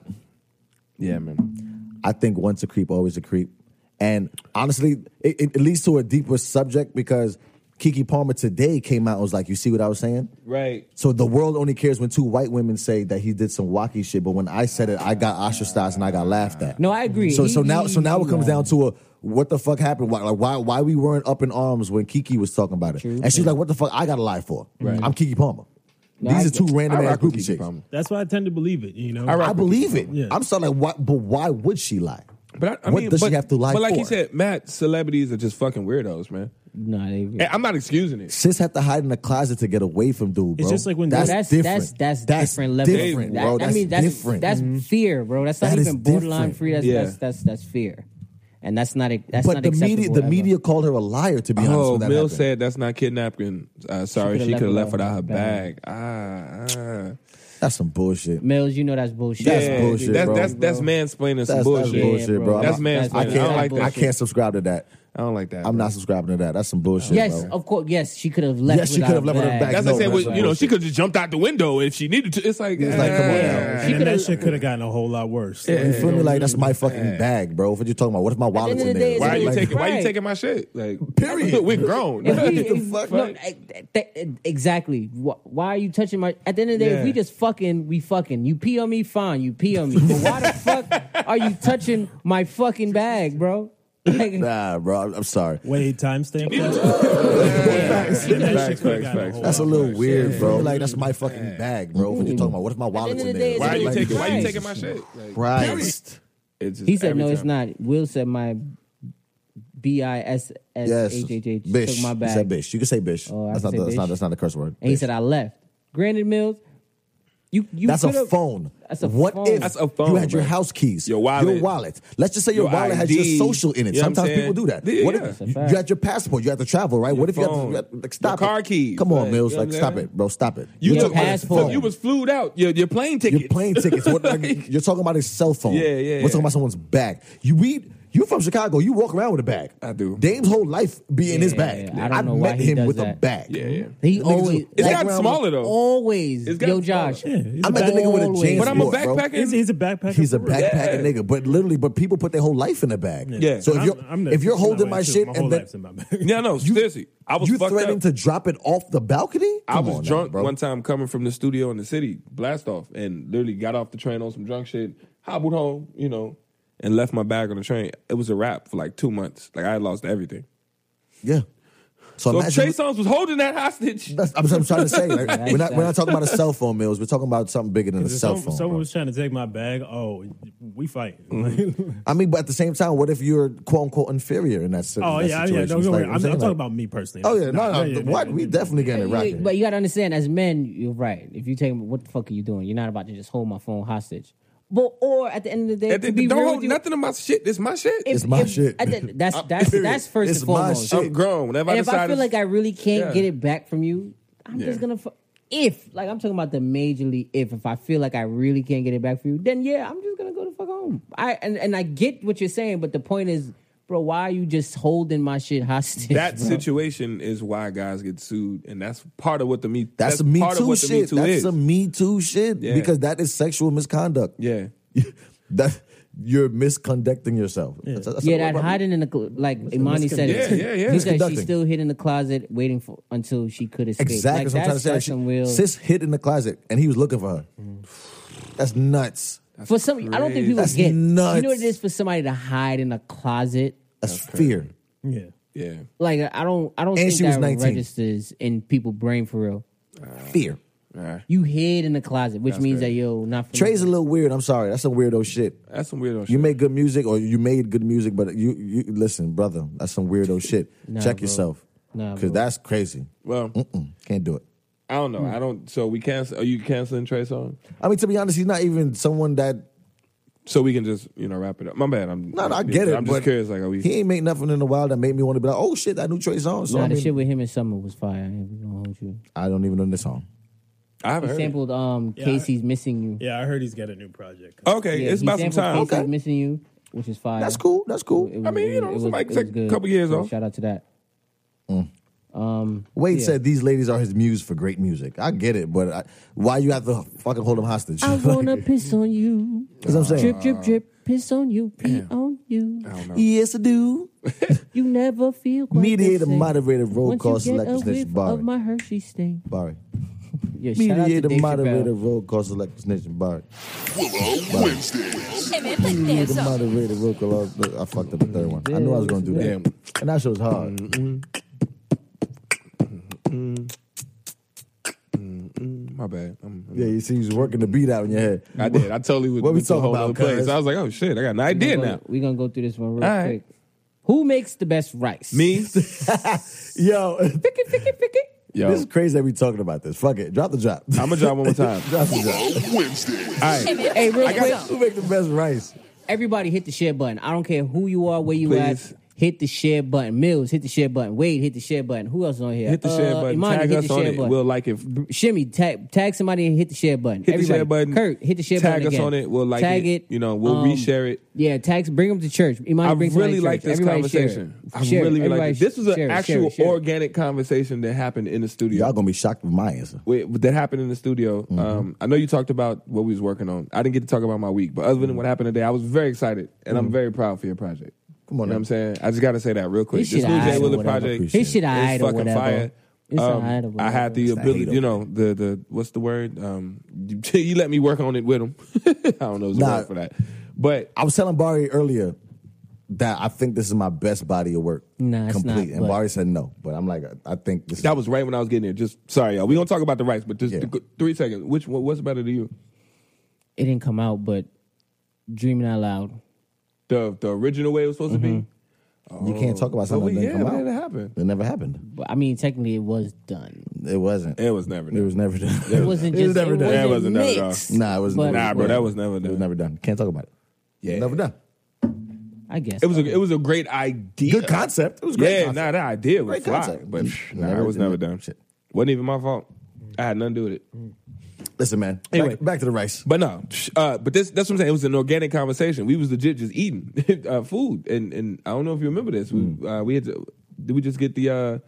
S4: Yeah, man.
S1: I think once a creep, always a creep. And honestly, it, it leads to a deeper subject because Kiki Palmer today came out and was like, You see what I was saying?
S4: Right.
S1: So the world only cares when two white women say that he did some wacky shit, but when I said it, I got ostracized and I got laughed at.
S3: No, I agree.
S1: So so
S3: He-
S1: now so now it
S3: he
S1: comes
S3: lied.
S1: down to a what the fuck happened? Why like why why we weren't up in arms when Kiki was talking about it? and she's like, What the fuck I gotta lie for? I'm Kiki Palmer.
S3: No,
S1: These
S3: I
S1: are two
S3: get-
S1: random ass
S4: rock with
S1: groupie
S4: Keke
S1: chicks.
S4: Palmer.
S2: That's why I tend to believe it. You know,
S4: I rock
S1: I
S4: with
S1: believe it.
S2: Yeah.
S1: I'm sorry, like why but why would she lie?
S4: But I, I
S1: What
S4: mean,
S1: does she
S4: but,
S1: have to lie
S4: But like
S1: for?
S4: you said, Matt, celebrities are just fucking weirdos, man.
S3: No, I agree.
S4: And I'm not excusing it.
S1: Sis have to hide in the closet to get away from dude, bro.
S2: It's just like when-
S1: that's,
S3: Well, that's,
S1: different.
S3: That's that's different level. of-
S1: different,
S3: that-
S1: bro. That's
S3: I mean, that's
S1: different. Mm-hmm.
S3: that's fear, bro. That's not
S1: That is
S3: even borderline
S1: different.
S3: free. That's,
S4: Yeah.
S3: that's that's that's fear, and that's not a- that's
S1: but
S3: not
S1: the
S3: acceptable.
S1: media, the
S3: ever.
S1: media called her a liar. To be honest,
S4: Oh,
S1: when that
S4: Mill
S1: happened.
S4: said that's not kidnapping. Uh, sorry, she
S3: She
S4: could
S3: coulda left
S4: have left without her
S3: without her
S4: bag. Ah, ah.
S1: that's some bullshit.
S3: Mills, you know that's bullshit.
S1: That's
S4: yeah,
S1: bullshit,
S4: That's,
S1: bro.
S4: that's that's mansplaining some
S1: That's,
S4: bullshit.
S1: that's bullshit,
S3: Yeah,
S1: bro.
S3: bro.
S1: I'm
S4: That's
S1: not-
S4: mansplaining.
S1: I
S4: I,
S1: can't,
S4: don't like that.
S1: I
S4: shit.
S1: can't subscribe to that.
S4: I don't like that.
S1: I'm
S4: bro.
S1: not subscribing to that. That's some bullshit.
S3: Yes,
S1: bro.
S3: of course. Yes, she could have left.
S1: Yes, she
S3: without
S1: could have left with her bag.
S4: That's
S1: No,
S4: like saying,
S1: that's
S4: well, you know,
S1: bullshit.
S4: she could have just jumped out the window if she needed to. It's like,
S1: It's like, come on
S4: eh.
S2: and then
S3: coulda-
S2: that shit could have gotten a whole lot worse.
S1: You feel me? Like that's my fucking bag, bro. What you talking about? What if my
S3: end
S1: wallet's
S3: of
S1: in
S3: the
S1: there?
S3: day, it's
S4: Why are you
S3: Like-
S4: taking? Why you
S3: Right.
S4: taking my shit? Like,
S1: Period.
S4: We're grown.
S3: If we,
S1: What the
S3: if-
S1: fuck?
S3: no, I- that- that- exactly. Wh- Why are you touching my? At the end of the day,
S4: Yeah.
S3: if we just fucking, we fucking. You pee on me, fine. You pee on me. But why the fuck are you touching my fucking bag, bro? Like,
S1: Nah, bro. I'm, I'm sorry.
S2: Wait, timestamp. And that
S4: Facts,
S2: shit coulda
S4: facts,
S2: gotten a
S4: facts.
S2: whole
S1: That's a
S2: lot
S1: little weird, bro. Like that's my fucking bag, bro. What you talking about? What if my wallet's in
S3: end of the
S1: there?
S3: day,
S4: Why are
S3: it's
S4: you
S3: like
S4: taking? Why you
S3: Christ.
S4: taking my shit? Like,
S1: Christ.
S4: it's just
S3: He said,
S4: every
S3: "No, it's
S4: time.
S3: not." Will said, "My B I S S
S1: Yes.
S3: H H H
S1: Bish.
S3: took my
S1: You
S3: bag,"
S1: said bish. You can say bish.
S3: Oh, I
S1: that's
S3: can
S1: not. the-
S3: say
S1: That's
S3: bish.
S1: not. That's not a curse word.
S3: and he
S1: Bish.
S3: said, "I left." Granted, Mills, you you
S1: That's a
S3: could've-
S1: phone.
S3: That's a
S1: what
S3: phone.
S1: if
S4: That's a phone,
S1: you had your
S4: bro.
S1: house keys,
S4: Your wallet.
S1: your wallet? Let's just say your,
S4: Your
S1: wallet has your
S4: ID.
S1: social in it.
S4: You know what I'm
S1: Sometimes
S4: saying?
S1: people do that.
S4: Yeah,
S1: what
S4: yeah.
S1: if
S4: That's a
S1: you
S3: fact.
S1: had your passport? You had to travel, right? what if
S4: phone.
S1: you had to like, stop?
S4: Your car
S1: it.
S4: keys,
S1: Come on,
S4: like,
S1: Mills.
S4: you know
S1: Like
S4: what I'm
S1: stop
S4: saying?
S1: it, bro. Stop it.
S4: You
S3: Your
S4: took
S3: passport.
S4: You was flued out. Your your plane ticket.
S1: Your plane tickets. What, like,
S4: Like-
S1: you're talking about his cell phone.
S4: Yeah, yeah,
S1: We're
S4: yeah.
S1: talking about someone's bag. You we you from Chicago. You walk around with a bag.
S4: I do.
S1: Dame's whole life be in his
S3: Yeah,
S1: bag.
S3: I don't
S1: have
S3: know why
S1: met
S3: he
S1: him
S3: does
S1: with a
S3: that.
S1: bag.
S4: Yeah, yeah.
S3: He always
S1: It's
S3: like,
S4: gotten
S3: around-
S4: smaller, though.
S3: Always,
S4: It's
S3: yo,
S4: gotten
S3: Josh.
S2: Yeah, he's
S1: I met the
S2: a back-
S1: nigga with a
S3: Always.
S1: James.
S4: But I'm a
S1: board, bro.
S4: backpacker.
S2: He's, he's a backpacker.
S1: He's a
S2: for real.
S1: backpacking
S4: Yeah.
S1: nigga, but literally, but people put their whole life in a bag.
S4: Yeah.
S1: So if
S2: I'm-
S1: you're
S2: I'm the-
S1: if you're
S2: I'm that
S1: holding
S2: way,
S1: my
S2: too.
S1: shit
S2: my whole
S1: and then
S2: life's in my bag.
S4: No, no, seriously. I was
S1: you
S4: fucked
S1: threatening
S4: up.
S1: to drop it off the balcony,
S4: I
S1: Come
S4: was
S1: on now,
S4: drunk
S1: bro.
S4: one time coming from the studio in the city, blast off, and literally got off the train on some drunk shit, hobbled home, you know, and left my bag on the train. It was a wrap for like two months. Like I had lost everything.
S1: Yeah. So,
S4: So if
S1: imagine.
S4: Trey Songz was holding that hostage.
S1: that's, I'm, I'm trying to say, like, we're not we're not talking about a cell phone, Mills. We're talking about something bigger than a
S2: If
S1: cell
S2: some-
S1: phone.
S2: someone
S1: bro. Mm-hmm.
S2: was trying to take my bag. Oh, we fighting.
S1: I mean, but at the same time, what if you're quote unquote inferior in that, si-
S2: oh
S1: that
S2: yeah,
S1: situation?
S2: yeah. Don't
S1: It's
S2: worry.
S1: like-
S2: I'm,
S1: I'm
S2: I'm
S1: saying,
S2: talking
S1: like,
S2: about me personally.
S1: Oh yeah, no, no,
S2: yeah, yeah,
S1: what?
S2: yeah,
S1: we
S2: yeah.
S1: definitely getting it rocking.
S3: But you gotta understand, as men, you're right. If you take what the fuck are you doing? You're not about to just hold my phone hostage. But or at the end of the day,
S4: At
S3: to
S4: the-
S3: be
S4: don't
S3: real
S4: hold
S3: with you,
S4: nothing of my shit. It's my shit.
S3: if-
S1: It's my
S3: if-
S1: shit.
S3: at the- that's that's
S1: Period.
S3: that's first
S1: It's
S3: and
S1: my
S3: foremost.
S1: shit.
S4: I'm grown. Whenever
S3: and
S4: I
S3: if I
S4: decide,
S3: feel like I really can't
S4: Yeah.
S3: get it back from you, I'm
S4: Yeah.
S3: just gonna. Fu- if like I'm talking about the majorly if if I feel like I really can't get it back from you, then yeah, I'm just gonna go the fuck home. I and, and I get what you're saying, but the point is, bro, why are you just holding my shit hostage?
S4: that
S3: bro?
S4: situation is why guys get sued, and that's part of what the me.
S1: That's, a Me
S4: part of
S1: Too
S4: what the
S1: shit.
S4: Me Too
S1: that's
S4: is.
S1: a Me Too shit
S4: Yeah.
S1: because that is sexual misconduct.
S4: yeah.
S1: that you're misconducting yourself. That's- that's
S3: yeah,
S1: a-
S3: that hiding in the cl- like Imani said. it.
S4: Yeah, yeah, yeah.
S3: He said
S1: Misconducting.
S3: she still hid in the closet waiting for until she could escape.
S1: Exactly.
S3: Like,
S1: so I'm trying to
S3: that's
S1: say. Like,
S3: that's some
S1: she,
S3: real-
S1: sis hid in the closet and he was looking for her.
S4: Mm.
S1: That's nuts.
S3: for some, I don't think people
S1: That's
S3: get. You
S1: nuts.
S3: know what it is for somebody to hide in a closet.
S1: That's fear.
S2: Yeah.
S4: Yeah.
S3: Like I don't, I don't
S1: And
S3: think
S1: she was
S3: that
S1: 19.
S3: registers in people' brain for real.
S4: Uh,
S1: Fear.
S4: mm.
S3: You hid in the closet, which means that yo, not for
S1: Trey's a
S3: nothing.
S1: little weird. I'm sorry. That's some weirdo shit.
S4: That's some weirdo shit.
S1: You make good music, or you made good music, but you you listen, brother. That's some weirdo shit.
S3: Nah,
S1: Check
S3: bro.
S1: yourself,
S3: Nah,
S1: because
S3: bro.
S1: that's crazy.
S4: well,
S1: Mm, Can't do it.
S4: I don't know. I don't. So we cancel. Are you canceling Trey Songz?
S1: I mean, to be honest, he's not even someone that
S4: So we can just you know wrap it up. My bad. I'm
S1: No, no, I get it.
S4: I'm
S1: but
S4: just curious. Like, are we?
S1: He ain't make nothing in a while that made me want to be like, oh shit, that new Trey song. So
S3: nah,
S1: I,
S3: the
S1: mean,
S3: shit with him and Summer was fire. I ain't gonna hold you.
S1: I don't even know this song.
S4: I haven't
S3: He
S4: heard. it.
S3: sampled um
S2: Yeah, I-
S3: Casey's missing you.
S2: Yeah, I heard he's got a new
S1: Oh,
S2: project.
S4: Okay,
S3: Yeah,
S4: it's
S3: he
S4: about some
S3: sampled
S4: time.
S3: Casey's missing you, which is fire.
S1: That's cool. That's cool.
S3: It was-
S4: I mean,
S3: it
S4: you
S3: was-
S4: know,
S3: it was-
S4: somebody
S3: it was
S4: take a
S3: good.
S4: couple years
S3: So
S4: off.
S3: Shout out to that. Um,
S1: Wade
S3: yeah.
S1: said these ladies are his muse for great music. I get it, but I, why you have to fucking hold him hostage?
S3: I wanna
S1: Like,
S3: piss on you.
S1: that's what I'm saying.
S3: Drip, drip, drip. Piss on you, pee on you.
S1: Yes, I do.
S3: You never feel quite
S1: Mediator,
S3: the same.
S1: moderator, roll
S3: Once
S1: call,
S3: you get
S1: selector,
S3: a
S1: snitch,
S3: whiff of
S1: Barry.
S3: my Hershey stain.
S1: Barry.
S3: Yeah, shout out to
S1: Mediator,
S3: Dave
S1: moderator,
S3: Chappelle.
S1: roll call, selector, snitch, Barry.
S6: Willow Wednesdays.
S1: Mediator, moderator, roll call. I fucked up the third one. I knew I was going to do that. And that shit was hard.
S3: Mm-hmm.
S4: My bad. I'm-
S1: Yeah, you see, you was working the beat out in your head.
S4: I did. I totally was
S1: What we
S4: went to a
S1: talking
S4: whole
S1: about,
S4: other place.
S1: cuz?
S4: I was like, oh shit, I got an idea
S3: We're gonna-
S4: now.
S3: We're gonna go through this one real
S4: All
S3: quick.
S4: right.
S3: Who makes the best rice?
S4: Me,
S1: Yo,
S3: Pick it, pick it, pick it.
S4: yo,
S1: this is
S4: I'm
S1: crazy that we talking about this. Fuck it. Drop the drop.
S4: gonna drop one more time.
S1: Drop the drop.
S6: Willow Wednesdays.
S4: All right,
S3: Hey, real quick.
S1: Who make the best rice?
S3: Everybody hit the share button. I don't care who you are, where you
S4: Please.
S3: at. Hit the share button. Mills, hit the share button. Wade, hit the share button. Who else is on here?
S4: hit the
S3: Uh,
S4: share button.
S3: Imani,
S4: tag
S3: hit
S4: us
S3: the
S4: on
S3: share
S4: it.
S3: button.
S4: We'll like it.
S3: Shimmy, tag tag somebody and hit the share button.
S4: Hit the
S3: Everybody.
S4: share button.
S3: Kurt, hit the share
S4: Tag
S3: button.
S4: us
S3: again.
S4: on it. We'll like
S3: tag
S4: it.
S3: it. Um,
S4: You know, we'll reshare it.
S3: Yeah, tags. Bring them to church. Imani,
S4: I
S3: bring somebody
S4: really
S3: to
S4: like
S3: church.
S4: this
S3: Everybody share it.
S4: conversation. I
S3: Share it.
S4: really like
S3: Everybody
S4: this. This was an
S3: share it, share
S4: actual
S3: it, share it.
S4: organic conversation that happened in the studio.
S1: Y'all Mm-hmm. gonna be shocked with my answer.
S4: Wait, that happened in the studio. Um, I know you talked about what we was working on. I didn't get to talk about my week, but other
S1: Mm-hmm.
S4: than what happened today, I was very excited and I'm very proud for your project.
S1: Come on now.
S4: you know what I'm saying? I just got to say that real quick.
S3: His
S4: This
S3: shit
S4: new
S3: aight
S4: Jay
S3: or
S4: Willard
S1: whatever.
S4: project
S1: Appreciate
S3: His shit
S4: is
S3: aight or
S4: fucking
S3: whatever.
S4: fire.
S3: It's
S4: Um,
S3: aight or
S4: I had
S3: whatever.
S4: the
S1: that hate
S4: ability,
S1: over
S4: you know, the the what's the word? Um, you let me work on it with him. I don't know the
S1: Nah.
S4: word for that, but
S1: I was telling Barry earlier that I think this is my best body of work.
S3: Nah, it's
S1: complete.
S3: not,
S1: and
S3: but-
S1: Barry said no, but I'm like, I, I think this.
S4: that was right when I was getting there. Just sorry, y'all. We gonna talk about the rights, but just
S1: Yeah.
S4: th- three seconds. Which one, what's better to you?
S3: It didn't come out, but dreaming out loud.
S4: The the original way it was supposed to be.
S1: you can't talk about
S4: But
S1: something
S4: we,
S1: that
S4: Oh, yeah,
S1: didn't
S4: but
S1: come
S4: it
S1: out.
S4: happened.
S1: It never happened.
S3: But I mean, technically, it was done.
S1: It wasn't.
S4: It was never.
S1: It was never done.
S3: It wasn't
S1: It was
S3: just.
S1: never
S3: it
S1: done.
S4: That
S3: wasn't
S4: wasn't done at all.
S3: mixed.
S1: Nah, it was.
S3: But-
S1: it
S4: Nah, bro, that was never
S1: It was
S4: done.
S1: never done. Can't talk about it.
S4: Yeah.
S1: never done.
S3: I guess
S4: It was a, it was a great idea.
S1: Good concept. It was a great.
S4: yeah,
S1: concept.
S4: nah, that idea was
S1: Great
S4: fly,
S1: concept.
S4: but
S1: You
S4: psh, nah,
S1: never
S4: it was
S1: did
S4: never
S1: it.
S4: done.
S1: Shit. Mm.
S4: Wasn't even my fault. I had nothing to do with it.
S1: Listen, man. Back-
S4: Anyway.
S1: back, to the rice.
S4: But no, psh, uh, but this that's what I'm saying. It was an organic conversation. We was legit just eating uh, food, and and I don't know if you remember this. We
S1: Mm.
S4: uh, we had to, did we just get the uh,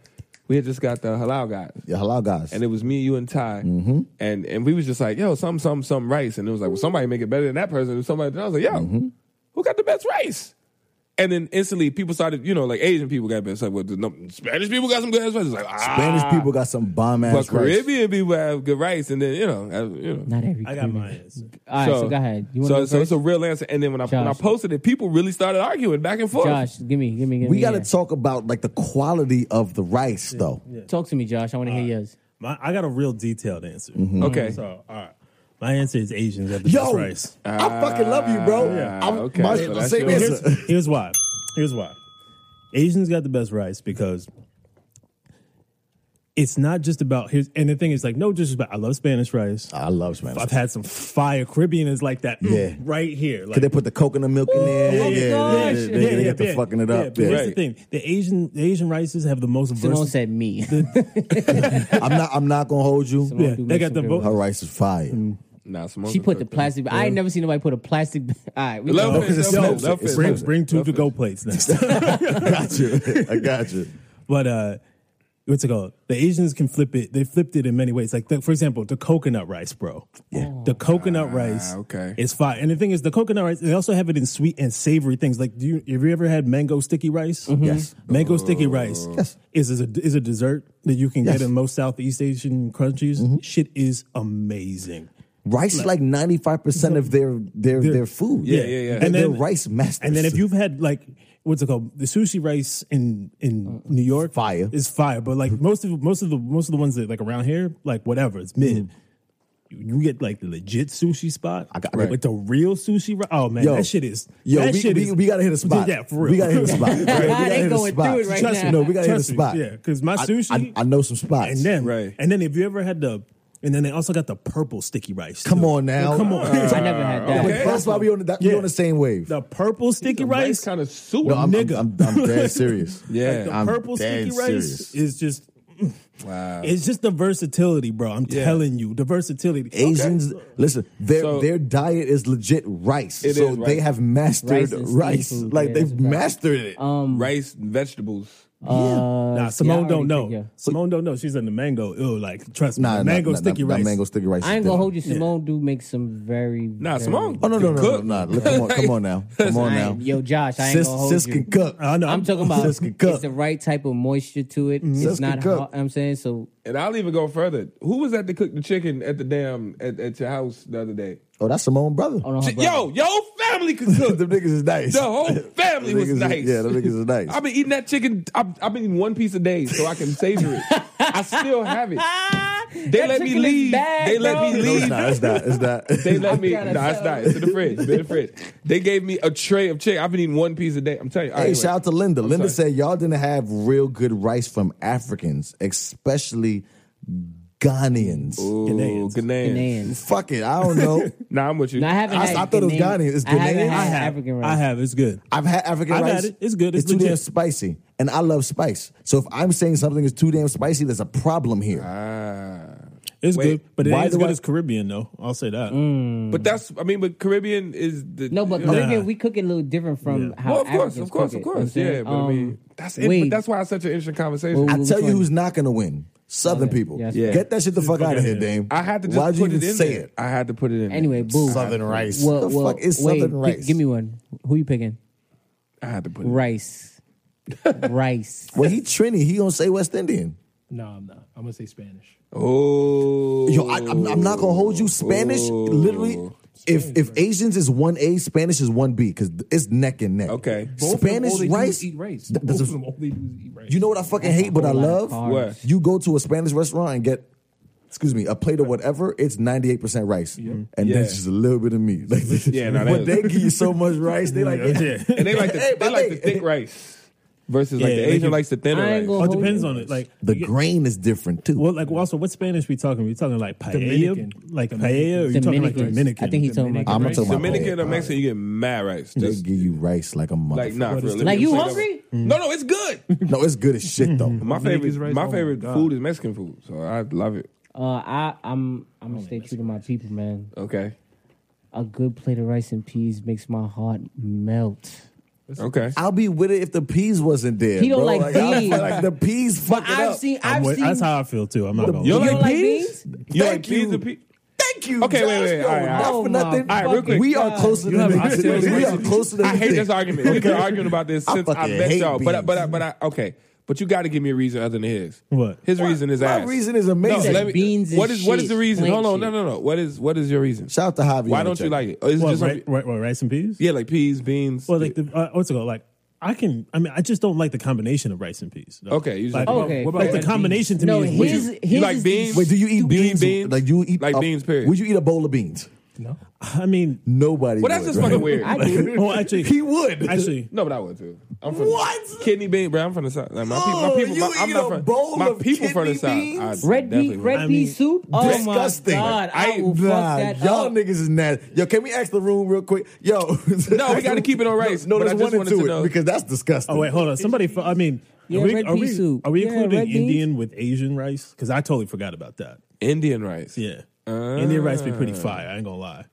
S4: we had just got the halal guys.
S1: Yeah, halal guys.
S4: And it was me, you, and Ty,
S3: Mm-hmm.
S4: and and we was just like, yo, some, some, some rice, and it was like, well, somebody make it better than that person. And somebody, and I was like, yo,
S3: Mm-hmm.
S4: who got the best rice? And then instantly, people started, you know, like Asian people got best. Like, well, no, Spanish people got some good ass rice. It's like, ah,
S1: Spanish people got some bomb
S4: but
S1: ass rice.
S4: Caribbean people have good rice, and then you know, uh, you know.
S3: not every.
S2: I got my
S1: Mm-hmm.
S2: answer.
S3: All right, so, go ahead. You want
S4: so,
S3: to go
S4: so
S3: first?
S4: it's a real answer. And then when I when I
S3: Josh.
S4: posted it, people really started arguing back and forth.
S3: Josh, give me, give me, give me.
S1: We got to
S3: yeah.
S1: talk about like the quality of the rice, though.
S3: talk to me, Josh. I want to hear yours.
S2: My, I got a real detailed answer.
S4: Okay,
S2: So, all right. My answer is Asians have the
S1: Mm-hmm. Yo,
S2: best rice.
S1: I fucking love you, bro.
S4: Yeah.
S1: I'm,
S4: Ah, Okay,
S1: my,
S4: so that's
S1: same
S4: yours.
S1: answer.
S2: Here's, here's why. Here's why. Asians got the best rice because it's not just about here's and the thing is like no disrespect. I love Spanish rice.
S1: I love Spanish.
S2: I've had some fire Caribbean is like that mm,
S1: Ah. Yeah.
S2: right here. Like,
S1: Could they put the coconut milk in there?
S3: oh
S1: yeah,
S3: gosh.
S1: they, they, they,
S2: yeah,
S1: get to
S2: yeah.
S1: fucking it
S2: Yeah,
S1: up.
S2: but
S1: Yeah.
S2: here's the thing: the Asian the Asian rices have the most
S3: Simone
S2: versatile.
S3: said me.
S1: I'm not. I'm not gonna hold you.
S2: Yeah,
S3: do
S2: they got
S3: Mexican
S2: the
S3: Caribbean.
S1: Her
S2: bo-
S1: rice is fire.
S2: Mm.
S4: nah, Simone
S3: she
S4: can
S3: put the
S4: cook, though.
S3: plastic. I ain't never seen nobody put a plastic. All right, we
S4: Love
S3: go.
S4: it. Love
S1: it's
S4: it,
S1: smoked.
S4: love
S1: It's
S4: it.
S2: Oh, bring
S1: smoked.
S2: bring two to go plates next time.
S1: got you. I got you.
S2: But uh, what's it called? The Asians can flip it. They flipped it in many ways. Like the, for example, the coconut rice, bro. Yeah.
S1: Oh.
S2: The coconut rice.
S4: okay.
S2: Is fire. And the thing is, the coconut rice. They also have it in sweet and savory things. Like, do you have you ever had mango sticky rice?
S1: Yes.
S2: Mango sticky rice
S1: Mm-hmm. Yes.
S2: is is a, is a dessert that you can
S1: Yes. Mm-hmm.
S2: get in most Southeast Asian countries. Shit is amazing.
S1: Rice is like 95 percent of their their their food.
S4: Yeah, yeah, yeah.
S1: And
S2: And
S1: they're
S2: then-
S1: rice masters.
S2: And then if you've had like what's it called, the sushi rice in in
S1: Mm.
S2: New York,
S1: Fire.
S2: is fire. But like most of most of the most of the ones that like around here, like whatever, it's mid. You, you get like the legit sushi spot, I
S1: Mm-hmm. got-
S2: like the real sushi. Ri- oh man,
S1: Yo.
S2: that shit is.
S1: Yo,
S2: that
S1: we,
S2: shit
S1: we,
S2: is,
S1: we gotta hit a spot.
S2: Yeah, for real.
S1: We gotta hit a spot. We gotta
S3: Nah, they
S1: hit a
S3: going
S1: spot.
S3: through it right
S1: Trust
S3: now.
S1: Me, no, we gotta hit a
S2: Trust me,
S1: spot.
S2: yeah, 'cause my
S1: I-
S2: sushi-
S1: I, I know some spots.
S2: and then
S4: Right.
S2: and then if you ever had the And then they also got the purple sticky rice.
S1: Come
S2: too.
S1: on now.
S2: Come on.
S3: I never had that.
S1: Wait, that's why we on the, that, we
S2: Yeah.
S1: on the same wave.
S2: The purple sticky rice.
S4: kind of soup.
S1: No, I'm,
S2: nigga.
S1: I'm, I'm, I'm dead serious.
S4: yeah,
S2: the
S1: I'm
S2: purple sticky
S1: dead
S2: rice
S1: serious.
S2: is just It's just the versatility, bro. I'm telling you, the versatility.
S1: Asians, listen, their
S4: So-
S1: their diet is legit rice.
S4: It
S1: so
S4: is rice.
S1: they have
S3: Rice
S1: mastered
S3: and
S1: rice.
S3: seafood, yeah, Um,
S1: Like
S3: that's
S1: they've
S3: right.
S1: mastered it.
S4: rice, vegetables.
S2: nah, Simone
S3: yeah, I
S2: don't know.
S3: already think, yeah.
S2: Simone don't know. She's in the mango. Ew, like trust me,
S1: Nah,
S2: the
S1: nah,
S2: mango
S1: nah,
S2: sticky
S1: nah,
S2: rice.
S1: Mango sticky rice.
S3: I
S1: is
S3: ain't gonna
S1: different.
S3: hold you. Simone do make some very
S4: Nah,
S3: very-
S4: Simone.
S1: Oh no no
S4: can
S1: no
S4: cook.
S1: no no! Come on, come on now, come on
S3: I
S1: now.
S3: ain't- yo, Josh, I ain't
S1: Sis,
S3: gonna hold
S1: sis
S3: you. Oh,
S1: can cook.
S2: I know.
S3: I'm talking about
S1: Sis can cook.
S3: it's the right type of moisture to it. It's
S1: Sis can
S3: not
S1: cook.
S3: hot. I'm saying so.
S4: And I'll even go further. Who was that to cook the chicken at the damn at, at your house the other day?
S1: Oh, that's Simone brother.
S3: I don't know her brother.
S4: Yo, your whole family could cook.
S1: Oh, the niggas is nice.
S4: The whole family was
S1: Niggas is-
S4: nice.
S1: yeah, the niggas is nice.
S4: I've been eating that chicken. I've, I've been eating one piece a day so I can savor it. I still have it.
S3: Ah,
S4: They
S3: that
S4: let me
S3: chicken is
S4: leave.
S3: bad,
S4: they let
S3: bro.
S4: me
S1: no, it's
S4: leave.
S1: not. It's not. It's not.
S4: They let me.
S3: gotta
S4: Nah, it's
S3: tell
S4: not.
S3: you.
S4: It's in the fridge. It's in the fridge. They gave me a tray of chicken. I've been eating one piece a day. I'm telling you. All
S1: Hey,
S4: right, anyway.
S1: shout out to Linda. Linda
S4: sorry.
S1: said y'all didn't have real good rice from Africans, especially Ghanaians.
S4: Ooh,
S2: Ghanaians.
S4: Ghanaians.
S3: Ghanaians.
S1: Fuck it, I don't know.
S4: Nah, I'm with you.
S3: No, I haven't.
S1: I-
S3: had
S1: I thought it was
S3: Ghanaian-
S1: Ghanaian. It's
S3: I haven't
S1: Ghanaian?
S3: had
S2: I have.
S3: African rice.
S2: I have. It's good.
S1: I've had African
S2: I've had
S1: rice.
S2: it. It's good.
S1: It's,
S2: It's
S1: too damn
S2: legit.
S1: spicy, and I love spice. So if I'm saying something is too damn spicy, there's a problem here.
S2: It's
S4: Wait,
S2: good, but it
S1: why
S2: ain't as
S1: do
S2: good
S1: I-
S2: as Caribbean though. I'll say that.
S3: Mm.
S4: But that's. I mean, but Caribbean is the.
S3: No, but
S4: you know,
S3: Caribbean, we cook it a little different from how
S4: Well, of course,
S3: Africans
S4: of course,
S3: cook it, you
S4: of
S3: know what
S4: course.
S3: I'm
S4: Yeah,
S3: saying?
S4: but I mean,
S3: Um,
S4: that's it.
S3: Wade.
S4: But that's why it's such an interesting conversation.
S3: Well,
S1: I
S3: Which
S1: tell you
S3: one?
S1: who's not gonna win. Southern people.
S3: Yeah, that's
S4: Yeah. right.
S1: Get that shit the fuck out of here,
S2: yeah.
S1: Dame.
S4: I had to
S1: Why
S4: just
S1: did you
S4: put it
S1: even
S4: in
S1: say
S4: there.
S1: it?
S4: I had to put it in. there.
S3: Anyway, boo.
S1: Southern rice.
S3: Well,
S1: the
S3: well,
S1: fuck is
S3: Wade,
S1: Southern
S3: gi-
S1: rice?
S3: give me one. Who you picking?
S4: I had to put it. in.
S3: Rice. rice.
S1: Well, he Trini. He gonna say West Indian.
S8: No, I'm not. I'm gonna say Spanish.
S4: Oh,
S1: Yo, I, I'm, I'm not gonna hold you. Spanish, literally. If if Asians is one A, Spanish is one B because it's neck and neck.
S4: Okay.
S8: Both of them, all
S1: Spanish
S8: they do is
S1: rice.
S8: Eat rice.
S1: Th-
S8: Both
S1: that's a-
S8: of them, all they do is eat rice.
S1: you know what I fucking hate, but I
S3: Whole lot
S1: love.
S3: of carbs.
S4: What?
S1: You go to a Spanish restaurant and get, excuse me, a plate of whatever. It's ninety eight percent rice, and
S4: Yeah.
S1: then just a little bit of meat. Like,
S4: Yeah, no,
S1: but
S4: that-
S1: they give you so much rice, they like,
S2: Yeah.
S4: and they like the,
S1: Hey,
S4: they
S1: my
S4: like the
S1: nigga.
S4: thick rice versus like
S2: Yeah,
S4: the
S2: they
S4: Asian
S2: can-
S4: likes the thinner
S3: I
S4: rice.
S3: ain't gonna-
S2: Well, it depends on it. Like
S1: the
S2: you get-
S1: grain is different too.
S2: Well, like also, what Spanish we talking? We talking like paella,
S8: Dominican.
S2: like paella, or you talking like
S3: Dominican.
S2: Dominican?
S3: I think he's talking like
S1: I'm
S3: rice.
S1: talking about
S4: Dominican
S1: that.
S4: or Mexican, you get mad rice.
S1: They
S4: Just
S1: give you rice like a motherfucker.
S4: like nah, for real. Let
S3: Like
S4: me
S3: you
S4: say that
S3: hungry?
S4: one. No, no, it's good.
S1: No, it's good as shit though.
S4: My favorite,
S8: rice, oh
S4: my
S8: my
S4: favorite
S8: God.
S4: food is Mexican food, so I love it.
S3: Uh, I I'm I'm gonna stay true to my people, man.
S4: Okay,
S3: A good plate of rice and peas makes my heart melt.
S4: okay.
S1: I'll be with it if the peas wasn't there.
S3: He don't
S1: bro.
S3: like
S1: I feel
S3: peas.
S1: like the peas
S3: But
S1: fucking
S3: I've
S1: up.
S3: seen
S2: I'm
S3: I've
S2: with-
S3: seen
S2: that's how I feel too. I'm not
S1: The-
S2: gonna.
S4: You
S2: lie.
S3: you
S4: like
S3: don't like
S4: peas?
S3: beans?
S4: You
S1: Thank
S4: like pizza?
S1: you.
S4: pe-
S1: Thank you.
S4: Okay, wait,
S1: Josh.
S4: wait, wait.
S1: Yo,
S4: All right,
S1: not
S3: all
S1: for
S3: right.
S1: nothing.
S3: All
S4: right, real quick.
S1: We are
S3: God.
S1: closer
S8: You
S1: than
S8: have
S1: we
S8: a serious
S1: think. We are
S8: relationship.
S1: closer than
S4: I
S1: we
S4: hate
S1: think.
S4: this argument. We've been arguing about this
S1: I
S4: since I,
S1: fucking
S4: met
S1: hate
S4: y'all. But I,
S1: beans.
S4: but I, but I, okay. But you got to give me a reason other than his.
S2: What?
S4: His reason is
S1: my
S4: ass.
S1: reason is amazing.
S4: let me-
S3: Beans and
S4: what is what is
S3: shit,
S4: the reason?
S3: plant
S4: Hold on.
S3: shit.
S4: No, no, no. What is what is your reason?
S1: Shout out to Javi.
S4: Why
S1: on
S4: don't
S1: the
S4: you
S1: check.
S4: like it? Or is it
S2: What,
S4: just
S2: ri-
S4: something-
S2: ri- what, rice and peas?
S4: yeah, like peas, beans.
S2: Well, like the uh, what's it called? Like I can. I mean, I just don't like the combination of rice and peas. though.
S4: Okay, you just-
S2: like,
S3: Oh, Okay.
S8: What about
S2: like the
S8: red
S2: combination to
S3: No,
S2: me. Is
S3: his
S2: weird.
S3: his
S4: you like
S3: is the-
S4: beans?
S1: Wait, do you eat
S4: Do you eat
S1: beans?
S4: beans?
S1: Like you eat
S4: Like
S1: a-
S4: beans, period.
S1: Would you eat a bowl of beans?
S2: I mean,
S1: Nobody.
S4: Well, that's
S1: would,
S4: just
S1: right?
S4: fucking weird.
S3: I do.
S2: well, actually,
S1: He would.
S2: actually,
S4: no, but I would too. I'm from
S1: What?
S4: Kidney bean, bro. I'm from the south. Like my people,
S1: Oh,
S4: my people,
S1: you
S4: my, I'm
S1: eat
S4: not
S1: a
S4: from.
S1: bowl
S4: my
S1: of
S4: people from the
S1: kidney
S4: south.
S1: beans?
S4: I
S3: Red
S4: definitely
S3: pea
S4: would.
S3: red
S2: I
S3: pea
S2: mean,
S3: soup? Oh
S1: disgusting.
S3: my god. I,
S4: I-
S3: will
S1: Nah,
S3: fuck that
S1: y'all
S3: up.
S1: niggas is nasty. Yo, can we ask the room real quick? Yo,
S4: No, we gotta keep it on rice,
S1: No,
S4: but I
S1: there's
S4: just
S1: one and
S4: wanted to
S1: two
S4: know-
S1: it because that's disgusting.
S2: oh wait, hold on. Somebody, fo- I mean,
S3: Yeah,
S2: are we
S3: red
S2: are
S3: pea
S2: we,
S3: soup.
S2: Are we
S3: Yeah, red
S2: including
S3: beans.
S2: Indian with Asian rice? Because I totally forgot about that.
S4: Indian rice.
S2: Yeah, Indian rice be pretty fire. I ain't gonna lie.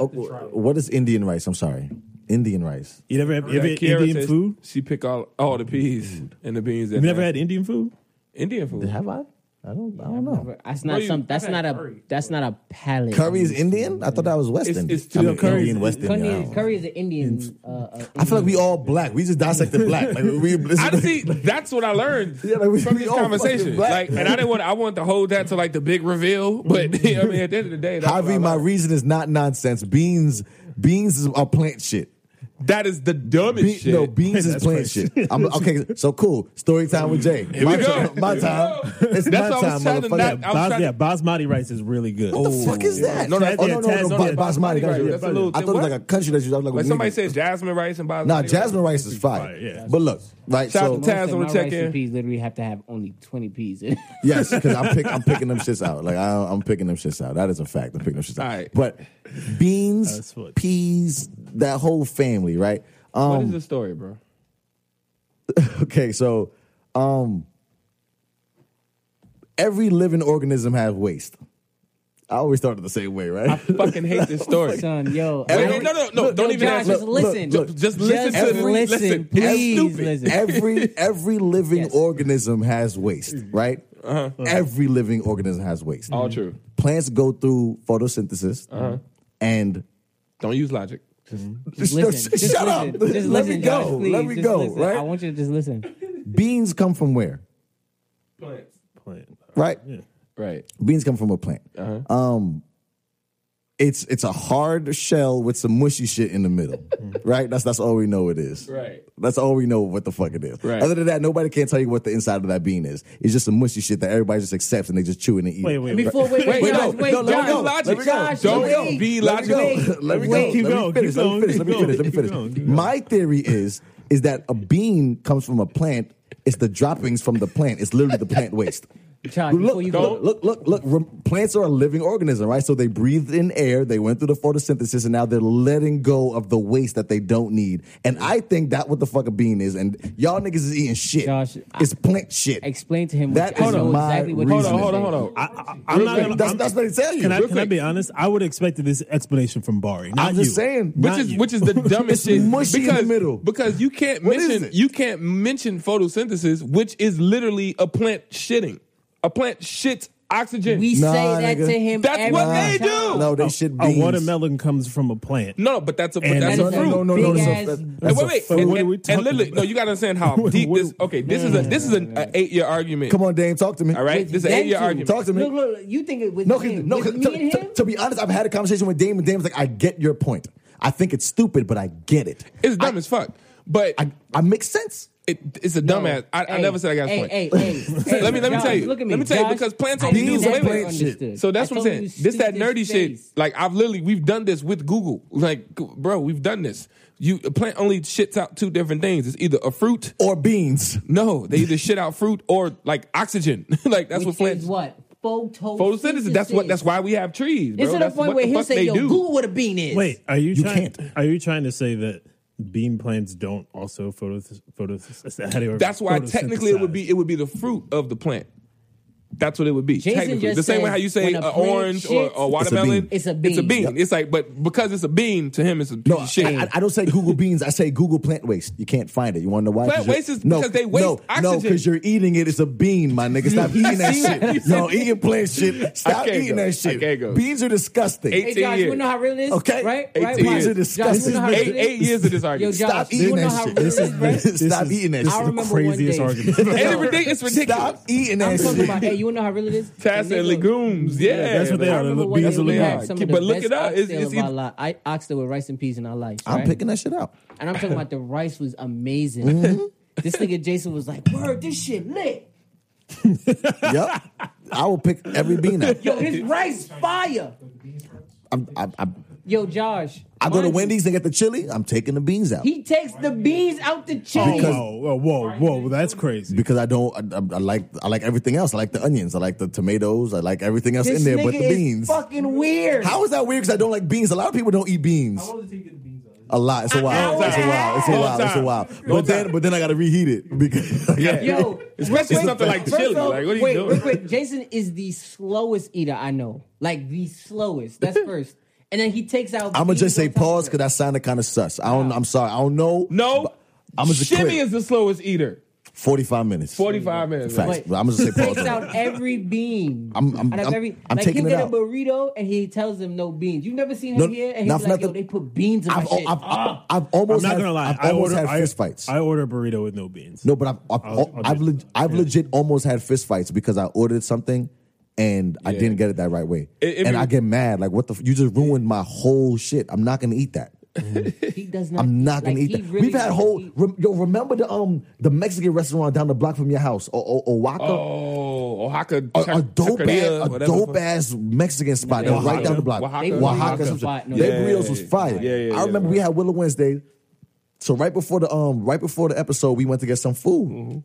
S1: Oh, wh- what is Indian rice? I'm sorry, Indian rice.
S2: You never have you
S4: That
S2: ever had
S4: Kiara
S2: Indian
S4: says
S2: food?
S4: She pick all all the peas
S1: Mm.
S4: and the beans.
S2: You never had Indian food?
S4: Indian food.
S1: Have I? I don't. I don't know.
S3: That's not
S4: you-
S3: some that's
S8: I've
S3: not
S8: had
S3: a
S8: curry.
S3: that's not a palate.
S1: Curry is Indian. I thought that was West
S4: It's-
S1: Indian.
S4: it's
S1: I mean,
S2: curry.
S1: Indian West Indian. I,
S3: Curry,
S1: don't know.
S3: curry is an Indian. Uh, uh,
S1: I feel like we all black. We just dissected black. Like we.
S4: Honestly, that's what I learned
S1: Yeah, like, we-
S4: from
S1: we
S4: this
S1: all
S4: conversation.
S1: fucking black.
S4: Like, and I didn't want I wanted to hold that to like the big reveal, but you know what I mean, at the end of the day, that's what I
S1: Javi, my
S4: learned.
S1: reason is not nonsense. Beans, beans is- are plant shit.
S4: That is the dumbest
S1: Be-
S4: shit.
S1: No, Beans is
S2: That's
S1: playing
S2: crazy.
S1: shit. I'm, okay, so cool. Story time with Jay.
S4: we
S1: my
S4: go.
S1: time. My
S4: Here we
S1: time.
S4: go.
S1: It's my
S4: That's what I
S1: time,
S4: was trying to not-
S1: motherfucker.
S4: I was
S2: Bas,
S4: trying
S2: yeah,
S4: to-
S2: basmati rice is really good.
S1: What the fuck is that?
S4: No,
S1: No,
S4: that's-
S1: oh, no, no,
S2: that's-
S1: no,
S2: that's-
S1: ba- basmati.
S4: that's-
S1: gotta be-
S4: that's a little-
S1: I thought it was
S4: what?
S1: like a country that you I was like.
S4: Like
S1: we
S4: somebody
S1: need-
S4: said jasmine rice and basmati.
S1: Nah,
S4: rice.
S1: jasmine rice is fire.
S2: Fire, yeah.
S1: But look, right?
S4: Shout out
S1: So
S4: to
S3: Most
S4: Taz on
S3: of
S4: the
S3: my
S4: check
S3: rice
S4: in.
S3: recipes literally have to have only twenty peas in. it.
S1: yes, because I'm pick, I'm picking them shits out. Like I, I'm picking them shits out. That is a fact. I'm picking them shits out.
S4: All right.
S1: But beans,
S2: That's what-
S1: peas, that whole family, right?
S4: What is
S1: Um,
S4: the story, bro?
S1: okay, so um, every living organism has waste. I always started the same way, right?
S4: Fucking hate this story.
S3: Son, yo.
S4: Wait,
S1: Every-
S4: wait, no, no, no!
S1: look,
S4: don't
S3: yo,
S4: even
S3: Josh,
S4: answer.
S3: just
S1: Look, look,
S3: listen.
S1: look,
S4: just listen to
S1: every-
S4: me.
S3: listen,
S4: Listen,
S3: please
S4: that's stupid.
S3: listen.
S1: every every living
S3: Yes.
S1: organism has waste, right? Every living organism has waste.
S4: Uh-huh. All true. Uh-huh.
S1: Plants go through photosynthesis, and
S4: Don't use logic.
S3: just
S1: No,
S3: listen.
S1: sh-
S3: just
S1: shut
S3: listen.
S1: up.
S3: Just
S1: Let me
S3: listen,
S1: go.
S3: Josh, please.
S1: Let me
S3: Just
S1: go,
S3: listen.
S1: right?
S3: I want you to just listen.
S1: beans come from where? Right.
S4: Right.
S1: Beans come from a plant.
S4: Uh-huh.
S1: Um, it's it's a hard shell with some mushy shit in the middle, right? That's that's all we know it is.
S4: Right.
S1: That's all we know what the fuck it is.
S4: Right.
S1: Other than that, nobody can tell you what the inside of that bean is. It's just some mushy shit that everybody just accepts and they just chew it and eat.
S2: Wait,
S1: it.
S2: wait, wait.
S3: Before wait, wait,
S4: Wait,
S3: Josh,
S4: no,
S3: wait,
S1: no, let me
S3: Josh,
S1: go. Let me go.
S3: Josh,
S4: Don't
S3: wait.
S4: be
S1: Let me
S4: logical.
S1: go. Let me go.
S3: Wait.
S1: Let me
S2: Keep going,
S1: finish.
S2: keep
S1: Let me
S2: going,
S1: finish. Let me finish. Let
S2: keep
S1: me
S2: going,
S1: finish.
S2: keep going, keep going.
S1: My theory is is that a bean comes from a plant. It's the droppings from the plant. It's literally the plant waste.
S3: Josh,
S1: Look,
S3: before you
S1: look,
S3: go.
S1: look, look, look, rem- Plants are a living organism, right? So they breathe in air. They went through the photosynthesis, and now they're letting go of the waste that they don't need. And I think that what the fuck a bean is. And y'all niggas is eating shit.
S3: Josh,
S1: it's plant shit.
S3: Explain to him.
S1: That
S3: what, I
S1: is
S3: know
S1: my
S3: exactly what
S4: Hold
S3: he's
S4: on,
S3: gonna
S4: hold on,
S3: say.
S4: hold on.
S2: I, I, I'm not. Gonna,
S1: that's
S2: I'm-
S1: that's what they tell you.
S2: Can I,
S4: Real
S2: can I
S4: quick.
S2: be honest? I would have expected this explanation from Bari. Not
S1: I'm just
S2: you.
S1: saying,
S4: Which
S2: Not
S4: is
S2: you.
S4: which is the dumbest
S1: It's
S4: shit
S1: mushy in the
S4: because,
S1: middle.
S4: because you can't
S1: What is
S4: mention
S1: it?
S4: you can't mention photosynthesis, which is literally a plant shitting. A plant shits oxygen.
S3: We
S1: Nah,
S3: say that
S1: nigga.
S3: to him.
S4: That's what
S3: every
S4: they
S3: time.
S4: do.
S1: no, they should be
S2: a watermelon comes from a plant.
S4: no, no, but that's a but
S2: And
S4: that's
S3: That
S4: a
S3: is
S4: fruit.
S1: no, no, no,
S3: big
S1: no,
S3: ass-
S1: that's-
S4: And
S2: That's
S4: wait,
S2: a
S4: wait,
S2: fruit.
S4: and,
S2: What are we
S4: and
S2: talking
S4: literally, no,
S2: about?
S4: you gotta understand how deep this. Okay, this is a this is an, an eight year argument.
S1: Come on, Dame, talk to me.
S4: all right, this is an
S3: Them
S4: eight year
S3: two.
S4: argument.
S1: Talk to me.
S3: Look, look, you think it with
S1: No, 'cause-
S3: him,
S1: no. 'cause
S3: with me
S1: To,
S3: and
S1: to-
S3: him?
S1: to be honest, I've had a conversation with Dame, and Dame's like, "I get your point. I think it's stupid, but I get it.
S4: It's dumb as fuck, but
S1: I, I make sense."
S4: it, it's a dumbass. I, I
S3: Hey,
S4: never said I got a
S3: hey,
S4: point.
S3: Hey, hey, hey,
S4: Let me- let me
S3: Josh,
S4: tell you.
S3: Look at me.
S4: Let me tell you,
S3: Josh,
S4: because plants
S3: I
S4: don't
S3: knew
S4: do
S3: you
S4: that. Wait, wait.
S3: understood.
S4: So that's
S3: I
S4: what I'm
S3: told
S4: saying.
S3: you,
S4: This
S3: stupid
S4: that nerdy shit.
S3: space.
S4: Like I've literally we've done this with Google. Like bro, we've done this. You a plant only shits out two different things. It's either a fruit.
S1: Or beans.
S4: No, they either shit out fruit or like oxygen. like that's
S3: Which
S4: what plants.
S3: is what photosynthesis.
S4: Photosynthesis. That's what. That's why we have trees, bro.
S3: It's to the
S4: That's
S3: point
S4: what
S3: where
S4: the
S3: he'll
S4: fuck they
S3: say, "Yo,
S4: do.
S3: Google what a bean is."
S2: Wait, are you, trying?
S1: can't.
S2: Are you trying to say that bean plants don't also photos photosynthesize?
S4: That's why technically it would be it would be the fruit of the plant. That's what it would be.
S3: Jason
S4: technically,
S3: just
S4: the same way
S3: said
S4: how you say
S3: when
S4: an
S3: a plant
S4: orange or
S3: shits-
S4: a watermelon.
S3: It's a
S4: It's a
S3: bean.
S4: bean. It's like, but because it's a bean, to him, it's a piece
S1: No,
S4: of shit.
S1: I, I- I don't say Google beans. I say Google plant waste. You can't find it. You want to know why? 'Cause
S4: Plant
S1: you're-
S4: waste is because they waste
S1: no, No,
S4: oxygen.
S1: because you're eating it. It's a bean, my nigga. Stop eating that shit. No, eating plant shit. Stop
S4: can't
S1: eating
S4: go.
S1: that
S4: I
S1: shit.
S4: can't go.
S1: Beans are disgusting.
S4: Eight-
S3: Hey
S4: 18
S3: Josh, you
S4: years.
S3: wanna know how real it is?
S1: Okay.
S3: Right? Right?
S1: 18
S3: Why?
S1: years.
S3: Josh, you wanna know how
S4: eight,
S3: real it
S4: eight
S3: is?
S4: years of this
S3: Yo,
S4: argument.
S3: Josh,
S1: Stop
S3: you
S1: eating
S3: wanna know
S1: that
S3: how
S1: shit.
S3: real
S1: This
S3: it is, bro?
S1: Stop eating that shit.
S2: This is the
S3: remember one
S2: craziest
S3: day.
S2: argument.
S4: It's, ridic- it's ridiculous.
S1: Stop eating
S3: I'm
S1: that
S3: talking
S1: shit.
S3: about, hey, you wanna know how real it is?
S4: Tastes and legumes. Yeah,
S2: that's what they
S3: I
S2: are.
S3: remember
S2: The
S3: one
S2: beans
S3: day
S2: are
S3: we
S2: legumes.
S3: had some of
S4: Keep-
S3: the
S4: but look
S3: best
S4: it up. It's-
S3: oxtail
S4: it's
S3: of our
S4: either-
S3: li- I oxtail with rice and peas in our life.
S1: I'm
S3: right?
S1: picking that shit out.
S3: And I'm talking about the rice was amazing. This nigga Jason was like, "Word, this shit lit.
S1: Yep. I will pick every bean out.
S3: Yo, this rice fire."
S1: I'm, I, I,
S3: Yo, Josh.
S1: I go to
S3: mind you,
S1: Wendy's and get the chili. I'm taking the beans out
S3: He takes the beans out the
S2: Oh,
S3: chili.
S2: whoa, whoa, whoa, whoa, that's crazy.
S1: because I don't. I, I, I like I like everything else. I like the onions. I like the tomatoes. I like everything else
S3: this
S1: in there,
S3: nigga
S1: but the
S3: is
S1: beans.
S3: fucking weird.
S1: How is that weird? Because I don't like beans. A lot of people don't eat beans. A lot. It's a while.
S3: hour
S1: It's a while. It's a
S4: and a
S1: while.
S4: half.
S1: It's a while.
S4: Long
S1: But
S4: time.
S1: then, but then I got to reheat it because
S4: Yeah.
S3: Yo,
S4: Especially
S3: real quick-
S4: something like
S3: first
S4: chili.
S3: of all,
S4: Like, what are you
S3: wait,
S4: doing?
S3: real quick, Jason is the slowest eater I know. Like the slowest. That's first. And then he takes out.
S1: I'm gonna
S3: beans
S1: just say
S3: on top of
S1: pause
S3: it.
S1: because that sounded kind of sus. I don't. I'm sorry. I don't know.
S4: No,
S1: I'm gonna just
S4: Shimmy
S1: quit.
S4: is the slowest eater.
S1: Forty five minutes.
S4: Forty five minutes.
S1: Facts.
S3: Wait,
S1: But I'm just gonna say
S3: he takes
S1: pause.
S3: out every bean.
S1: I'm- I'm-
S3: out of
S1: I'm-
S3: every,
S1: I'm
S3: like
S1: taking
S3: he
S1: it
S3: get
S1: out.
S3: a burrito and he tells them no beans. You've never seen him
S1: No,
S3: here, and he's
S1: not
S3: like,
S1: for
S3: "Yo,
S1: nothing.
S3: they put beans in my
S1: I've,
S3: shit."
S1: I've, I've, I've almost.
S2: I'm not
S1: had,
S2: gonna lie.
S1: I've
S2: I
S1: almost had
S2: order I,
S1: fist fights.
S2: I order a burrito with no beans.
S1: No, but I've I've,
S2: I'll- I'll
S1: I've,
S2: do
S1: leg-
S2: it.
S1: I've
S2: Yeah.
S1: legit almost had fist fights because I ordered something and I
S4: Yeah.
S1: didn't get it that right way,
S4: It- it
S1: and
S4: be-
S1: I get mad. Like, what the? F- you just ruined my whole shit. I'm not gonna eat that.
S3: He does not.
S1: I'm not gonna
S3: like,
S1: eat
S3: he
S1: that.
S3: really
S1: We've had
S3: doesn't
S1: whole.
S3: eat-
S1: rem- yo, remember the um the Mexican restaurant down the block from your house, o- o- Owaka?
S4: Oh, Oaxaca.
S1: a, a
S4: Chac-
S1: dope
S4: Chacaria,
S1: ass, a
S4: whatever the
S1: dope
S4: fuck.
S1: ass Mexican spot that was right down the block.
S4: Oaxaca.
S3: They
S1: Oaxaca,
S3: burritos
S1: some
S3: was fire.
S1: shit.
S3: No,
S1: Their
S3: yeah,
S1: burritos was fire.
S4: yeah, yeah,
S1: I remember
S4: yeah.
S1: we had Willow Wednesday. So right before the um, right before the episode, we went to get some food,
S4: Mm-hmm.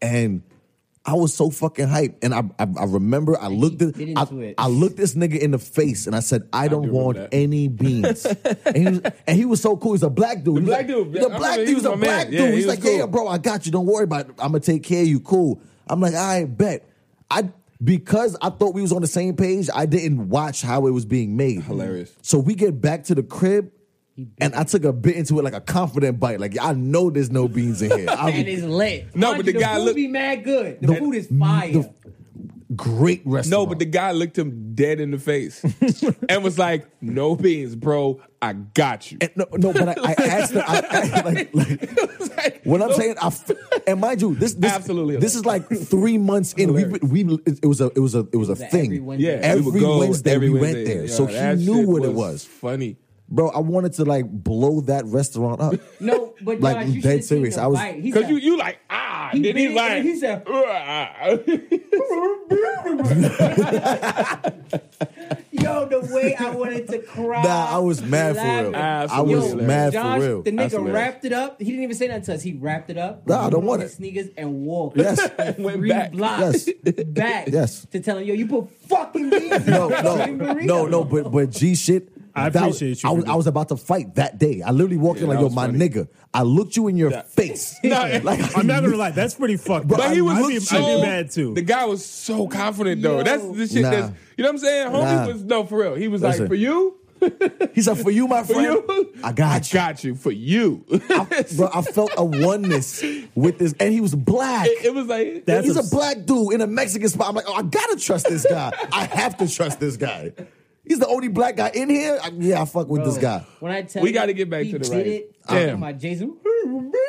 S1: and I was so fucking hyped. And I, I, I remember I looked at,
S3: bit
S1: I,
S3: into it.
S1: I looked this nigga in the face, and I said, I don't
S4: remember
S1: want
S4: that.
S1: any beans. and, he was, and he was so cool. He's a black dude. He's
S4: black
S1: like-
S4: dude.
S1: The
S4: Yeah, I
S1: black
S4: remember
S1: dude.
S4: he
S1: He's
S4: was
S1: a
S4: my man.
S1: black dude.
S4: Yeah, he
S1: He's
S4: was
S1: like,
S4: cool.
S1: yeah, bro, I got you. Don't worry about it. I'm gonna take care of you. Cool. I'm like, I bet. I because I thought we was on the same page. I didn't watch how it was being made.
S4: Hilarious.
S1: So we get back to the crib. And I took a bit into it like a confident bite. Like I know there's no beans in here.
S3: And
S1: I'm
S3: it's lit.
S4: No,
S3: Mind
S4: but
S3: you,
S4: the guy
S3: food
S4: look-
S3: be mad good. The food is fire.
S1: the- great restaurant.
S4: No, but the guy looked him dead in the face and was like, "No beans, bro. I got you."
S1: And no, no, but I, I asked them. I, I, like, like, what I'm saying, I f- and mind you, this, this
S4: Absolutely.
S1: this is like three months in. We, we it it was a it was a it was a
S3: an
S1: thing.
S3: every Wednesday.
S4: yeah,
S1: every
S4: would go
S1: Wednesday
S4: every
S1: we went
S4: Wednesday.
S1: there,
S4: Yeah,
S1: so
S4: that
S1: he knew
S4: shit
S1: what it was.
S4: Funny.
S1: Bro, I wanted to like blow that restaurant up.
S3: No, but
S1: Like,
S3: Josh,
S1: I'm
S3: you
S1: dead
S3: should've seen
S1: serious.
S3: the
S1: I was-
S3: bite. He
S4: Cause
S3: said-
S4: you you like ah,
S3: He
S4: then he
S3: bit it
S4: like ah."
S3: and he said- Yo, the way I wanted to cry.
S1: Nah, I was mad for real.
S3: laughing.
S1: I
S4: Absolutely
S1: was
S4: hilarious.
S1: mad
S3: Josh,
S1: for real.
S3: The
S4: That's
S3: nigga
S4: hilarious.
S3: wrapped it up. He didn't even say nothing to us. He wrapped it up.
S1: Nah, I don't
S3: put
S1: want
S3: on his
S1: it.
S3: Sneakers and walked.
S1: Yes.
S4: Went
S3: Three
S4: back.
S3: blocks back.
S1: Yes.
S3: To tell him, yo, you put fucking beans.
S1: no,
S3: in
S1: no,
S3: fucking burrito.
S1: no, no. But but G shit.
S2: I
S1: that-
S2: appreciate you
S1: I was,
S2: for
S1: I was about to fight that day. I literally walked in
S4: Yeah,
S1: like,
S4: that
S1: yo,
S4: was
S1: my
S4: funny.
S1: nigga. I looked you in your face. like,
S2: I'm not gonna lie, that's pretty fucked. But
S4: But he was
S2: I'd be,
S4: so,
S2: I'd be mad too.
S4: The guy was so confident though.
S3: Yo.
S4: That's the shit.
S1: Nah.
S4: That's you know what I'm saying.
S1: Nah.
S4: Homie was no for real. He was
S1: Listen.
S4: like for you,
S1: He said, "For you, my
S4: for
S1: friend,
S4: you.
S1: I got you."
S4: I got you for you.
S1: Bro, I felt a oneness with this, and he was black.
S4: it, it was like
S2: That's
S1: He's a
S2: abs-
S1: black dude in a Mexican spot. I'm like, oh, I gotta trust this guy. I have to trust this guy. He's the only black guy in here. I- yeah, I fuck with this
S3: Bro,
S1: guy.
S3: When I tell
S4: We
S3: you,
S4: gotta get back
S3: he
S4: to the
S3: did
S4: right.
S3: It,
S4: Damn.
S3: My Jason.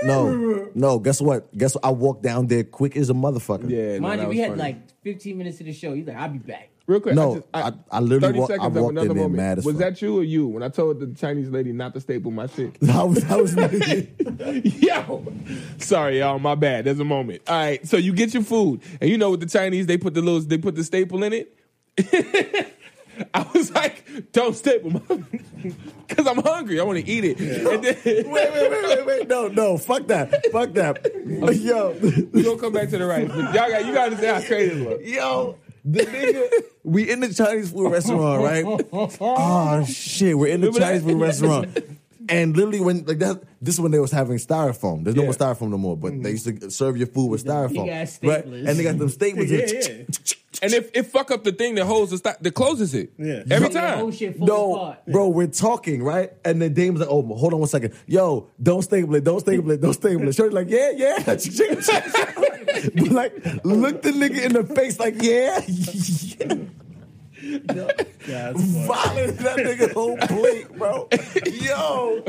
S1: No, no. Guess what? Guess what? I walked down there quick as a motherfucker.
S4: yeah. no,
S3: Mind
S4: that
S3: you,
S4: was
S3: we had
S4: funny.
S3: like 15 minutes of the show. He's like, I'll be back.
S4: real quick.
S1: No,
S4: just-
S1: I- I literally
S4: 30
S1: walk- I
S4: seconds of
S1: walked in
S4: another
S1: there
S4: moment.
S1: mad as
S4: Was
S1: fuck.
S4: that you or you when I told the Chinese lady not to staple my shit?
S1: I was, I was
S4: Yo, sorry, y'all. My bad. There's a moment. All right, so you get your food, and you know with the Chinese, they put the little, they put the staple in it. I was like, don't staple, because I'm hungry. I want to eat it. And then,
S1: wait, wait, wait, wait, wait. No, no. Fuck that. Fuck that. Yo,
S4: we gonna come back to the rice, but y'all got you got to understand how crazy it was.
S1: yo. The nigga, we in the Chinese food restaurant, right? oh shit, we're in the
S4: Remember
S1: Chinese
S4: that?
S1: food restaurant. And literally, when like that, this is when they was having styrofoam. There's no
S4: Yeah.
S1: more styrofoam no more, but they used to serve your food with styrofoam,
S3: big-ass
S1: right?
S3: staplers.
S1: And they got them staples.
S2: Yeah,
S1: that-
S4: And if it fuck up the thing that holds the sti- that closes it,
S2: Yeah.
S4: every
S3: Yo, the whole
S4: time.
S3: shit falls
S1: No,
S3: apart.
S1: bro, we're talking, right? And the dame was like, "Oh, hold on one second, yo, don't staple it, don't staple it, don't staple it." Shorty like, "Yeah, yeah," But, like look the nigga in the face, like, "Yeah, yeah."
S2: Yeah, that's fucked.
S1: violent that nigga whole plate, bro. Yo,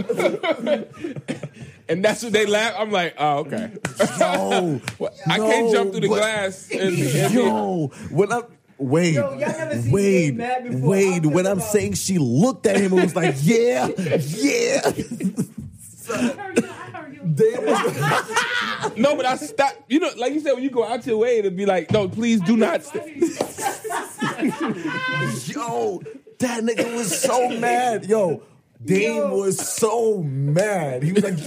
S4: And that's what they laugh. I'm like, oh okay.
S1: yo,
S4: I can't
S1: No,
S4: jump through the
S1: but-
S4: glass. And, and
S1: Yo, when I'm Wade,
S3: Yo, y'all never seen Kid
S1: Wade,
S3: mad before.
S1: Wade.
S3: I'm
S1: When
S3: talking
S1: I'm
S3: about-
S1: saying she looked at him and was like, "Yeah, yeah," they was,
S4: no, but I stop. You know, like you said, when you go out your way to be like, no, please do not. sta-
S1: yo, that nigga was so mad, yo. Dame
S3: Yo.
S1: was so mad. He was like,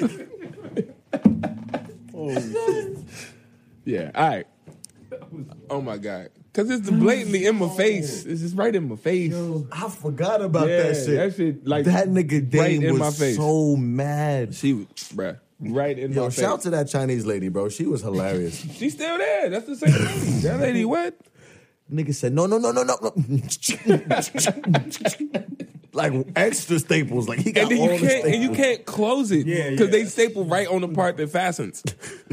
S4: Yeah. All right. Oh my god. Cause it's
S1: Mm.
S4: blatantly in my face.
S1: Oh.
S4: It's just right in my face.
S1: "I forgot about
S4: Yeah,
S1: that shit."
S4: that shit, like,
S1: that nigga Dame
S4: right in
S1: was
S4: my face.
S1: so mad.
S4: She was, bruh, right in
S1: Yo,
S4: my
S1: shout out
S4: face.
S1: to that Chinese lady, bro. She was hilarious.
S4: She's still there. That's the same lady. That lady what?
S1: Nigga said, no, no, no, no, no, no. like extra staples. Like he got
S4: And then
S1: all
S4: you
S1: the
S4: can't
S1: staples.
S4: and you can't close it.
S2: Yeah,
S4: Cause
S2: yeah.
S4: they staple right on the part that fastens.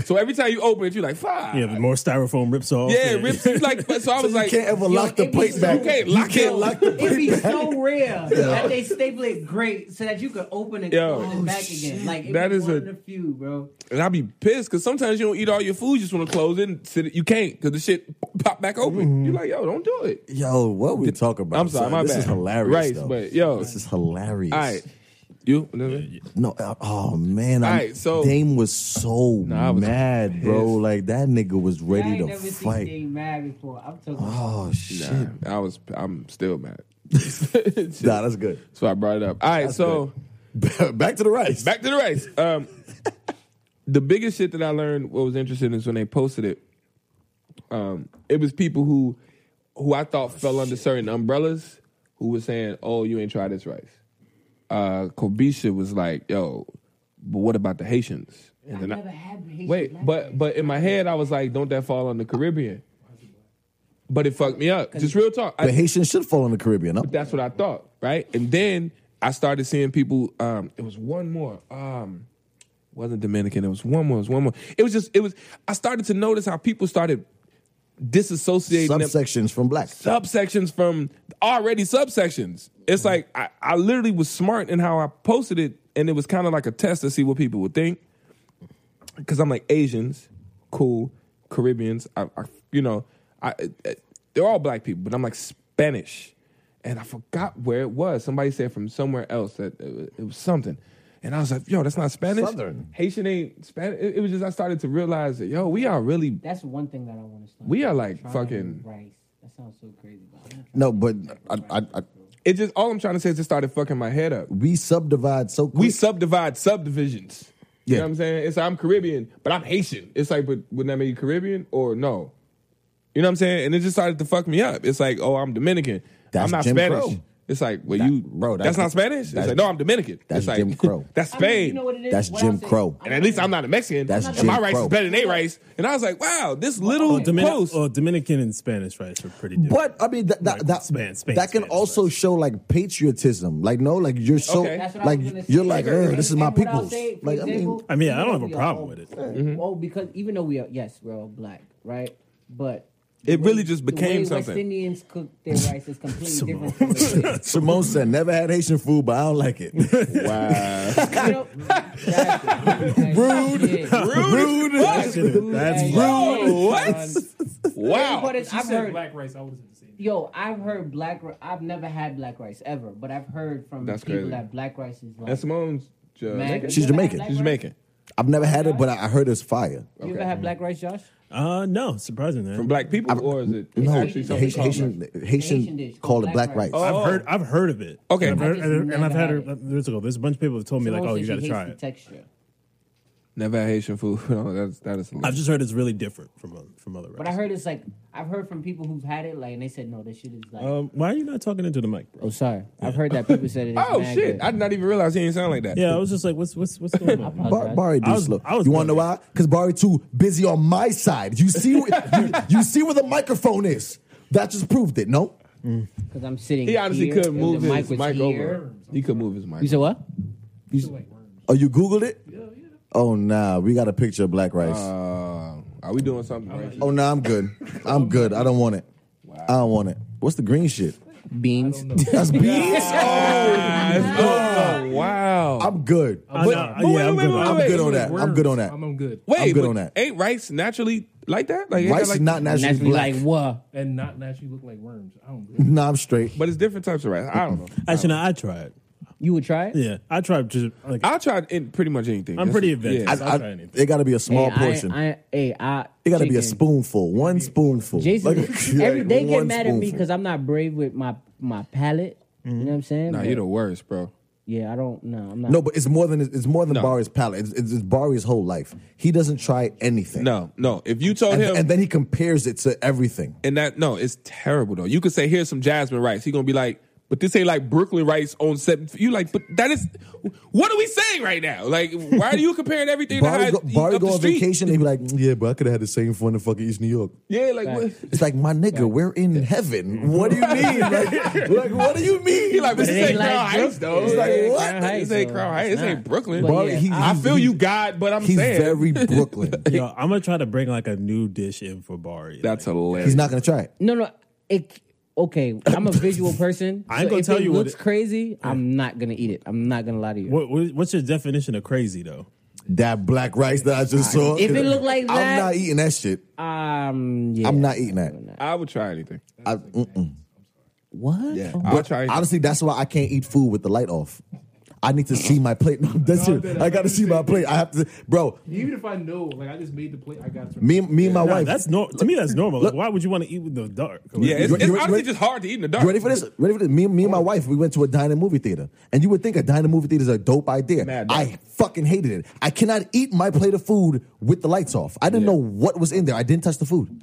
S4: So every time you open it, you're like, fuck.
S2: Yeah, the more styrofoam rips off.
S4: Yeah,
S2: and-
S4: rips. it's Like, so I was
S1: you
S4: like,
S1: can't ever lock the
S3: Yo, it be
S1: plate
S3: so-
S1: back.
S4: You can't lock it.
S1: lock the
S3: It'd
S1: plate
S3: be
S1: back.
S3: so rare that they staple it great so that you could open it
S4: Yo.
S3: close
S1: Oh,
S3: it back again. Like
S4: That
S3: that
S4: is
S3: is
S4: a-
S3: one of the few, bro.
S4: and I'd be pissed because sometimes you don't eat all your food. You just want to close it and sit it. You can't because the shit pop back open. You're like, yo, don't do it.
S1: Yo, what we talking about?
S4: I'm sorry,
S1: son?
S4: my
S1: this
S4: bad.
S1: is hilarious,
S4: Rice,
S1: though.
S4: but yo.
S1: this is hilarious.
S4: All right. You? Yeah,
S1: No, uh, oh man, I,
S4: Alright, so-
S1: Dame was so
S4: I was
S1: mad, bro.
S4: pissed.
S1: Like that nigga was
S3: I
S1: ready
S3: ain't
S1: to
S3: never seen
S1: fight.
S3: Dame mad before. I'm talking.
S1: Oh shit,
S4: I was. I'm still mad.
S1: nah, that's good.
S4: So I brought it up. All right, so
S1: Back to the rice.
S4: back to the race. Um, the biggest shit that I learned, what was interesting, is when they posted it. Um, it was people who, who I thought fell under certain umbrellas, who were saying, "Oh, you ain't tried this rice." Uh, Kobisha was like, "Yo, but what about the Haitians?" And then I-
S3: never had Haitian
S4: wait,
S3: black
S4: but but in my head, I was like, "Don't that fall under Caribbean?" But it fucked me up. Just real talk. I-
S1: The Haitians should fall in the Caribbean. No?
S4: that's what I thought, right? And then I started seeing people. Um, it was one more. Um, wasn't Dominican. It was one more. It was one more. It was just. It was. I started to notice how people started disassociating them-
S1: Subsections from black.
S4: subsections from already subsections. It's like I, I literally was smart in how I posted it, and it was kind of like a test to see what people would think. Because I'm like Asians, cool, Caribbeans, I, I you know, I, I they're all black people, but I'm like Spanish, and I forgot where it was. Somebody said from somewhere else that it, was- it was something. And I was like, "Yo, that's not Spanish.
S1: Southern.
S4: Haitian ain't Spanish." It, it was just I started to realize that, yo, we are really
S3: That's one thing that I want to start.
S4: We are like
S3: Trying
S4: fucking-
S3: rice. That sounds so crazy. But I'm
S1: No,
S3: not
S1: but I, I, I,
S4: It just all I'm trying to say is it started fucking my head up.
S1: we subdivide so quick.
S4: We subdivide subdivisions. You
S1: Yeah.
S4: know what I'm saying? It's like I'm Caribbean, but I'm Haitian. It's like, but wouldn't that make you Caribbean or no? You know what I'm saying? And it just started to fuck me up. It's like, oh, I'm Dominican.
S1: That's
S4: I'm not
S1: Jim
S4: Spanish.
S1: Crow.
S4: It's like, well,
S1: That-
S4: you,
S1: bro,
S4: bro,
S1: that's-
S4: that's, not Spanish.
S1: that's-
S4: it's like, no, I'm Dominican.
S1: that's
S4: it's like,
S1: Jim Crow.
S4: that's
S3: I mean,
S4: Spain.
S3: you know what it is?
S1: That's
S3: What
S1: Jim
S3: I'll say-
S1: Crow.
S4: and at least I'm not a Mexican.
S1: That's
S4: and
S1: Jim
S4: my rice
S1: Crow.
S4: is better than their rice. And I was like, wow, this little
S2: Or, Dominic-
S4: post.
S2: or Dominican and Spanish rice are pretty different.
S1: But I mean that that,
S2: Like,
S1: that,
S2: Spain- Spain-
S1: that can
S2: Spanish
S1: also
S2: rice.
S1: show like patriotism. Like no, like you're so
S4: Okay.
S3: That's what
S1: like
S3: I was gonna
S1: you're
S3: say.
S1: like,
S3: Like,
S1: "Ugh, this is my
S3: and what I'll
S1: people's.
S3: say, for
S1: Like I mean, Mm-hmm.
S3: example,
S2: I mean, I
S3: even
S2: don't have
S3: though
S2: a
S3: we are
S2: problem
S3: all-
S2: with it.
S3: Well, because even though we are, yes, we're all black, right? But
S4: It
S3: the
S4: really
S3: way-
S4: just
S3: the
S4: became
S3: way West
S4: something.
S3: Indians cook their rice is completely different. From the
S1: Simone said never had Haitian food, but I don't like it.
S4: wow.
S3: way- you know, exactly.
S1: Rude.
S3: Yeah.
S4: Rude. as fuck.
S2: That's
S3: Like,
S4: Bro, what?
S3: But
S4: Wow.
S3: it's, I've
S8: said
S3: heard,
S8: black rice. I would have said the same.
S3: yo, I've heard black. ri- I've never had black rice ever, but I've heard from
S4: That's
S3: people
S4: crazy.
S3: that black rice is like.
S4: That's Simone's. uh,
S3: Mad- You
S1: She's
S3: ever had
S1: Jamaican.
S3: black
S4: She's
S3: rice?
S4: Jamaican.
S1: I've never had it, but I, I heard it's fire.
S3: You ever had black rice, Josh?
S2: Uh, no, surprising man.
S4: From black people, or is it
S1: No,
S4: actually something
S1: Haitian,
S4: called
S1: Haitian,
S3: Haitian
S1: Haitian
S3: dish
S1: called
S3: called
S1: it
S3: black
S1: black rice.
S4: rice.
S2: I've
S4: Oh.
S2: heard, I've heard of it.
S4: Okay.
S2: and I've, heard,
S3: I just
S2: and- and I've had
S3: never
S2: her.
S3: had
S2: Years ago, there's a bunch of people that told me like, "Oh, you got to try it."
S3: Texture.
S4: Never had Haitian food. No, that's that is.
S2: I've just heard it's really different from oth- from other.
S3: But I heard it's like I've heard from people who've had it, like, and they said no, this shit is like.
S2: Um, why are you not talking into the mic, bro?
S3: oh, sorry, I've heard that people said it. Is
S4: oh
S3: mad
S4: shit!
S3: good.
S4: I did not even realize he didn't sound like that.
S2: Yeah, I was just like, "What's what's what's going on?" man?
S1: Bar- Barry do
S2: I was-
S1: slow.
S2: I was
S1: you want to know
S2: wondering.
S1: why? Because Barry too busy on my side. You see, wh- you, you see where the microphone is. That just proved it. No,
S3: Because I'm sitting.
S4: He honestly
S3: here,
S4: couldn't
S3: and
S4: move
S3: the
S4: his
S3: was
S4: mic
S3: here.
S4: over. He could move his mic.
S3: You said what?
S1: oh, you googled it? Oh nah, we got a picture of black rice.
S4: Uh, are we doing something? Right?
S1: oh nah, I'm good. I'm good. I don't want it. I don't want it. What's the green shit?
S3: Beans.
S1: That's beans.
S4: oh, wow!
S1: I'm good.
S3: Oh,
S2: I know.
S4: but wait,
S2: Yeah, I'm
S4: wait,
S2: good.
S4: wait,
S1: I'm
S4: wait,
S1: good on
S4: wait.
S1: that. I'm good on that.
S8: I'm, I'm good.
S4: wait,
S1: I'm good
S4: but
S1: on that.
S4: Ain't rice naturally like that? Like ain't
S1: Rice
S4: that like,
S1: is not naturally,
S3: Naturally,
S1: black.
S3: like what?
S8: And not naturally look like worms. I don't. Good.
S1: Nah, I'm straight.
S4: But it's different types of rice. I don't know.
S2: Actually, no, I tried.
S3: You would try it?
S2: Yeah, I tried. Just like
S4: I'll try in pretty much anything.
S2: I'm
S4: That's-
S2: pretty adventurous.
S4: yeah.
S2: I'll
S1: I-
S2: try anything.
S1: it got to be a
S3: Hey,
S1: small
S3: I-
S1: portion.
S3: I, hey, I.
S1: it got to be a
S3: chicken.
S1: spoonful, one spoonful.
S3: Jason,
S1: Like-
S3: every,
S1: like
S3: they get
S1: one
S3: mad at me
S1: spoonful.
S3: because I'm not brave with my my palate. You know what I'm saying?
S4: Nah,
S3: But-
S4: you're the worst, bro.
S3: Yeah, I don't. No, I'm not.
S1: No, but it's more than it's more than
S4: No.
S1: Barry's palate. It's, it's, it's Barry's whole life. He doesn't try anything.
S4: No, no. If you told
S1: and,
S4: him,
S1: and then he compares it to everything.
S4: And that no, it's terrible though. You could say here's some jasmine rice. He gonna be like, but this ain't like Brooklyn rice on seven. You like, but that is what are we saying right now? Like, why are you comparing everything to
S1: Barry
S4: how
S1: go,
S4: it's
S1: Barry
S4: up
S1: go
S4: the
S1: on
S4: street?
S1: vacation and he be like, "Mm, "Yeah, but I could have had the same fun in fucking East New York."
S4: Yeah, like what?
S1: It's like, my nigga, we're in heaven. What do you mean? Like, like, what do you mean?
S4: He like,
S3: But
S4: but this
S3: it ain't
S4: ain't Crown
S3: like
S4: Heights though.
S3: Brooklyn.
S4: Like,
S1: Yeah,
S4: what?
S3: Crown Heights,
S4: This ain't
S3: though.
S4: Crown Heights.
S3: It's
S4: This ain't
S3: not.
S4: Brooklyn.
S3: But
S1: Barry,
S3: yeah,
S1: he-
S4: I
S1: he-
S4: feel
S1: he-
S4: you, God, but I'm
S1: He's
S4: saying
S1: very Brooklyn.
S2: Yo, I'm gonna try to bring like a new dish in for Bari.
S4: that's
S2: like,
S4: hilarious.
S1: He's not gonna try it.
S3: No, no. It okay. I'm a visual person.
S2: I ain't
S3: so
S2: gonna
S3: if
S2: tell
S3: it
S2: you what
S3: looks
S2: it-
S3: crazy. I'm not gonna eat it. I'm not gonna lie to you.
S2: what, what- what's your definition of crazy though?
S1: That black rice that I just saw.
S3: If it look like
S1: I'm
S3: that-
S1: not eating that shit.
S3: Um, yeah.
S1: I'm not eating that.
S4: I would try anything.
S1: I, mm-mm.
S3: What?
S4: I'll try anything.
S1: Honestly, that's why I can't eat food with the light off. I need to see my plate. No, that's
S8: No,
S1: it.
S8: that-
S1: I got to see my plate. I have to, bro.
S8: Even if I know, like I just made the plate, I got to.
S1: Me, me and my wife.
S2: That's nor- to me. That's normal. Like, why would you want to eat with the dark?
S4: Yeah, it's,
S1: You-
S4: it's
S1: you- you
S4: honestly
S1: ready-
S4: just hard to eat in the dark.
S1: You ready for this? Ready for this? Me, me and my wife, we went to a dining movie theater, and you would think a dining movie theater is a dope idea.
S4: Mad dope.
S1: I fucking hated it. I cannot eat my plate of food with the lights off. I didn't
S4: Yeah.
S1: know what was in there. I didn't touch the food.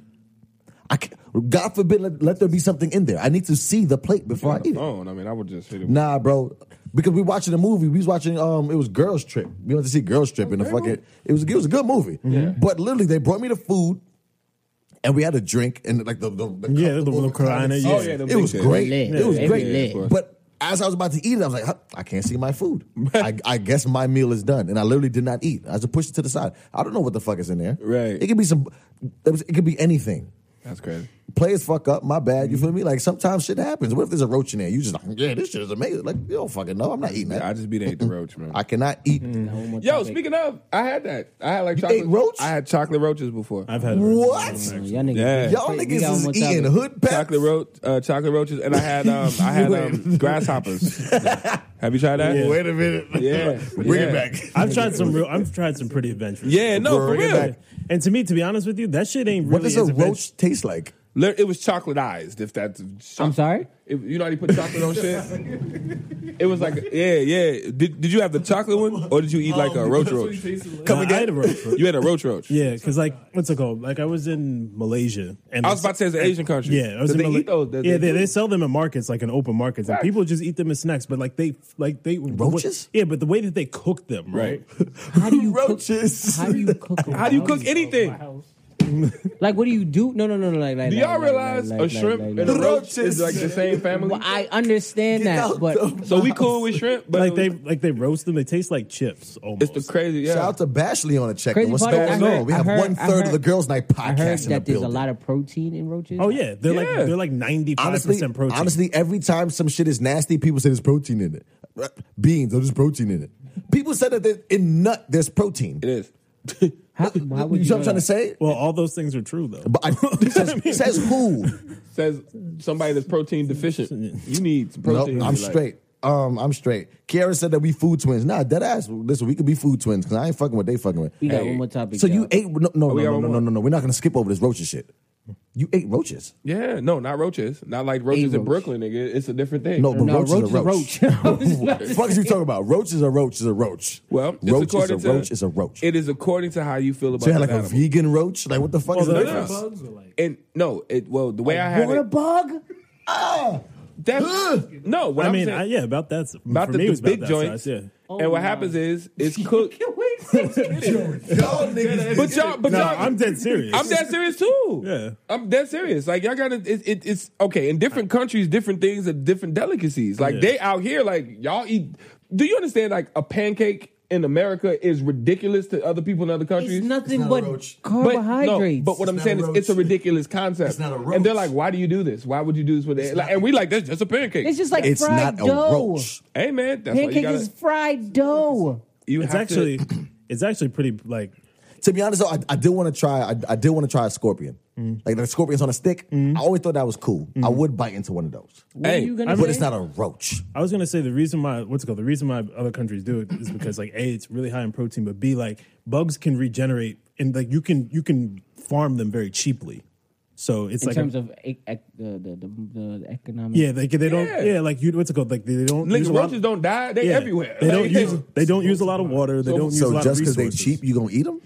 S1: I ca- God forbid, let, let there be something in there. I need to see the plate before I
S4: On the
S1: eat it.
S4: phone. I mean, I would just hit it.
S1: Nah, bro. Because we watching a movie, we was watching um, it was Girls Trip. We went to see Girls Trip
S4: Oh,
S1: in the fucking. It was it was a good movie. Mm-hmm. But literally, they brought me the food, and we had a drink and like the the, the cup
S2: Yeah, the
S1: of
S2: little Corona,
S1: Corona.
S2: yeah.
S4: Oh, yeah, the
S1: it was
S4: big
S1: great.
S3: shit.
S1: It was
S3: Yeah,
S1: great.
S3: yeah, of course.
S1: But as I was about to eat it, I was like, huh, I can't see my food. I, I guess my meal is done, and I literally did not eat. I just pushed it to the side. I don't know what the fuck is in there.
S4: Right.
S1: It could be some. It, was, it could be anything.
S4: That's crazy.
S1: Players fuck up. My bad. You feel me? Like sometimes shit happens. What if there's a roach in there? You just like, yeah, this shit is amazing. Like you don't fucking know. I'm not eating that.
S4: I just beat ate the roach, man.
S1: I cannot eat.
S4: Yo, speaking of, I had that. I had like
S1: You
S4: chocolate
S1: ate roach?
S4: I had chocolate roaches before.
S2: I've had
S1: What?
S3: Y'all niggas,
S4: Yeah.
S1: Y'all
S3: we got
S1: niggas
S3: one
S1: is
S3: more
S1: eating
S3: topic.
S1: hood pets.
S4: chocolate roach, uh, chocolate roaches, and I had um, I had um, grasshoppers. Have you tried that?
S2: Yeah.
S1: Wait a minute.
S4: Yeah.
S1: Bring
S4: Yeah.
S1: it back.
S2: I've tried some real. I've tried some pretty adventurous.
S4: Yeah, no, for
S1: Bring it
S4: real.
S1: back.
S2: And to me, to be honest with you, that shit ain't really.
S1: What does a
S2: as advent-
S1: roach taste like?
S4: Le- It was chocolateized. If that's
S3: I'm sorry?
S4: If- you know how you put chocolate on shit. It was like yeah, yeah. Did, did you have the chocolate one or did you eat like a roach roach?
S2: Nah, I had a roach.
S4: You had a roach roach.
S2: Yeah, because like what's it called? Like I was in Malaysia, and
S4: I was about to say it's an Asian country.
S2: yeah, I was
S4: Did
S2: in
S4: they
S2: Mala-
S4: eat those? Did
S2: yeah,
S4: they
S2: they,
S4: do?
S2: they sell them in markets, like in open markets, and people just eat them as snacks. But like they, like they
S1: Roaches?
S2: yeah, but the way that they cook them, right?
S3: How do you
S1: Roaches.
S3: Cook, how do you cook? them?
S4: How do you cook anything?
S3: Like, what do you do? No, no, no, no. Like, like
S4: Do
S3: like,
S4: y'all
S3: like,
S4: realize
S3: like,
S4: a
S3: like,
S4: shrimp
S3: like,
S4: and a
S3: like-
S4: roach is like the same family?
S3: Well, I understand that,
S1: out
S3: but
S4: So we cool with shrimp, but
S2: like they, like they roast them. They taste like chips almost.
S4: it's the crazy. Yeah,
S1: Shout out to Bashley on a check.
S3: Crazy
S1: What's
S3: part is I
S1: going
S3: heard-
S1: on? We
S3: I
S1: have
S3: heard-
S1: one
S3: I
S1: third of the
S3: heard-
S1: girls' night
S3: I heard
S1: podcast in the
S3: that there's a
S1: building.
S3: lot of protein in roaches.
S2: oh yeah, they're
S4: Yeah.
S2: like they're like ninety five
S1: Honestly,
S2: percent protein.
S1: honestly, every time some shit is nasty, people say there's protein in it. Beans, oh, there's protein in it. People said that there- in nut there's protein.
S4: it is.
S3: How, why would
S1: You
S3: you?
S1: know what
S3: know
S1: I'm trying to
S3: that?
S1: say?
S2: well, all those things are true though.
S1: But I, says, says who?
S4: Says somebody that's protein deficient. You need some
S1: Nope,
S4: protein.
S1: I'm
S4: Like,
S1: straight. Um, I'm straight. Kiara said that we food twins. Nah, dead ass. Listen, we could be food twins because I ain't fucking with they fucking with.
S3: We got one more topic.
S1: So you
S3: y'all.
S1: ate? No, no, no,
S4: we got
S1: no,
S4: one
S1: no, no,
S4: more?
S1: no, no. We're not gonna skip over this roaches shit. You ate roaches?
S4: Yeah, no, not roaches. Not like roaches
S3: A
S4: in
S3: roach.
S4: Brooklyn, nigga. It's a different thing.
S1: No, but
S3: no,
S1: roach
S3: roach
S1: is a roach.
S3: is a roach. I was about
S1: What the fuck is you talking about? Roach is a roach is a roach.
S4: Well, it's
S1: roach is a
S4: according to
S1: roach is a roach.
S4: It is according to how you feel about
S1: so you had
S4: the
S1: like a
S4: animal.
S1: vegan roach? Like what the fuck is the
S2: the-
S1: difference?
S8: Bugs are like
S4: And no, it well the way I had
S1: What a
S4: it.
S1: bug! Ah!
S4: That's, no, what
S2: I
S4: am
S2: mean,
S4: saying,
S2: I, yeah, about that. s-
S4: about
S2: for
S4: the,
S2: me, it
S4: the
S2: was about
S4: big
S2: that
S4: joints.
S2: size, yeah.
S4: and what happens is it's cooked. but y'all, but
S2: No,
S4: y'all,
S2: I'm dead serious.
S4: I'm dead serious too.
S2: Yeah.
S4: I'm dead serious. Like y'all gotta, it, it, it's okay. In different countries, different things are different delicacies. Like
S2: Yeah.
S4: they out here, like y'all eat. Do you understand? Like a pancake in America is ridiculous to other people in other countries.
S3: It's nothing
S1: not a
S3: but
S1: roach.
S4: But,
S3: carbohydrates.
S4: No, but what I'm
S1: not
S4: saying
S1: a
S4: is,
S1: roach.
S4: it's a ridiculous concept.
S1: It's not a
S4: And they're
S1: roach.
S4: like, why do you do this? Why would you do this with it? Like, and we like, that's just a pancake.
S3: it's just like
S1: It's
S3: fried
S1: not a
S3: dough.
S1: roach.
S4: hey man, that's why you
S3: Pancake
S4: gotta.
S3: is fried dough.
S4: you
S2: It's
S4: have
S2: actually,
S4: to,
S2: it's actually pretty like
S1: To be honest though, I, I did want to try. I, I did want to try a scorpion. Like the scorpions on a stick. I always thought that was cool. I would bite into one of those,
S3: What
S4: Hey,
S3: are you gonna
S2: I mean-
S3: say?
S1: but it's not a roach.
S2: I was gonna say the reason why what's it called the reason why other countries do it is because like a it's really high in protein, but b like bugs can regenerate and like you can you can farm them very cheaply. So it's
S3: in
S2: like a-
S3: terms of ec- ec- the, the, the, the economic.
S2: yeah, they they don't
S4: Yeah.
S2: yeah. like you what's it called like they don't use
S4: nigga,
S2: a lot-
S4: roaches don't die. They
S2: yeah,
S4: everywhere.
S2: They don't
S4: Like,
S2: use they don't use a lot of water. They don't use a
S1: So
S2: lot
S1: just
S2: of
S1: because they
S2: resources.
S1: cheap, you gonna eat them?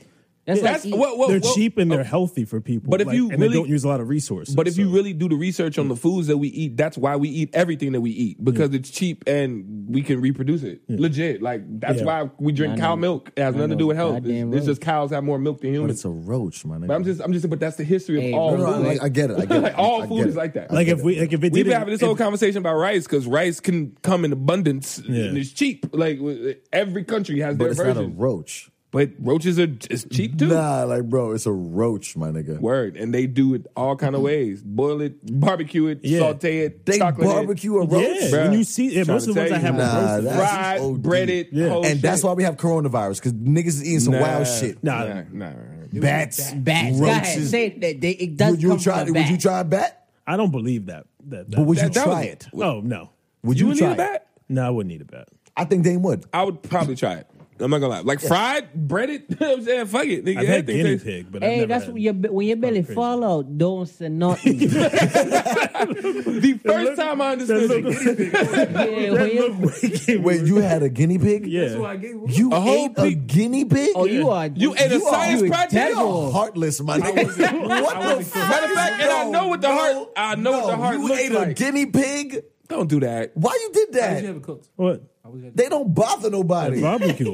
S3: that's,
S4: That's
S3: like eat-
S4: what, what,
S2: they're
S4: what-
S2: cheap and they're healthy for people.
S4: oh, But if
S2: like,
S4: you
S2: and
S4: really-
S2: they don't use a lot of resources,
S4: But if you
S2: so-
S4: really do the research on the foods that we eat, that's why we eat everything that we eat because it's cheap and we can reproduce it. Legit. Like that's
S2: Yeah.
S4: why we drink
S3: I
S4: cow
S3: know.
S4: milk. It has
S3: I
S4: nothing to
S3: know.
S4: do with health.
S3: Goddamn
S4: It's, it's
S3: right.
S4: just cows have more milk than
S1: But
S4: humans.
S1: it's a roach, my nigga.
S4: But I'm just, I'm just, but that's the history of
S3: Hey,
S4: all.
S1: No, no,
S4: food.
S1: I, I get it. I get it.
S4: Like, all
S1: I
S4: food
S1: get
S4: is
S1: it.
S4: like that.
S1: I
S2: like
S1: get
S2: if
S1: it.
S2: we like if it
S4: We've
S2: did
S4: been having this whole
S2: if,
S4: conversation about rice because rice can come in abundance and it's cheap. Like every country has
S1: but
S4: their
S1: it's
S4: version.
S1: not a roach.
S4: but roaches are it's cheap too.
S1: Nah, like bro, it's a roach, my nigga.
S4: Word, and they do it all kind of ways: boil it, barbecue it,
S2: Mm-hmm. Yeah.
S4: saute it,
S1: They
S4: chocolate
S1: barbecue a roach.
S2: yeah,
S4: Bruh.
S2: when you see yeah,
S4: Tryna
S2: most of the ones
S4: tell
S2: I
S4: you.
S2: have are
S1: Nah,
S2: roasted.
S4: it,
S1: that's-
S4: fried,
S1: OD.
S4: breaded,
S2: Yeah.
S4: whole
S1: and that's
S4: shit.
S1: why we have coronavirus because niggas is eating some
S4: Nah.
S1: wild shit.
S2: Nah.
S4: nah, nah.
S1: Bats,
S3: Bats. Go ahead.
S1: roaches.
S3: Say it, that they, it does
S1: would you
S3: come
S1: try?
S3: from a
S1: Would you
S3: bat.
S1: try a bat?
S2: I don't believe that. That, that
S1: But would
S4: That-
S1: you
S4: that
S1: try
S4: was-
S1: it?
S2: oh no,
S1: Would
S4: You
S1: you,
S4: would
S1: try
S4: need a
S1: it?
S4: bat.
S2: no, I wouldn't eat a bat.
S1: I think Dame would.
S4: I would probably try it. I'm not gonna lie. Like fried, breaded. you know what I'm saying, fuck it. Nigga,
S2: I've had
S4: Everything
S2: guinea
S4: tastes-
S2: pig, but
S3: Hey,
S2: I've never
S3: that's
S2: had-
S3: when your when your belly
S2: crazy.
S3: fall out. Don't say nothing. yeah,
S4: The first time I understood
S2: That
S4: it.
S2: look-
S3: when
S2: that
S3: you-
S2: look wicked.
S1: Wait, you had a guinea pig?
S2: yeah.
S1: You
S4: A whole
S1: ate a
S4: pig.
S1: guinea pig?
S3: oh, you are
S4: You ate a science
S3: you
S4: project?
S3: devil.
S1: You're heartless, my nigga. what the fuck?
S4: Matter of fact, and I
S1: No,
S4: know what the heart.
S1: no,
S4: I know what the
S1: no.
S4: heart
S1: You
S4: looks
S1: ate a
S4: like.
S1: guinea pig?
S4: Don't do that.
S1: Why you did
S8: Did you
S1: that?
S8: have it cooked?
S2: What?
S1: They don't bother nobody.
S2: Barbecue.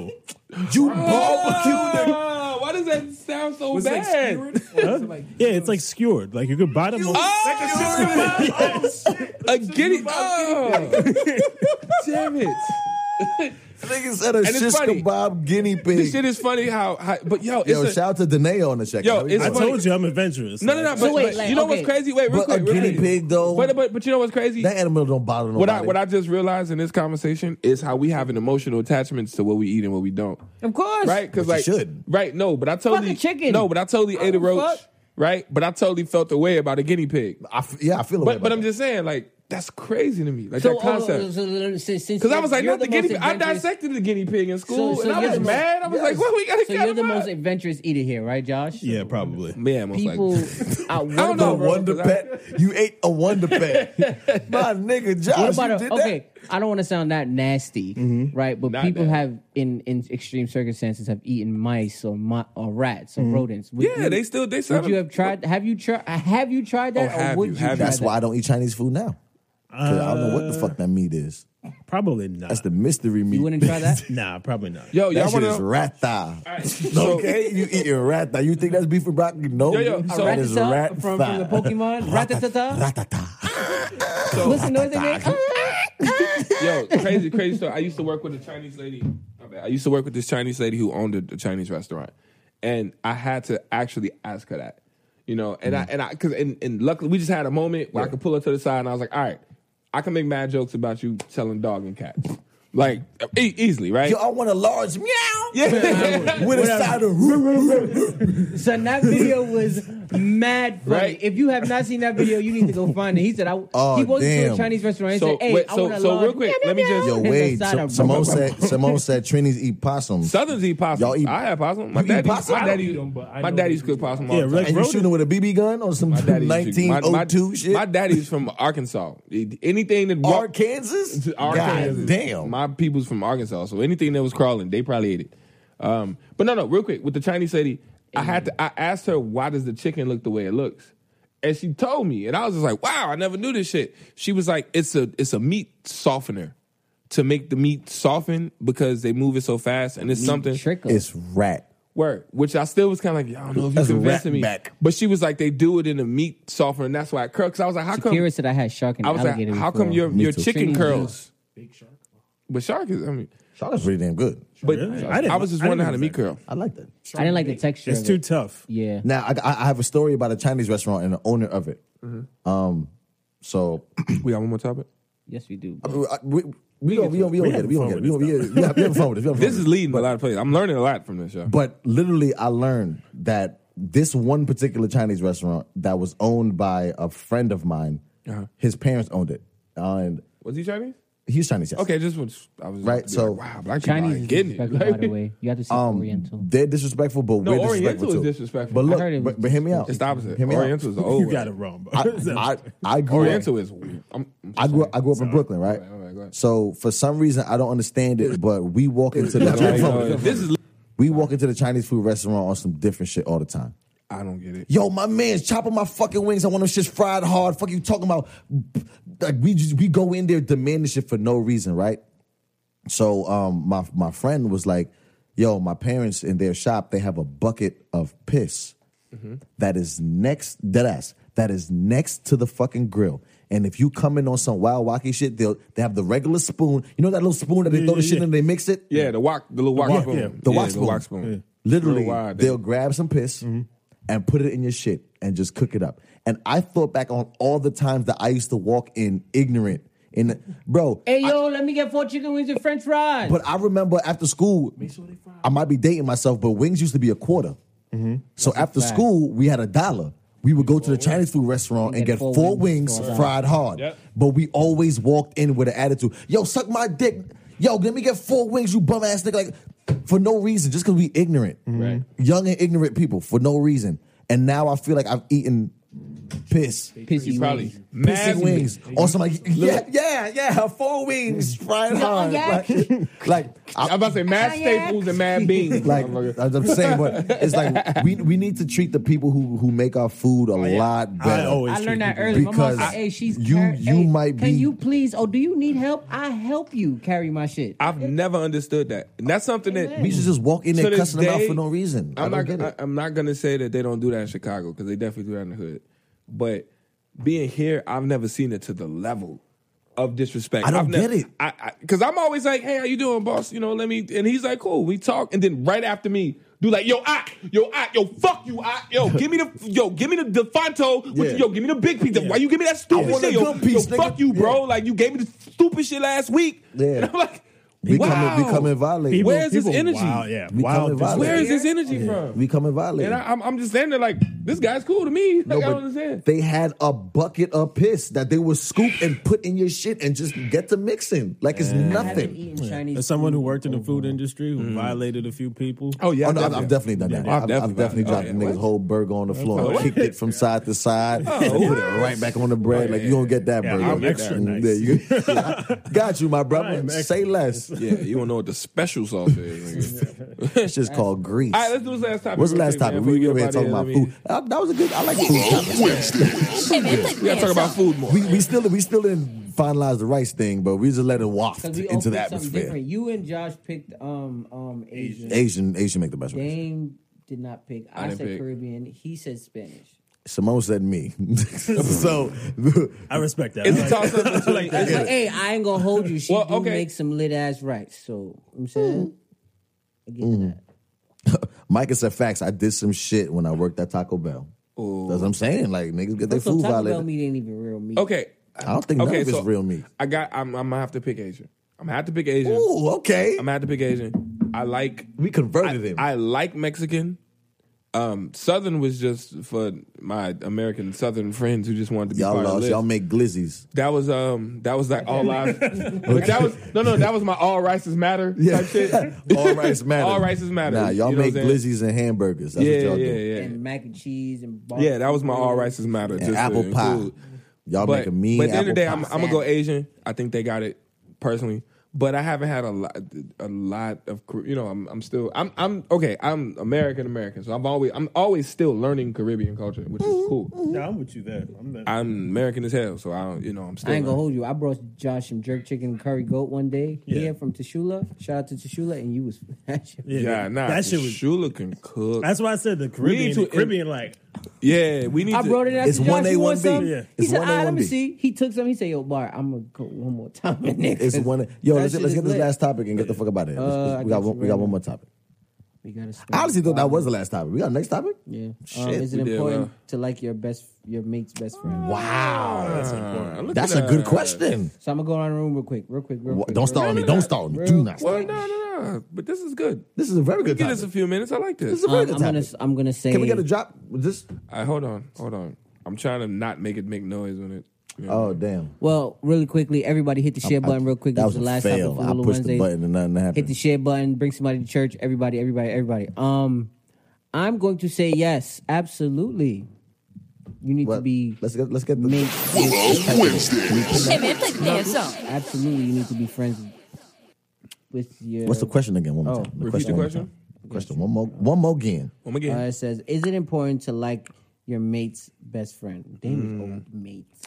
S1: You barbecued a
S4: Ah, Why does that sound so
S8: Was it like
S4: bad?
S8: skewered? Or was it like
S2: Yeah, it's like skewered. Like you could buy them. all-
S4: Oh, a guinea. Oh, damn it!
S1: nigga said a
S4: it's
S1: shish
S4: funny.
S1: kebab guinea
S4: This
S1: pig.
S4: shit is funny how, how but yo, it's
S1: Yo,
S4: a,
S1: shout out to Danae on the check.
S4: Yo,
S1: out.
S4: it's
S2: I
S4: funny.
S2: told you I'm adventurous.
S4: no, no, no. But,
S3: So wait,
S4: but
S3: like,
S4: you know
S3: okay.
S4: what's crazy? Wait, real
S1: But a
S4: quick, real
S1: guinea
S4: quick.
S1: pig, though?
S4: But, but but you know what's crazy?
S1: that animal don't bother nobody.
S4: what I what I just realized in this conversation is how we have an emotional attachments to what we eat and what we don't.
S3: Of course.
S4: Right? Because
S1: But
S4: like
S1: you should.
S4: Right? No, but I totally
S3: Fuck a chicken.
S4: No, but I totally ate a
S3: don't
S4: roach.
S3: fuck.
S4: Right? But I totally felt the way about a guinea pig.
S1: I f- yeah, I feel. a way
S4: But
S1: about
S4: but I'm
S1: that.
S4: just saying, like that's crazy to me. Like
S3: So,
S4: that
S3: oh,
S4: concept.
S3: so- since
S4: Because I was like,
S3: you're
S4: not the guinea
S3: most
S4: pig. I
S3: adventurous-
S4: dissected the guinea pig in school,
S3: So- so
S4: and I
S3: you're
S4: was
S3: the most-
S4: mad. I was like, what we gotta
S3: So
S4: count
S3: you're the
S4: them
S3: most
S4: out?
S3: adventurous eater here, right, Josh?
S2: Yeah, probably.
S4: Yeah, most
S3: People
S4: likely.
S3: out
S4: I don't know,
S1: a
S4: bro.
S1: wonder
S4: 'cause I-
S1: pet. You ate a wonder pet. My nigga, Josh,
S3: What about
S1: you
S3: a,
S1: did
S3: okay? I don't want to sound that nasty, right? But
S4: Mm-hmm. Not
S3: people
S4: that.
S3: have, in in extreme circumstances, have eaten mice or mi- or rats or rodents. Would
S4: Mm-hmm. Yeah,
S3: you-
S4: they still they
S3: Would
S4: sell
S3: you
S4: them.
S3: have tried? Have you tried? Have you tried that?
S4: Oh, have
S3: or would
S4: you,
S3: you?
S4: have
S1: that.
S4: you.
S3: try
S1: That's
S3: that?
S1: why I don't eat Chinese food now. 'Cause I don't know what the fuck that meat is.
S2: Probably not.
S1: That's the mystery meat.
S3: You wouldn't try that.
S2: nah, probably not.
S4: Yo,
S1: That
S4: y'all
S1: shit
S4: want
S1: is
S4: to?
S1: rat thigh.
S4: so-
S1: okay, you eat your rat thigh. You think that's beef and broccoli? No,
S4: Yo, yo,
S1: that
S4: so-
S1: is
S3: Rattata
S1: rat
S3: from,
S1: thigh.
S3: from the Pokemon. Ratatata.
S1: Ratatata.
S3: What's the noise they make?
S4: Yo, crazy, crazy story. I used to work with a Chinese lady. my bad. I used to work with this Chinese lady who owned a, a Chinese restaurant, and I had to actually ask her that, you know. And
S1: Mm.
S4: I and I because and, and luckily we just had a moment where I could pull her to the side, and I was like, all right, I can make mad jokes about you selling dog and cat, like e- easily, right?
S1: Yo, oh, I want a large meow
S4: yeah.
S1: with a side of.
S3: So that video was mad funny.
S4: Right.
S3: If you have not seen that video, you need to go find it. He said, "I."
S1: Oh,
S3: he walked into
S1: damn.
S3: a Chinese restaurant. and
S4: So,
S3: said, "Hey,
S4: wait,
S3: I
S4: so-
S3: want a
S4: so
S3: large
S4: real quick,
S3: meow,
S4: let me
S3: meow,
S4: just-
S3: meow."
S1: Yo,
S3: And the
S1: wait.
S3: side
S1: Sa-
S3: of-
S1: Simone said. Simone said Trini's eat possums.
S4: Southerns eat possum.
S1: Y'all eat-
S4: I have possum. My
S1: You eat
S4: daddy,
S1: possum?
S4: my
S1: I don't
S4: daddy,
S8: eat 'em, but I
S4: my
S8: know
S4: daddy
S8: they
S4: used to cook possum. All
S2: Yeah,
S4: the time.
S2: Rick
S1: and you
S2: Roden.
S1: shooting with a BB gun on some
S4: My daddy's
S1: 1902 shit?
S4: My daddy's from Arkansas. Anything that walked-
S1: Arkansas?
S4: to Arkansas.
S1: God damn.
S4: My people's from Arkansas, so anything that was crawling, they probably ate it. Um, but no, no, real quick with the Chinese lady, I had to. I asked her why does the chicken look the way it looks, and she told me, and I was just like, wow, I never knew this shit. She was like, it's a it's a meat softener to make the meat soften because they move it so fast, and it's something
S3: Trickle.
S1: it's rat.
S4: Word, which I still was kind of like, I don't know if you
S1: That's
S4: convincing
S1: rat
S4: me.
S1: back.
S4: But she was like, they do it in a meat softener, and that's why I curl. Because I was like, how come?
S3: Kira said I had shark and
S4: I was like,
S3: alligator.
S4: how
S3: before.
S4: come your your
S1: too.
S4: chicken
S3: Trini
S4: curls? But shark is, I mean,
S1: That's pretty damn good.
S4: but
S2: Really?
S4: I,
S2: I didn't-
S4: was just
S2: I didn't
S4: wondering how
S2: know
S4: to meat
S2: that.
S4: curl.
S1: I like that.
S3: I didn't like the texture.
S2: It's
S3: of
S2: too
S3: it.
S2: tough.
S3: Yeah.
S1: Now I, I I have a story about a Chinese restaurant and the owner of it.
S4: Mm-hmm.
S1: Um, so
S4: We got one more topic.
S3: Yes, we do.
S1: we we, we don't we don't we don't get it. We don't get it. We don't we don't- we have we have fun with this. We have fun
S4: This
S1: with
S4: is leading a lot of places. I'm learning a lot from this show.
S1: But literally, I learned that this one particular Chinese restaurant that was owned by a friend of mine,
S4: Uh-huh.
S1: his parents owned it, uh, and
S4: Was he Chinese?
S1: he's Chinese. Yes.
S4: Okay, just was I was
S1: Right,
S4: about to be
S1: so-
S4: like, wow, black people
S3: Chinese
S4: are
S3: is
S4: getting it.
S3: disrespectful, by the
S1: Um,
S4: Like,
S3: way. You have to say Oriental.
S1: They're disrespectful, but
S4: No,
S1: we're
S4: Oriental
S1: disrespectful
S4: is
S1: too.
S4: disrespectful.
S1: But
S4: I
S1: look,
S3: heard it was
S1: but, but hear me out.
S4: it's the opposite.
S1: Hear me out.
S4: Oriental is the
S2: You
S4: old.
S2: got it
S4: word.
S2: wrong, bro.
S1: I, I, I grew
S4: Oh, Oriental
S1: up.
S4: is. I'm, I'm
S1: I grew, I grew up in Brooklyn, right?
S4: All right, all right, go ahead.
S1: So for some reason, I don't understand it, but we walk into the
S4: sorry,
S1: Chinese,
S4: uh, this is.
S1: we walk into the Chinese food restaurant on some different shit all the time.
S4: I don't get it.
S1: Yo, my man's chopping my fucking wings. I want them shits fried hard. Fuck you talking about? Like we just we go in there demanding shit for no reason, right? So um, my my friend was like, "Yo, my parents in their shop they have a bucket of piss that is next that ass that is next to the fucking grill." And if you come in on some wild wacky shit, they'll they have the regular spoon. You know that little spoon that they
S2: Yeah,
S1: throw the
S2: yeah,
S1: shit
S2: yeah.
S1: in and they mix it?
S4: Yeah, the wok, the little wok,
S2: wok,
S4: spoon.
S2: yeah.
S1: The
S4: yeah,
S1: wok spoon. Literally,
S4: Real wide,
S1: they'll grab some piss and put it in your shit and just cook it up. And I thought back on all the times that I used to walk in ignorant. In bro,
S3: Hey yo, let me get four chicken wings and French fries.
S1: but I remember after school, I might be dating myself, but wings used to be a quarter. So after
S3: fact.
S1: school, we had a dollar. We would go to the Chinese food restaurant and get four, wings,
S3: for a dollar.
S1: fried hard.
S4: Yep.
S1: But we always walked in with an attitude. Yo, suck my dick. yo, let me get four wings, you bum ass nigga. Like, for no reason, just because we ignorant. Right. Young and ignorant people, for no reason. And now I feel like I've eaten piss.
S3: Pissy
S4: Probably.
S3: wings.
S1: Pissy
S4: Mad
S1: wings. Or some like, yeah, yeah, yeah, four wings, fried hard.
S6: yeah.
S1: Like, like,
S4: I'm about to say mad
S6: Oh, yeah.
S4: staples and mad beans.
S1: like
S4: motherfucker.
S1: I'm just saying, but it's like we we need to treat the people who who make our food a lot better.
S2: I always
S3: I
S2: treat
S3: learned that
S2: people
S3: early. My mom said,
S1: Because
S3: "Hey, she's
S1: you-
S3: car-
S1: you
S3: hey,
S1: might
S3: Can
S1: be-
S3: you please? Oh, do you need help? I help you carry my shit.
S4: I've never understood that. And that's something that
S1: we should just walk in there
S4: To this
S1: cussing them out
S4: day,
S1: for no reason. I
S4: I'm
S1: don't
S4: not.
S1: get
S4: gonna-
S1: it.
S4: I'm not gonna say that they don't do that in Chicago because they definitely do that in the hood. But being here, I've never seen it to the level of disrespect.
S1: I don't
S4: I've nev-
S1: get it.
S4: I because I'm always like, "Hey, how you doing, boss?" You know, let me. And he's like, "Cool." We talk, and then right after me, do like, "Yo, I, yo, I, yo, fuck you, I, yo, give me the, yo, give me the Defonto, with,
S1: Yeah.
S4: yo, give me the big piece. Why you give me that stupid
S1: want
S4: shit?
S1: the
S4: Yo,
S1: good piece,
S4: yo,
S1: nigga."
S4: fuck you, bro. Like you gave me the stupid shit last week.
S1: Yeah.
S4: And I'm like,
S1: We
S4: wow.
S1: come in, we come in violate.
S2: People-
S4: Where's this
S2: people
S4: energy?
S2: Wild, yeah,
S1: We
S2: wild.
S1: come in
S4: Where
S1: violent.
S4: is this energy from?
S1: We come and violate.
S4: And I, I'm, I'm just standing there like, this guy's cool to me. Like,
S1: No,
S4: I don't
S1: but
S4: understand.
S1: They had a bucket of piss that they would scoop and put in your shit and just get to mixing like it's
S3: I haven't
S1: nothing.
S3: eaten Chinese.
S2: As someone who worked in the food
S3: food.
S2: industry who violated a few people.
S4: Mm. Oh, yeah.
S1: Oh, no, I've, I've definitely done that.
S4: Yeah,
S1: I've,
S4: I've
S1: I've
S4: definitely
S1: definitely
S4: done
S1: dropped
S4: it.
S1: a nigga's
S4: What?
S1: whole burger on the floor,
S4: what? Oh,
S1: kicked it from side to side, and put it right back on the bread. like you gonna get that
S2: Yeah,
S1: burger.
S2: I'm extra nice.
S1: Yeah, you- got you, my
S2: I am
S1: brother.
S2: extra
S1: Say less.
S4: Yeah, you don't know what the special sauce is. nigga.
S1: It's just called grease.
S4: All right, let's do this last topic.
S1: What's the
S4: real
S1: last
S4: quick, man,
S1: topic?
S4: before
S1: We were
S4: get
S1: here
S4: up
S1: talking
S4: outta
S1: about
S4: here. Let
S1: food. Uh, That was a good. I like food topics.
S14: Willow Wednesdays.
S6: Hey, man, it's like
S4: me- We gotta talk about food more.
S1: We, we still we still didn't finalize the rice thing, but we just let it waft
S3: 'Cause we all
S1: into the
S3: picked something
S1: atmosphere.
S3: Different. You and Josh picked um um Asian.
S1: Asian Asian make the best rice.
S3: Dame did not pick. I,
S4: didn't
S3: said
S4: pick.
S3: Caribbean. He said Spanish.
S1: Simone said me. so
S2: I respect that.
S4: It's
S2: I
S4: a
S2: like
S4: toss
S2: that.
S4: up between
S3: But hey, I ain't gonna hold you. She
S4: Well,
S3: do
S4: okay.
S3: make some lit ass rice. So I'm saying, I get that.
S1: Micah said facts. I did some shit when I worked at Taco Bell. That's what I'm saying. Like niggas get their
S3: So
S1: food
S3: Taco Bell
S1: violated.
S3: meat ain't even real meat.
S4: Okay.
S1: I don't think none
S4: Okay,
S1: of it's
S4: so-
S1: real meat.
S4: I got, I'm, I'm going to have to pick Asian. I'm going to have to pick Asian.
S1: Ooh, okay.
S4: I'm going to have to pick Asian. I like,
S1: we
S4: I,
S1: converted him.
S4: I like Mexican. Um, Southern was just for my American Southern friends who just wanted to be
S1: y'all
S4: part of the
S1: lost.
S4: list.
S1: Y'all make glizzies.
S4: That was um that was like all lives. But that was no no that was my all rices matter type shit.
S1: All rice matter.
S4: All rices matter.
S1: Nah, y'all
S4: You know
S1: make
S4: what I'm saying?
S1: glizzies and hamburgers. That's
S4: Yeah
S1: what y'all
S4: yeah
S1: do.
S4: yeah
S3: And mac and cheese and bar-
S4: yeah. That was my all rices matter.
S1: And
S4: just to
S1: apple pie.
S4: include.
S1: Y'all
S4: But
S1: make a mean
S4: but at the end
S1: apple
S4: of the day,
S1: pie.
S4: I'm, I'm gonna go Asian. I think they got it personally. But I haven't had a lot a lot of Car- you know I'm I'm still I'm I'm okay I'm American American so I'm always I'm always still learning Caribbean culture which
S1: Mm-hmm.
S4: is cool.
S2: Yeah, I'm with you there. I'm there.
S4: I'm American as hell so I don't you know I'm still
S3: I ain't gonna
S4: learning.
S3: hold you. I brought Josh some jerk chicken and curry goat one day here from Tashula. Shout out to Tashula, and you was that shit.
S2: Yeah,
S4: yeah nah
S2: that shit was.
S4: Shula can cook
S2: That's why I said the
S4: need
S2: Caribbean.
S4: to-
S2: the Caribbean, like
S4: yeah we need
S3: I
S4: to,
S3: brought it out
S1: It's
S3: to Josh. You want
S1: 1A1B.
S3: some?
S1: Yeah.
S3: He
S1: It's
S3: said, all right, let me
S1: 1A1B.
S3: see. He took some. He said, yo, Bar, I'm going to go one more time. and then-
S1: It's one. Yo,
S3: That
S1: let's,
S3: shit
S1: let's
S3: is
S1: get this
S3: lit. Uh,
S1: last topic and get the fuck about it. Let's- let's-
S3: I
S1: we got
S3: got
S1: one,
S3: you
S1: we got
S3: right
S1: one more topic.
S3: We got to start.
S1: I honestly thought that was the last topic. We got the next topic.
S3: Uh, Yeah.
S1: Shit,
S3: um, is it
S4: we did
S3: important
S4: well.
S3: to like your best, your mate's best friend?
S1: Wow,
S4: Uh, look
S1: that's
S4: at
S1: a good
S4: that.
S1: question.
S3: So I'm going to go around the room real quick, real quick, real
S1: Wha-
S3: quick.
S1: Don't
S3: real
S1: start on me.
S3: quick. Um,
S1: Don't start on me. Do
S3: Real-
S1: not.
S4: Well,
S1: Start.
S4: no, no, no. But this is good.
S1: This is a very good
S4: Give us a
S1: topic.
S4: few minutes. I like
S1: This
S4: this.
S1: is a very good
S3: Um, I'm going
S1: topic.
S3: to I'm gonna say.
S1: Can we get a drop? Just
S4: All right, hold on, hold on. I'm trying to not make it make noise when it. you know.
S1: oh damn.
S3: Well, really quickly, everybody hit the share button real quick.
S1: That was
S3: This the
S1: a
S3: last topic
S1: fail.
S3: for
S1: I
S3: Little
S1: pushed the
S3: Wednesdays.
S1: button and nothing happened.
S3: hit the share button, bring somebody to church, everybody, everybody, everybody. Um, I'm going to say yes, absolutely. You need
S1: What?
S3: to be
S1: Let's get let's get the
S3: mate.
S14: Willow Wednesdays.
S6: Hey, man, it's like DSO.
S3: Absolutely, you need to be friends with your.
S1: What's the question again? One more
S3: Oh.
S1: time.
S4: Repeat
S1: one
S4: the
S1: more
S4: question?
S1: time. Question one more one more again.
S4: One
S3: Uh,
S4: again.
S3: it says, is it important to like your mate's best friend? Damn,
S1: Hmm.
S3: old mates.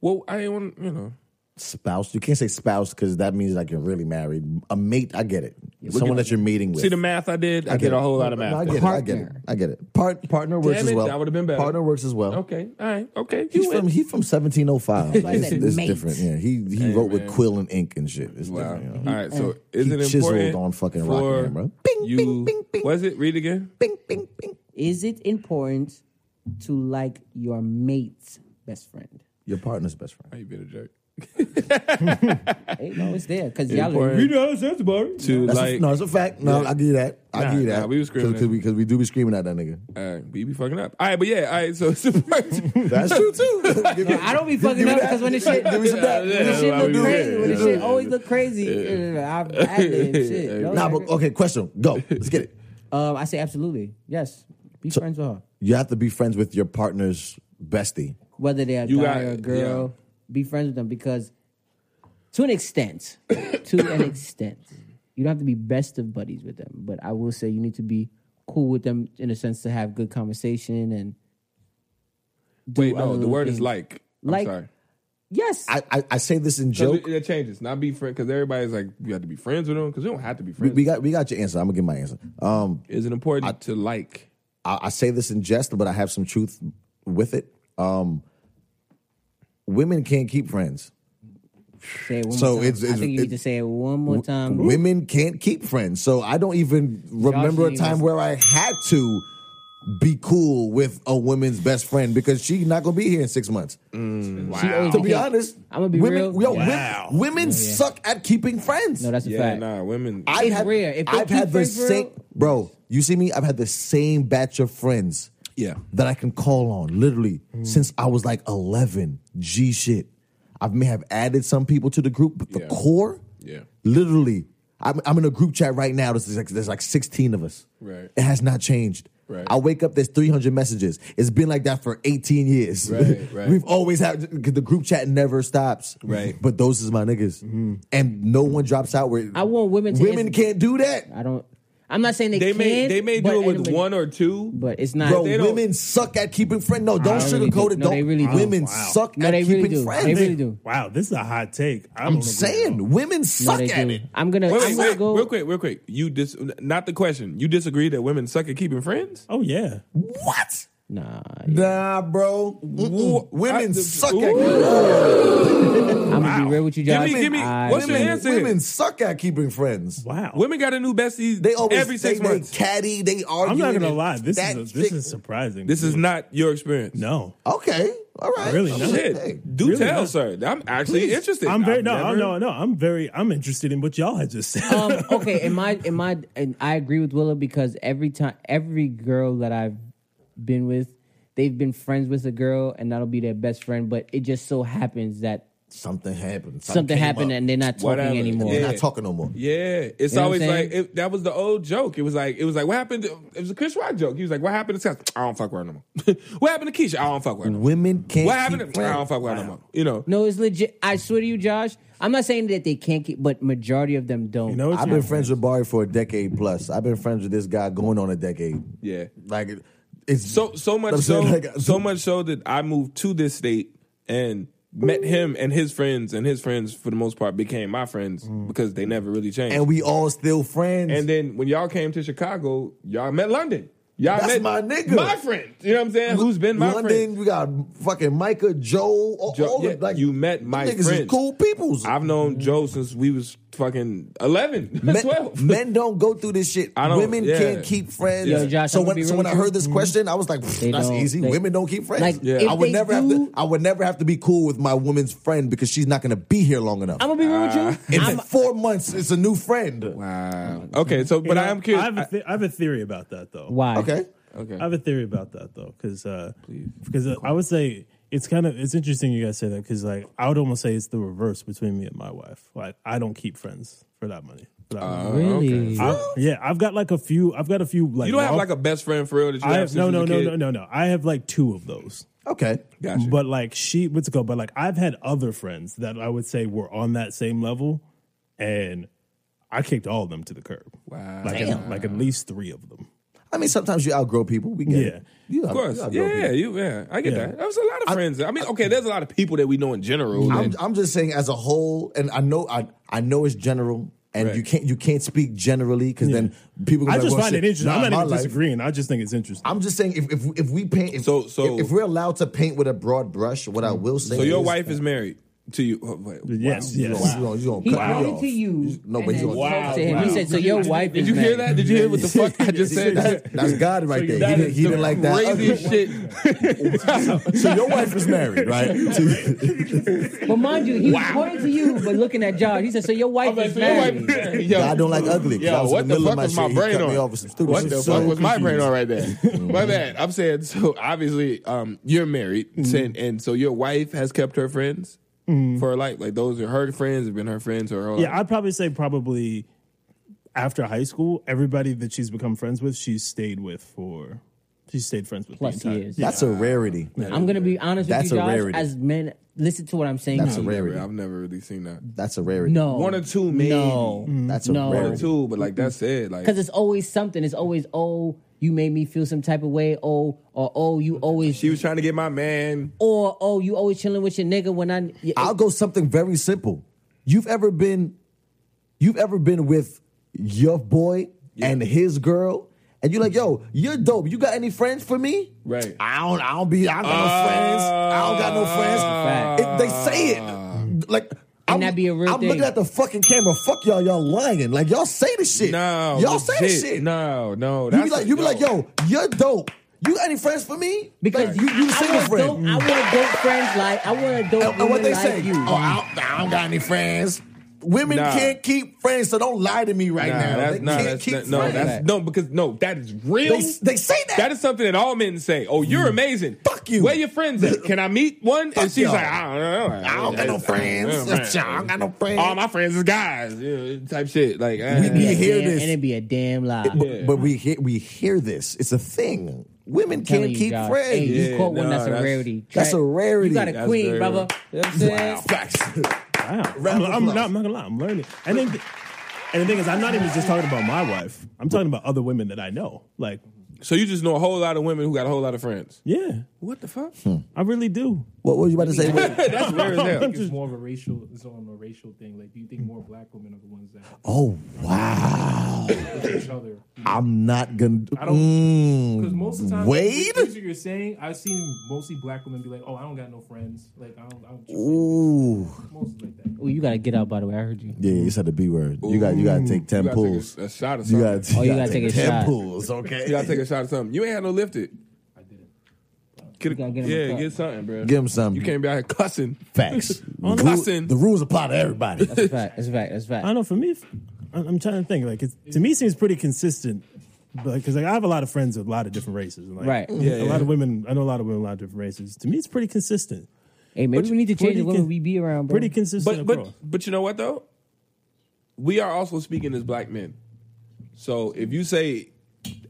S4: Well, I ain't want you know.
S1: Spouse. You can't say spouse because that means like you're really married. A mate. I get it. Someone that you're meeting with.
S4: See the math I did. I, did a whole lot of
S1: No,
S4: math.
S1: I get
S4: there.
S1: it. I get it. I get it. Part, partner works
S4: Damn
S1: as
S4: it,
S1: well.
S4: that would've been better.
S1: Partner works as well.
S4: Okay, all right, okay.
S1: He's
S4: You
S1: from
S4: win.
S1: he from 1705. Like, it's,
S3: said
S1: it's
S3: mate.
S1: different. Yeah, he he wrote with quill and ink and shit. It's
S4: Wow.
S1: different. You know?
S4: All right, so is
S1: He
S4: it
S1: chiseled
S4: important
S1: on fucking
S4: for
S1: Rockingham, bro. Bing,
S4: you?
S1: bing, bing, bing.
S4: Was it read again?
S1: Bing bing bing.
S3: Is it important to like your mate's best friend?
S1: Your partner's best friend.
S4: Oh, you been a jerk.
S3: Hey, no, it's there because y'all.
S4: Important.
S3: Are,
S2: know, that's about it.
S4: to
S1: That's a-
S4: like,
S1: no, it's a fact. No, I give you that. I
S4: Nah,
S1: give you
S4: nah,
S1: that.
S4: we was screaming
S1: because we, 'cause we do be screaming at that nigga.
S4: uh, we be fucking up. All right, but yeah, all right. So it's important.
S1: That's true too. Give me-
S3: I don't be fucking
S1: give me
S3: up
S1: that.
S3: because when this shit,
S1: give me some that.
S3: when this shit
S4: Yeah,
S3: look
S4: yeah,
S3: crazy, when this
S4: yeah,
S3: shit
S4: yeah.
S3: always look crazy, yeah. I'm ad-lib shit. No,
S1: Nah,
S3: like-
S1: but okay. Question. Go. Let's get it.
S3: Um, I say absolutely. Yes. Be friends with her.
S1: You have to be friends with your partner's bestie.
S3: Whether they're a
S4: You
S3: guy
S4: got-
S3: or a girl, be friends with them because to an extent, to an extent, you don't have to be best of buddies with them. But I will say you need to be cool with them in a sense to have good conversation and do
S4: Wait,
S3: other
S4: no, the
S3: little
S4: word is
S3: things.
S4: like. I'm
S3: Like-
S4: sorry.
S3: Yes.
S1: I, I, I say this in
S4: 'Cause
S1: joke.
S4: It, it changes. Not be friend because everybody's like you have to be friends with them because you don't have to be
S1: We,
S4: friends.
S1: we got we got your answer. I'm gonna give my answer. Um,
S4: is it important to like?
S1: I, I say this in jest, but I have some truth with it. Um, women can't keep friends.
S3: say it one
S1: so
S3: more time.
S1: it's-
S3: I
S1: it's-
S3: think you
S1: it-
S3: need to say it one more time.
S1: Women can't keep friends. So I don't even remember a
S3: shouldn't
S1: time
S3: even-
S1: where I had to be cool with a woman's best friend because she's not gonna be here in six months.
S3: She always
S1: To be
S3: became-
S1: honest,
S3: I'm gonna be
S1: women,
S3: real.
S1: yo, women-
S2: Wow.
S1: women, suck at keeping friends.
S3: No, that's a
S4: Yeah,
S3: fact.
S4: nah, women.
S1: I
S3: It's
S1: have,
S3: rare. If they
S1: I've had the
S3: keep friends, bro-
S1: same, bro. You see me? I've had the same batch of friends.
S4: Yeah.
S1: that I can call on literally since I was like eleven. G shit. I may have added some people to the group, but the
S4: Yeah.
S1: core,
S4: Yeah.
S1: literally. I'm, I'm in a group chat right now. There's like, there's like 16 of us.
S4: Right.
S1: It has not changed.
S4: Right.
S1: I wake up. There's 300 messages. It's been like that for 18 years.
S4: Right, right.
S1: We've always had 'cause the group chat never stops.
S4: Right. Mm-hmm.
S1: But those is my niggas, and no one drops out. Where
S3: I want women to
S1: women
S3: answer-
S1: can't do that.
S3: I don't. I'm not saying they,
S4: they
S3: can't.
S4: may they may
S3: but
S4: do it with
S3: anybody-
S4: one or two,
S3: but it's not.
S1: Bro,
S4: they don't-
S1: women suck at keeping friends. No, don't
S3: I really
S1: sugarcoat
S3: do.
S1: it.
S3: No,
S1: Don't.
S3: they really do.
S1: Women
S2: Wow.
S1: suck
S3: no,
S1: at
S3: they
S1: keeping
S3: really do.
S1: friends.
S3: They really do.
S2: Wow, this is a hot take. I
S1: I'm
S2: don't agree at all.
S1: saying women
S3: No,
S1: suck
S3: they
S1: at
S3: do.
S1: it.
S3: I'm gonna. I'm
S4: Wait, wait,
S3: gonna
S4: wait,
S3: go.
S4: real quick, real quick. You dis not the question. You disagree that women suck at keeping friends?
S2: Oh yeah,
S1: What?
S3: Nah,
S1: Nah, bro. Mm-mm. Women
S4: I- the-
S1: suck
S4: Ooh.
S1: at
S3: I'm gonna be real with you,
S4: Give
S3: Josh.
S4: me- give me-
S3: I-
S4: what's your
S1: women,
S4: answer?
S1: women suck at keeping friends.
S2: wow.
S4: Women got a new bestie
S1: They always
S4: every six
S1: they, they
S4: months.
S1: catty. They argue.
S2: I'm not gonna
S1: and
S2: lie. This is
S1: that
S2: a, this
S1: chick-
S2: is surprising.
S4: This is not your experience.
S2: no.
S1: okay. All right.
S2: Really
S1: I'm
S2: not.
S1: like,
S4: Shit.
S1: hey.
S4: Do
S2: Really
S4: tell,
S2: not.
S4: sir. I'm actually interested.
S2: I'm very
S4: I've
S2: no,
S4: never-
S2: no, no. I'm very I'm interested in what y'all had just said.
S3: um, okay, in my in my and I agree with Willow because every time every girl that I've been with, they've been friends with a girl and that'll be their best friend, but it just so happens that
S1: Something happened. came
S3: something happened
S1: up.
S3: and they're not talking
S4: Whatever.
S3: anymore.
S1: They're
S4: Yeah.
S1: not talking no more.
S4: Yeah, it's
S3: You know what
S4: always
S3: I'm saying?
S4: like it, that was the old joke. It was like it was like what happened? To, it was a Chris Rock joke. He was like, "What happened to Scott? I don't fuck with her no more. what happened to Keisha? I don't fuck with her. No more.
S1: Women can't.
S4: What happened
S1: keep
S4: to? I
S1: friends.
S4: don't fuck with her no more. You know,
S3: No, it's legit. I swear to you, Josh. I'm not saying that they can't keep, but majority of them don't.
S2: You know, it's
S1: I've been friends with Barry for a decade plus. I've been friends with this guy going on a decade.
S4: yeah.
S1: Like it's
S4: So so much
S1: I'm
S4: so
S1: saying, like,
S4: so much so that I moved to this state and met him and his friends and his friends for the most part became my friends because they never really changed.
S1: Mm. and we all still friends.
S4: And then when y'all came to Chicago, y'all met London. Y'all
S1: That's
S4: met
S1: my nigga.
S4: my friend. You know what I'm saying? Who's been my
S1: London,
S4: friend?
S1: we got fucking Micah, Joe, all,
S4: Joe-
S1: all
S4: yeah,
S1: of, like
S4: you met my
S1: niggas
S4: friends.
S1: is cool peoples.
S4: I've known Joe since we was fucking 11,
S1: men,
S4: 12.
S1: men don't go through this shit.
S4: I don't-
S1: Women
S4: yeah.
S1: can't keep friends.
S3: Yo, Josh,
S1: so
S3: I'm gonna
S1: when
S3: be
S1: so
S3: real
S1: when I
S3: with you.
S1: heard this question, I was like, "Pfft,
S3: They
S1: "That's
S3: don't-
S1: easy.
S3: they-
S1: Women don't keep friends."
S3: Like, Yeah. if
S1: I would
S3: they
S1: never have
S3: do-
S1: to. I would never have to be cool with my woman's friend because she's not going to be here long enough.
S3: I'm gonna be real with
S4: Ah.
S3: you.
S1: in
S3: I'm,
S1: four months, it's a new friend.
S4: Wow. Okay, so but
S2: You know,
S4: I am curious.
S2: I have, a th- I have a theory about that though.
S3: why?
S1: Okay,
S4: okay.
S2: I have a theory about that though, because uh, because uh, I would say it's kind of it's interesting you guys say that because like I would almost say it's the reverse between me and my wife. Like I don't keep friends for that money. For that money.
S3: Really?
S2: I- yeah, I've got like a few. I've got a few. Like
S4: you don't have
S2: long-
S4: like a best friend for real that you
S2: I
S4: have
S2: have,
S4: since
S2: no
S4: you
S2: no
S4: was a
S2: no
S4: kid?
S2: no no no. I have like two of those.
S1: okay.
S4: Gotcha.
S2: But like she, what's it called? But like I've had other friends that I would say were on that same level, and I kicked all of them to the curb. Wow, like at, like at least three of them.
S1: I mean, sometimes you outgrow people. We get
S2: Yeah.
S1: it. You
S4: Of
S1: out-
S4: course.
S1: you outgrow people.
S4: Yeah, you yeah. I get
S2: Yeah.
S4: that. That was a lot of friends. I mean, okay, there's a lot of people that we know in general.
S1: I'm,
S4: that-
S1: I'm just saying as a whole, and I know I I know it's general, and
S4: Right.
S1: you can't you can't speak generally because then people.
S2: I
S1: gonna be
S2: just
S1: like, well,
S2: find
S1: shit,
S2: it interesting. I'm
S1: my
S2: not even
S1: life.
S2: disagreeing. I just think it's interesting.
S1: I'm just saying if if, if we paint if,
S4: So- so-
S1: if, if we're allowed to paint with a broad brush, what I will say
S4: so your
S1: is,
S4: wife is married. to you. oh, wait,
S2: Yes, yes.
S4: wow.
S1: You gonna, you gonna
S3: He
S1: cut me
S3: pointed
S1: off.
S3: to you.
S1: You- No,
S3: and
S1: but you
S3: then
S1: gonna.
S3: spoke to him. He said, "So your wife
S4: Did
S3: is
S4: you
S3: mad.
S4: hear that? Did you hear what the fuck I just said?
S1: That's, that's God right there. He
S4: That
S1: didn't,
S4: is
S1: he
S4: the
S1: didn't like that.
S4: Craziest shit.
S1: So your wife is married, right? So-
S3: But mind you, he was pointing to you, but looking at Josh. He said, "So your wife is married."
S4: Yo,
S1: I don't like ugly. 'cause I
S4: Yo,
S1: was
S4: what
S1: in
S4: the
S1: the middle of
S4: fuck
S1: my
S4: was my
S1: shit. He
S4: brain
S1: cut me
S4: on?
S1: off with some stupid
S4: What
S1: shit.
S4: the
S1: So
S4: fuck was my brain on right there? my bad. I'm saying so. Obviously, um, you're married,
S1: Mm-hmm.
S4: and, and so your wife has kept her friends for her life. Like those are her friends have been her friends her whole
S2: Yeah,
S4: life.
S2: I'd probably say probably after high school, everybody that she's become friends with, she's stayed with for she's stayed friends with
S3: Plus
S2: the entire.
S3: years.
S1: That's a rarity.
S3: I'm gonna be honest
S1: That's
S3: with you,
S1: a
S3: Josh.
S1: rarity.
S3: As men, listen to what I'm saying.
S1: That's
S3: to
S1: a
S3: you.
S1: rarity.
S4: I've never really seen that.
S1: That's a rarity.
S3: No,
S4: One or two, maybe.
S3: No,
S1: That's a
S3: no.
S4: One or
S1: rarity.
S4: two, but like that's it. Like
S3: because it's always something. It's always oh, you made me feel some type of way. Oh, or oh, you always
S4: she was trying to get my man.
S3: or oh, you always chilling with your nigga when I. Yeah,
S1: I'll go something very simple. You've ever been, you've ever been with your boy and his girl, and you're like, yo, you're dope. You got any friends for me?
S4: Right. Ah.
S1: I don't. I don't be. I don't got no friends. I don't got no friends. It- they say
S4: Ah.
S1: it like. I'm,
S3: that be a real
S1: I'm
S3: thing.
S1: looking at the fucking camera. Fuck y'all. Y'all lying. Like y'all say the shit.
S4: No,
S1: Y'all say the
S4: legit.
S1: shit.
S4: No, no.
S1: You be
S4: that's
S1: like,
S4: a-
S1: you be like, yo, you're dope. You got any friends for me?
S3: because
S1: Like, you, you a
S3: I
S1: single
S3: want
S1: friend.
S3: Dope, I want dope friends like I want a dope
S1: And, and what
S3: woman
S1: they
S3: like
S1: say?
S3: you.
S1: Oh, I don't, I don't got any friends. Women
S4: Nah.
S1: can't keep friends, so don't lie to me right
S4: Nah,
S1: now.
S4: that's
S1: they
S4: nah,
S1: can't
S4: that's
S1: keep
S4: not-
S1: friends.
S4: no, that's no, because no, that is real.
S1: They- they say that. Mm.
S4: That is something that all men say. Oh, you're amazing.
S1: Fuck you.
S4: Where your friends at? Can I meet one?
S1: Fuck
S4: and she's
S1: y'all.
S4: like, I don't know.
S1: I don't got no friends. I don't got no friends.
S4: All my friends is guys. You know, type shit. Like
S1: We- we
S4: eh.
S1: hear
S3: Damn,
S1: this.
S3: and it'd be a damn lie.
S1: But we hear, we hear this. It's a thing. Women
S3: Telling
S1: can't
S3: you,
S1: keep
S3: Josh.
S1: friends.
S3: Hey, you
S4: Yeah,
S3: caught one
S4: nah,
S3: that's a
S4: that's-
S3: rarity.
S1: that's
S3: Track-
S1: a rarity.
S3: You got a
S4: That's
S3: queen,
S4: very
S3: brother. You know what I'm saying?
S1: Wow, facts.
S2: Wow.
S1: Round
S2: I'm,
S1: of
S2: I'm
S1: applause.
S2: not, I'm not gonna lie, I'm learning. And then, and the thing is, I'm not even just talking about my wife. I'm talking about other women that I know. Like,
S4: So you just know a whole lot of women who got a whole lot of friends.
S2: yeah,
S4: What the fuck?
S3: Hmm.
S2: I really do.
S1: What were you about to say?
S4: That's rare as hell.
S2: I'm
S8: It's
S2: just-
S8: more of a racial. It's on a racial thing. Like, do you think more black women are the ones that
S1: oh wow!
S8: with each other?
S1: I'm not gonna. mm.
S8: I don't because most of the time,
S1: Wade?
S8: the things that you're saying, I've seen mostly black women be like, "Oh, I don't got no friends. Like, I don't, I don't
S1: Ooh,
S8: most like that."
S3: Oh, you gotta get out. By the way, I heard you.
S1: yeah, you said the B word. You got you got to take ten
S4: You gotta
S1: pulls.
S4: take a, a shot of
S1: You
S4: something.
S1: got
S3: Oh, you gotta take a
S1: ten
S3: shot.
S1: pulls. Okay,
S4: you gotta take a shot of something. You ain't had no lifted.
S8: I didn't.
S4: Get a,
S3: gotta get him a
S4: yeah,
S3: cup.
S4: get something, bro.
S1: Give him something.
S4: You can't be out here cussing.
S1: Facts. the,
S4: the
S1: rule-
S4: cussing.
S1: the rules apply to everybody.
S3: That's a fact. That's a fact. That's a
S2: I don't
S3: fact.
S2: know. For me, if- I'm I'm trying to think. Like, it's, to me, it seems pretty consistent. Because like, I have a lot of friends with a lot of different races. and, Like,
S3: Right.
S2: A
S3: Yeah,
S2: lot of women. I know a lot of women, a lot of different races. To me, it's pretty consistent.
S3: Hey, maybe we need to change
S2: pretty
S3: the women
S2: con-
S3: we be around, bro.
S2: Pretty consistent.
S4: but but
S2: across.
S4: but you know what though, we are also speaking as black men. So if you say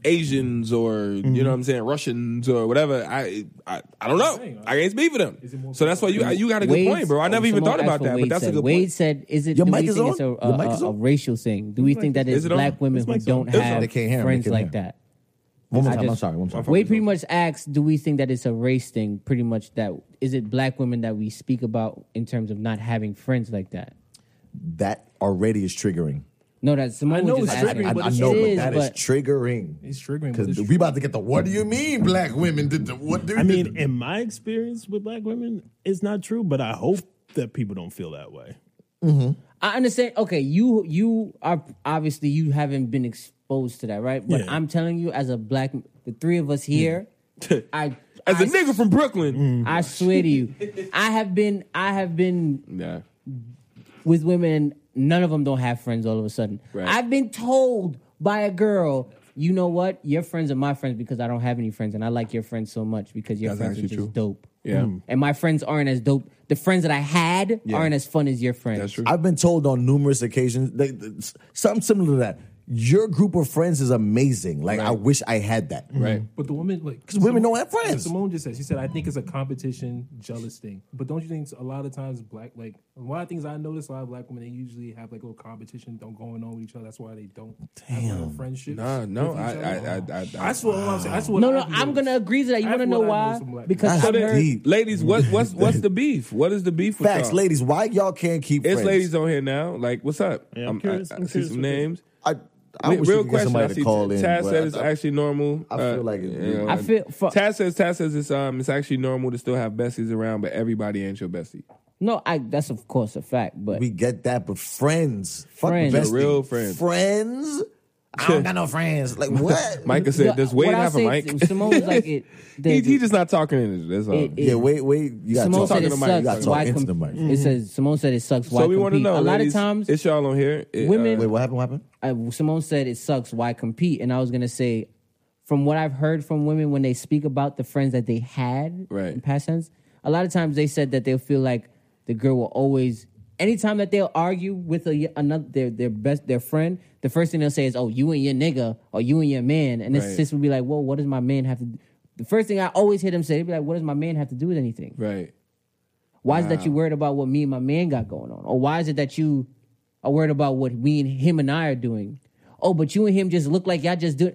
S4: Asians or you know what I'm saying Russians or whatever, I I, I don't know. I can't speak for
S8: Is it
S4: them.
S8: more-
S4: So that's why you you got a good
S3: Wade's-
S4: point, bro. I never even
S3: oh, someone
S4: thought
S3: asked
S4: about
S3: what
S4: that,
S3: Wade
S4: but that's
S3: said.
S4: a good
S3: Wade
S4: point.
S3: said, "Is it?
S1: Your
S3: do
S1: mic
S3: we
S1: is
S3: think
S1: on?
S3: it's a, a,
S1: Your mic is
S3: a- a
S1: on?
S3: racial thing? Do we think that it's
S4: Is it on?
S3: black women
S2: This
S3: who
S2: mic's
S3: don't
S2: on.
S1: It's
S3: have
S1: on. They can't hear me.
S3: friends
S1: They can't
S3: like
S1: hear me.
S3: that?"
S1: One more
S3: I
S1: time.
S3: just-
S1: I'm sorry. One more time.
S3: Wade pretty much asked, "Do we think that it's a race thing? Pretty much that is it black women that we speak about in terms of not having friends like that?"
S1: That already is triggering.
S3: No, that's Simone
S8: I know
S3: was just
S8: it's
S3: asking.
S8: triggering,
S1: I,
S8: but
S1: I
S8: it's-
S1: know,
S3: It
S1: but
S3: is,
S1: that is triggering.
S8: It's triggering, but
S1: Because
S8: it's
S1: we about to get the. What do you mean, black women did the? What do you
S2: I mean, in my experience with black women, it's not true. But I hope that people don't feel that way.
S3: I understand. Okay, you you are obviously you haven't been exposed to that, right? But
S2: Yeah.
S3: I'm telling you, as a black, the three of us here, I
S4: as
S3: a
S4: a nigga from Brooklyn,
S3: I swear to you, I have been I have been
S4: yeah,
S3: with women. None of them don't have friends. All of a sudden,
S4: Right.
S3: I've been told by a girl. You know what? Your friends are my friends because I don't have any friends, and I like your friends so much because your
S4: That's
S3: friends are
S4: actually
S3: just
S4: true.
S3: dope.
S4: Yeah. Mm.
S3: and my friends aren't as dope. The friends that I had aren't as fun as your friends.
S4: that's true.
S1: I've been told on numerous occasions that, that- something similar to that. Your group of friends is amazing. Like I wish I had that.
S4: right.
S8: But the woman, like, because
S1: women don't have friends.
S8: Simone just said, she said, I think it's a competition, jealous thing. But don't you think a lot of times black, like, a lot of things I notice, a lot of black women, they usually have like a little competition don't going on with each other. That's why they don't have like, friendships.
S4: Nah, no,
S8: with each
S4: I-
S8: other.
S4: I- I- I- I-
S8: that's what I'm saying. That's what
S3: No, no,
S8: I've
S3: I'm
S8: noticed.
S3: gonna agree to that. You
S8: That's
S3: wanna know
S8: what I
S3: why?
S8: noticed from black
S3: Because
S8: women.
S1: That's
S3: I've heard
S1: deep.
S4: Ladies, what's what's what's the beef? What is the beef? With
S1: Facts,
S4: y'all?
S1: ladies. Why y'all can't keep
S4: It's
S1: friends?
S4: ladies on here now. Like, what's up?
S2: Yeah, I'm curious-
S4: I, I
S2: I'm
S4: see
S2: curious
S4: some
S2: what this-
S4: names.
S1: I, I wish
S4: Real
S1: we could get
S4: question.
S1: somebody
S4: I
S1: to
S4: see
S1: call in.
S4: Taz
S1: but
S4: said it's
S1: I-
S4: actually normal. uh,
S1: I feel like it's-
S4: you know,
S3: I feel- fu-
S4: Taz says Taz says it's um it's actually normal to still have besties around, but everybody ain't your bestie.
S3: No, I. That's of course a fact, but
S1: We get that, but friends,
S3: Friends.
S1: fuck bestie.
S4: Real friends.
S1: friends. I don't got no friends. Like what?
S4: Micah said, "Does Wade
S3: what I
S4: have a
S3: say-
S4: mic?"
S3: Simone was like, it,
S4: he,
S3: the-
S4: he just not talking in it. That's all.
S3: it-
S1: yeah,
S3: it-
S1: wait, wait. You got
S3: Simone
S1: to
S3: said
S1: talk
S3: it
S1: into the mic. You got
S3: sucks.
S1: to talk
S3: Why
S1: into
S3: com-
S1: the mic.
S4: Mm.
S3: It says Simone said it sucks. Why
S4: so we want to
S3: compete?
S4: know.
S3: a lot of
S4: ladies,
S3: times,
S4: it's y'all on here. It,
S3: women-
S4: uh,
S1: Wait, what happened? What happened?
S3: I, Simone said it sucks. Why compete? And I was gonna say, from what I've heard from women when they speak about the friends that they had
S4: Right.
S3: in past tense, a lot of times they said that they'll feel like the girl will always. Anytime that they'll argue with a, another their their best their friend, the first thing they'll say is, "Oh, you and your nigga," or "You and your man," and this
S4: Right.
S3: sis will be like, "Whoa, what does my man have to?" do? The first thing I always hear them say, they be like, "What does my man have to do with anything?"
S4: right.
S3: Why is it that you worried about what me and my man got going on? Or why is it that you are worried about what we and him and I are doing? Oh, but you and him just look like y'all just do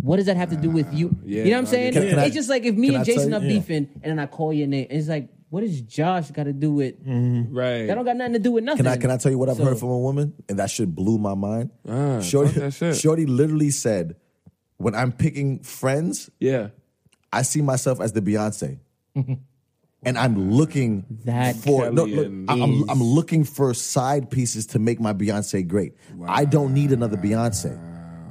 S3: What does that have to do with you?
S4: yeah,
S3: you know what I'm
S4: I
S3: saying?
S4: get
S1: it. Can I-
S3: it's just like if me
S1: can
S3: and
S1: I tell
S3: Jason
S1: you-
S3: are
S1: yeah.
S3: beefing and then I call your name. It's like, what does Josh got to do with?
S4: Right.
S3: That don't got nothing to do with nothing.
S1: Mm-hmm. Can I can I tell you what I've
S3: So-
S1: heard from a woman? And that shit blew my mind.
S4: Ah, fuck that shit.
S1: Shorty literally said, when I'm picking friends,
S4: yeah.
S1: I see myself as the Beyonce. and I'm looking
S3: That
S1: for no,
S4: Kelly
S1: look,
S4: and-
S1: I- I'm, I'm looking for side pieces to make my Beyonce great. I don't need another Beyonce.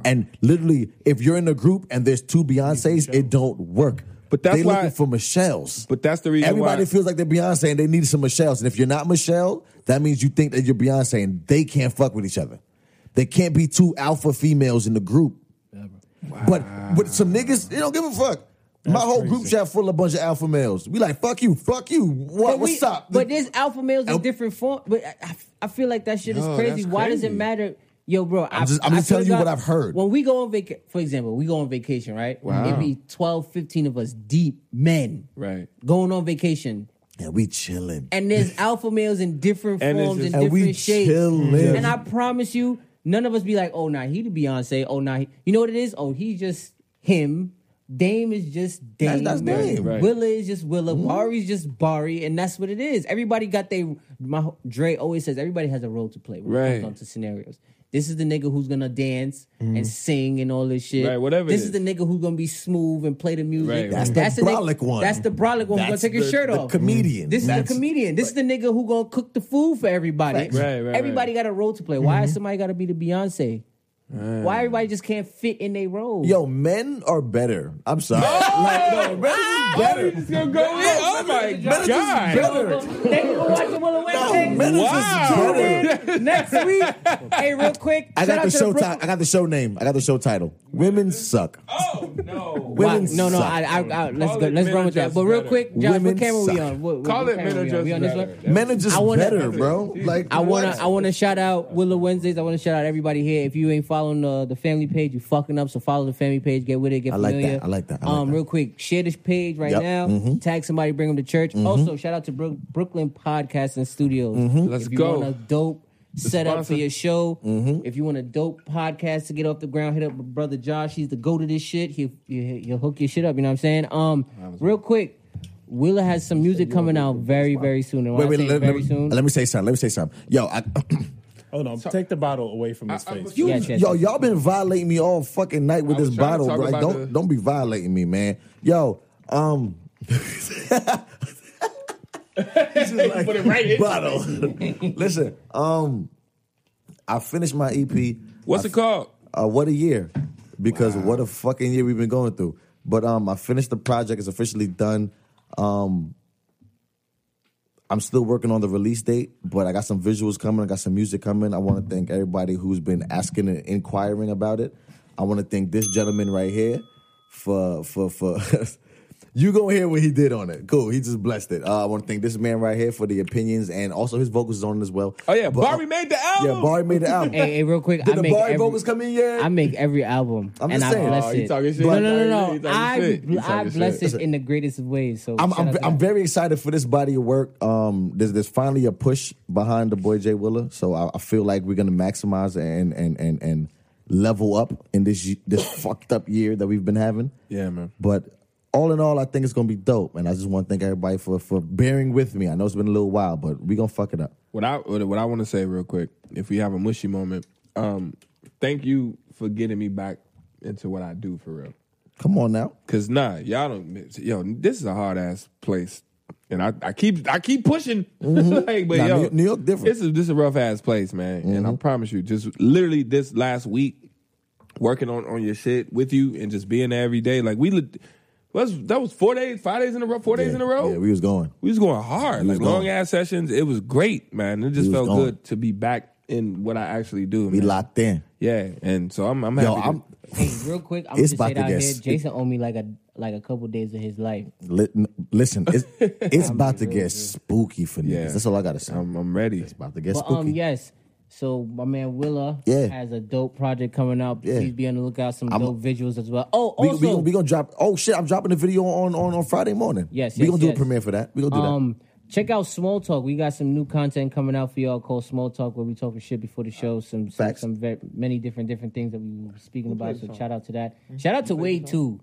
S1: And literally, if you're in a group and there's two Beyonces, it don't work.
S4: But that's
S1: they
S4: why-
S1: looking for Michelle's.
S4: But that's the reason
S1: Everybody
S4: why-
S1: feels like they're Beyonce and they need some Michelle's. And if you're not Michelle, that means you think that you're Beyonce and they can't fuck with each other. They can't be two alpha females in the group. But but some niggas, they don't give a fuck. My whole group chat full of bunch of alpha males. We like fuck you, fuck you. What,
S3: But we-
S1: what's up?
S3: But there's alpha males
S1: Al-
S3: in different form. But I- I, I feel like that shit is
S4: Yo,
S3: crazy.
S4: that's
S3: Why does it
S4: crazy.
S3: matter? Yo, bro, I-
S1: just- I'm
S3: I
S1: just
S3: swear
S1: telling
S3: to
S1: you what
S3: God,
S1: I've heard.
S3: When we go on vacation, for example, we go on vacation, right? Wow. It'd be 12, 15 of us deep men
S4: Right.
S3: going on vacation.
S1: and we chilling.
S3: And there's alpha males in different
S4: And it's
S3: forms
S4: just-
S3: and
S1: And we
S3: different shapes.
S1: chillin'.
S3: And I promise you, none of us be like, oh, nah, he the Beyonce. Oh, nah. He. You know what it is? Oh, he's just him. Dame is just Dame.
S1: that's Dame.
S4: Right.
S3: Willa is just Willa. Bari's just Bari. And that's what it is. Everybody got their. My, Dre always says everybody has a role to play when it
S4: Right. Mm.
S3: comes down to scenarios. This is the nigga who's gonna dance and sing and all this shit.
S4: Right, whatever it
S3: This
S4: is.
S3: is the nigga who's gonna be smooth and play the music.
S4: Right,
S1: That's the
S3: nigga-
S1: brolic one.
S3: That's the brolic one who's gonna
S1: That's
S3: take his
S1: the-
S3: shirt
S1: the
S3: off.
S1: comedian.
S3: This is
S1: That's-
S3: the comedian. This is the nigga who gonna cook the food for everybody.
S4: Right, right,
S3: everybody got a role to play.
S1: Mm-hmm.
S3: Why is somebody gotta be the Beyonce? Why everybody just can't fit in their role?
S1: Yo, men are better. I'm sorry. like, no, men are just better.
S4: Go in. Oh my
S1: Men are just
S4: god.
S1: better.
S3: Thank you for watching Willow Wednesday.
S1: No, men are just
S4: Wow.
S1: better.
S3: Next week, hey, real quick,
S1: I
S3: shout out
S1: got the
S3: to
S1: show
S3: Brooklyn-
S1: title. I got the show name. I got the show title. Women suck.
S4: Oh no.
S3: Wow,
S1: Women
S3: No, no,
S1: suck.
S3: I, I, I, let's
S4: Call
S3: go.
S4: it
S3: Let's
S4: men
S3: run
S4: are
S3: with that.
S4: just
S3: But real
S4: better.
S3: quick, Josh,
S1: Women
S3: what camera we
S1: suck.
S3: on? What, what,
S4: Call
S3: what
S4: it
S3: camera
S4: men
S3: we
S4: are
S3: on?
S4: just
S3: We on this
S4: better.
S3: one?
S1: Men are just
S3: I wanna-
S1: better, bro. Like
S3: I wanna
S1: what?
S3: I wanna shout out Willow Wednesdays. I wanna shout out everybody here. If you ain't following uh, the, the family page, you fucking up. So follow the family page. Get with it. Get
S1: I like that,
S3: familiar.
S1: I like that, I like
S3: um,
S1: that.
S3: real quick, share this page right
S1: Yep, Mm-hmm.
S3: now. Tag somebody. Bring them to church. Also, shout out to Brook Brooklyn Podcast and Studios.
S1: Mm-hmm.
S4: Let's
S3: if you
S4: go.
S3: Want a dope setup
S4: sponsor.
S3: for your show.
S1: Mm-hmm.
S3: If you want a dope podcast to get off the ground, hit up my brother Josh. He's the go to this shit. He he- he'll hook your shit up. You know what I'm saying? Um, real quick. Willa has some music coming out very, very soon. And when
S1: Wait, wait,
S3: I say
S1: let, let
S3: very
S1: me,
S3: soon,
S1: let me say something. Let me say something. Yo, I,
S2: Hold on, take the bottle away from his face.
S3: Yeah, yes, yes,
S1: yo,
S3: yes.
S1: y'all been violating me all fucking night with
S4: I was
S1: this
S4: trying to
S1: bottle,
S4: talk
S1: bro. Like,
S4: about
S1: don't
S4: the-
S1: don't be violating me, man. Yo, um, This is like, bottle. Listen, um, I finished my E EP.
S4: What's
S1: I
S4: it called?
S1: uh, what a year because what a fucking year we've been going through but um i finished the project it's officially done um i'm still working on the release date but i got some visuals coming i got some music coming i want to thank everybody who's been asking and inquiring about it i want to thank this gentleman right here for for for You gonna hear what he did on it. Cool. He just blessed it. Uh, I want to thank this man right here for the opinions and also his vocals is on it as well.
S4: Oh yeah,
S1: But,
S4: Barbie
S1: uh,
S4: made the album.
S1: Yeah, Barry made the album.
S3: Hey, hey, real quick,
S1: Did
S3: I
S1: the
S3: make
S1: Barry
S3: every,
S1: vocals come in yet?
S3: I make every album,
S1: I'm
S3: and
S1: just
S3: I
S1: saying.
S3: bless
S1: Oh,
S4: you
S3: it.
S4: talking shit.
S3: No, no,
S4: You
S3: no,
S4: talking
S3: no. I,
S4: shit. You
S3: I
S4: talking
S3: bless
S4: shit.
S3: it in the greatest ways. So
S1: I'm
S3: shout
S1: I'm,
S3: out to
S1: I'm
S3: that.
S1: very excited for this body of work. Um, there's there's finally a push behind the boy Jay Willa, so I, I feel like we're gonna maximize and and and and level up in this ye- this fucked up year that we've been having.
S4: Yeah, man.
S1: But all in all, I think it's gonna be dope, and I just want to thank everybody for for bearing with me. I know it's been a little while, but we gonna fuck it up.
S4: What I what, what I want to say real quick, if we have a mushy moment, um, thank you for getting me back into what I do for real.
S1: Come on now,
S4: Cause nah, y'all don't. Yo, this is a hard ass place And I, I keep I keep pushing. like,
S1: Mm-hmm.
S4: but
S1: Nah,
S4: yo,
S1: New- New York different. Mm-hmm.
S4: This is this is a rough ass place, man. And I promise you, just literally this last week, working on on your shit with you and just being there every day. Like we lit- was that was four days, five days in a row, four days in a row.
S1: Yeah,
S4: we,
S1: we was going.
S4: was going hard,
S1: We
S4: like
S1: was going.
S4: long ass sessions. It was great, man. It just
S1: was
S4: felt
S1: going.
S4: good to be back in what I actually do.
S1: We
S4: man.
S1: locked in.
S4: yeah. And so I'm I'm happy.
S1: Yo,
S4: to-
S1: I'm
S3: Hey, real quick, I'm
S1: It's
S3: just
S1: about
S3: saying
S1: to
S3: out
S1: get
S3: here.
S1: s-
S3: Jason owed me like a like a couple days of his life.
S1: li- listen. It's, it's about to get spooky for niggas.
S4: Yeah.
S1: That's all I gotta say.
S4: I'm I'm ready.
S1: it's about to get
S3: But
S1: spooky.
S3: um, yes. So my man Willa
S1: Yeah.
S3: has a dope project coming up.
S1: Yeah.
S3: Please be on the lookout. Some
S1: I'm-
S3: dope visuals as well. Oh,
S1: we,
S3: also,
S1: we, we gonna drop. Oh shit! I'm dropping the video on on, on Friday morning.
S3: Yes,
S1: we
S3: yes,
S1: gonna do
S3: yes.
S1: a premiere for that. We gonna do
S3: um, check out Small Talk. We got some new content coming out for y'all called Small Talk, where we talking shit before the show. Some some,
S1: Facts.
S3: some very, many different different things that we were speaking about. So shout out to that.
S4: Mm-hmm.
S3: Shout out to Wade too.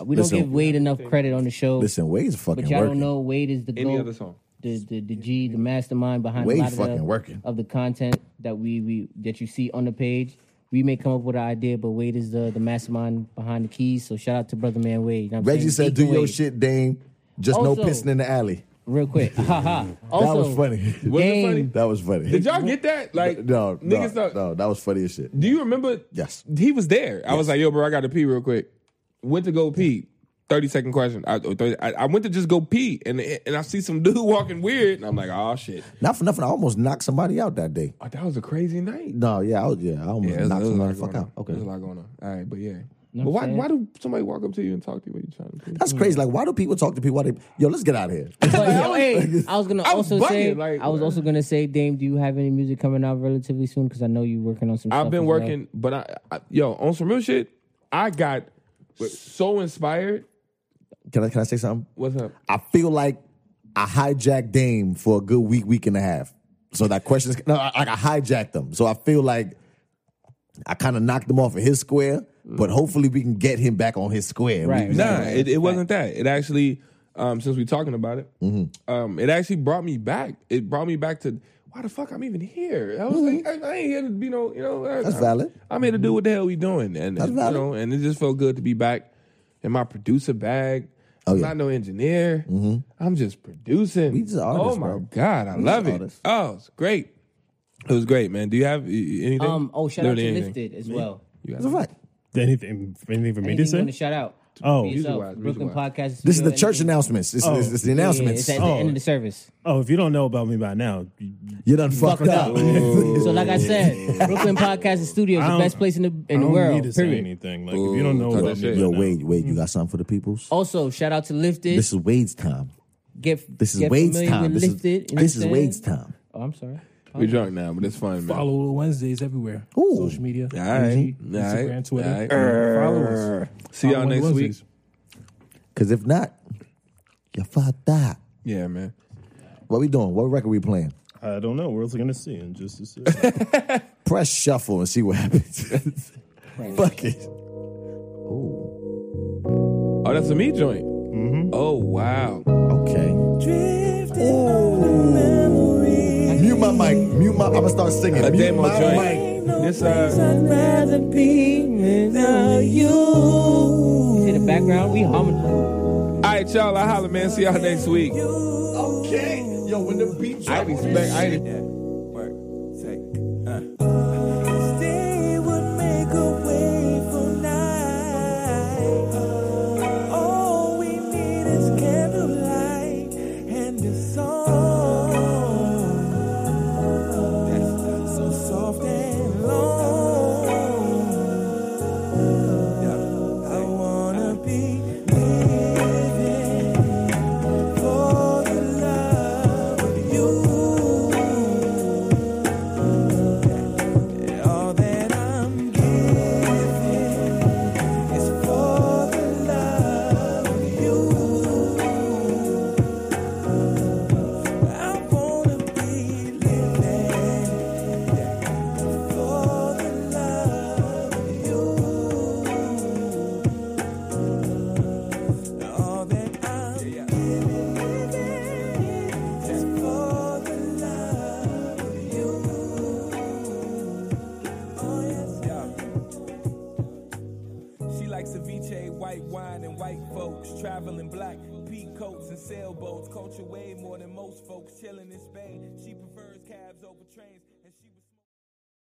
S3: Uh, We
S1: Listen.
S3: don't give Wade enough credit on the show.
S1: that. Listen, Wade's fucking
S3: But y'all
S1: working.
S3: don't know Wade is the
S4: Any
S3: goat,
S4: other song.
S3: The, the the G, the mastermind behind
S1: Wade
S3: a lot of the,
S1: fucking working.
S3: of the content that we, we that you see on the page. We may come up with an idea, but Wade is the, the mastermind behind the keys. So shout out to brother man Wade. You know what I'm
S1: Reggie
S3: saying?
S1: said,
S3: Big
S1: "Do your
S3: Wade."
S1: shit, Dame. Just
S3: Also-
S1: no pissing in the alley."
S3: real quick." Haha.
S1: That
S3: Also,
S1: was funny.
S4: Was it
S3: Game.
S4: funny?
S1: that was funny.
S4: Did y'all get that? Like
S1: No, no,
S4: niggas thought-
S1: no, that was funny as shit.
S4: Do you remember?
S1: Yes.
S4: He was there. I was like, yo, bro, I got to pee real quick. Went to go pee. 30 second question. I, or 30 I, I went to just go pee and and I see some dude walking weird and I'm like, oh shit.
S1: Not for nothing. I almost knocked somebody out that day.
S4: Oh, that was a crazy night.
S1: No, yeah, I was, yeah, I almost
S4: Yeah, there's,
S1: knocked
S4: there's a
S1: somebody
S4: lot
S1: the fuck
S4: going
S1: out.
S4: on.
S1: Okay,
S4: There's a lot going on. All right, but yeah.
S3: what
S4: but
S3: I'm
S4: why
S3: saying?
S4: why do somebody walk up to you and talk to you when you're trying to pee?
S1: that's crazy. Like, why do people talk to people? Why they, yo, let's get out of here.
S3: But, yo, hey, I was gonna
S4: I was
S3: also
S4: bugging,
S3: say,
S4: like,
S3: I was also gonna say, Dame, do you have any music coming out relatively soon? Because I know you're working on some.
S4: I've
S3: stuff
S4: been
S3: as well.
S4: working, but I, I yo, on some real shit, I got so inspired.
S1: can I can I say something?
S4: What's up?
S1: I feel like I hijacked Dame for a good week, week and a half. So that question is no, I- like I hijacked them. So I feel like I kind of knocked him off of his square, but hopefully we can get him back on his square.
S3: Right.
S1: We-
S4: Nah, it, it wasn't that. It actually, um, since we're talking about it,
S1: Mm-hmm.
S4: um, it actually brought me back. It brought me back to why the fuck I'm even here. I was like, I, I ain't here to be no, you know. I-
S1: Mm-hmm. That's
S4: I-
S1: valid.
S4: I'm here to do what the hell we doing, and,
S1: That's
S4: and, you
S1: valid.
S4: know, and it just felt good to be back in my producer bag.
S1: Oh,
S4: I'm
S1: yeah. Mm-hmm.
S4: not no engineer. I'm just producing.
S1: We just
S4: oh
S1: artists,
S4: my
S1: bro.
S4: god, I
S1: We just
S4: love it.
S1: artists.
S4: Oh, it's great. It was great, man. Do you have uh, anything?
S3: Um. Oh, shout out
S4: Literally
S3: to
S4: anything.
S3: Lifted as well.
S4: You got
S1: That's a fact.
S2: Anything, anything for me to
S3: Anything you want
S2: say?
S3: to shout out?
S2: Oh.
S3: Be yourself.
S4: Music-wise,
S3: Brooklyn
S4: music-wise.
S3: podcast.
S1: This is the
S3: Studio,
S1: church
S3: anything.
S1: announcements. It's,
S2: Oh.
S1: it's, it's the
S3: Yeah,
S1: announcements.
S3: it's at the
S2: Oh.
S3: end of the service.
S2: Oh, if you don't know about me by now, you-
S1: you done fucked,
S3: Fucked
S1: up.
S3: up. so, like I said, Brooklyn Podcast and Studio is
S2: I
S3: the
S2: don't-
S3: best place in the in
S2: I
S3: the
S2: don't
S3: world.
S2: need to say
S3: Period.
S2: anything. Like if you don't know
S4: Ooh,
S2: about
S4: talk
S2: me,
S4: that
S1: Yo,
S2: by now-
S1: Wade, Wade,
S3: Mm.
S1: you got something for the peoples?
S3: Also, shout out to Lifted.
S1: This is Wade's time.
S3: get
S1: This is
S3: get
S1: Wade's
S3: familiar
S1: time.
S3: with
S1: This is,
S3: Lifted, you know
S1: this
S3: what
S1: is
S3: I'm
S1: Wade's
S3: saying?
S1: time.
S3: Oh, I'm sorry.
S4: We're drunk now, but it's fun, man.
S8: Follow Lil Wednesdays everywhere.
S1: Ooh.
S8: Social media.
S4: All right,
S8: IG,
S4: all right,
S8: Instagram, Twitter. um,
S4: all right.
S8: Follow us.
S4: See
S8: Follow
S4: y'all
S8: Lil
S4: next week.
S8: Wednesdays.
S1: Because if not, you fucked up.
S4: Yeah, man.
S1: What we doing? What record we playing?
S2: I don't know. We're also gonna see in just a second.
S1: Press shuffle and see what happens. Fuck it. Ooh.
S4: Oh, that's a me joint.
S8: Mm-hmm.
S4: Oh wow.
S1: Okay. Ooh. Mute my mic. Mute my. I'm gonna start singing.
S4: A
S1: Mute
S4: demo
S1: my mic.
S4: joint. This uh,
S3: See the background? We harmonizing.
S4: all right, y'all. I holla, man. See y'all next week.
S1: Okay. Yo, when the beat
S4: I
S1: drop,
S4: didn't expect. I didn't.
S15: She likes ceviche, white wine, and white folks. Traveling black,
S4: Speed coats and sailboats, culture way more than most folks chilling in Spain. She prefers cabs over trains.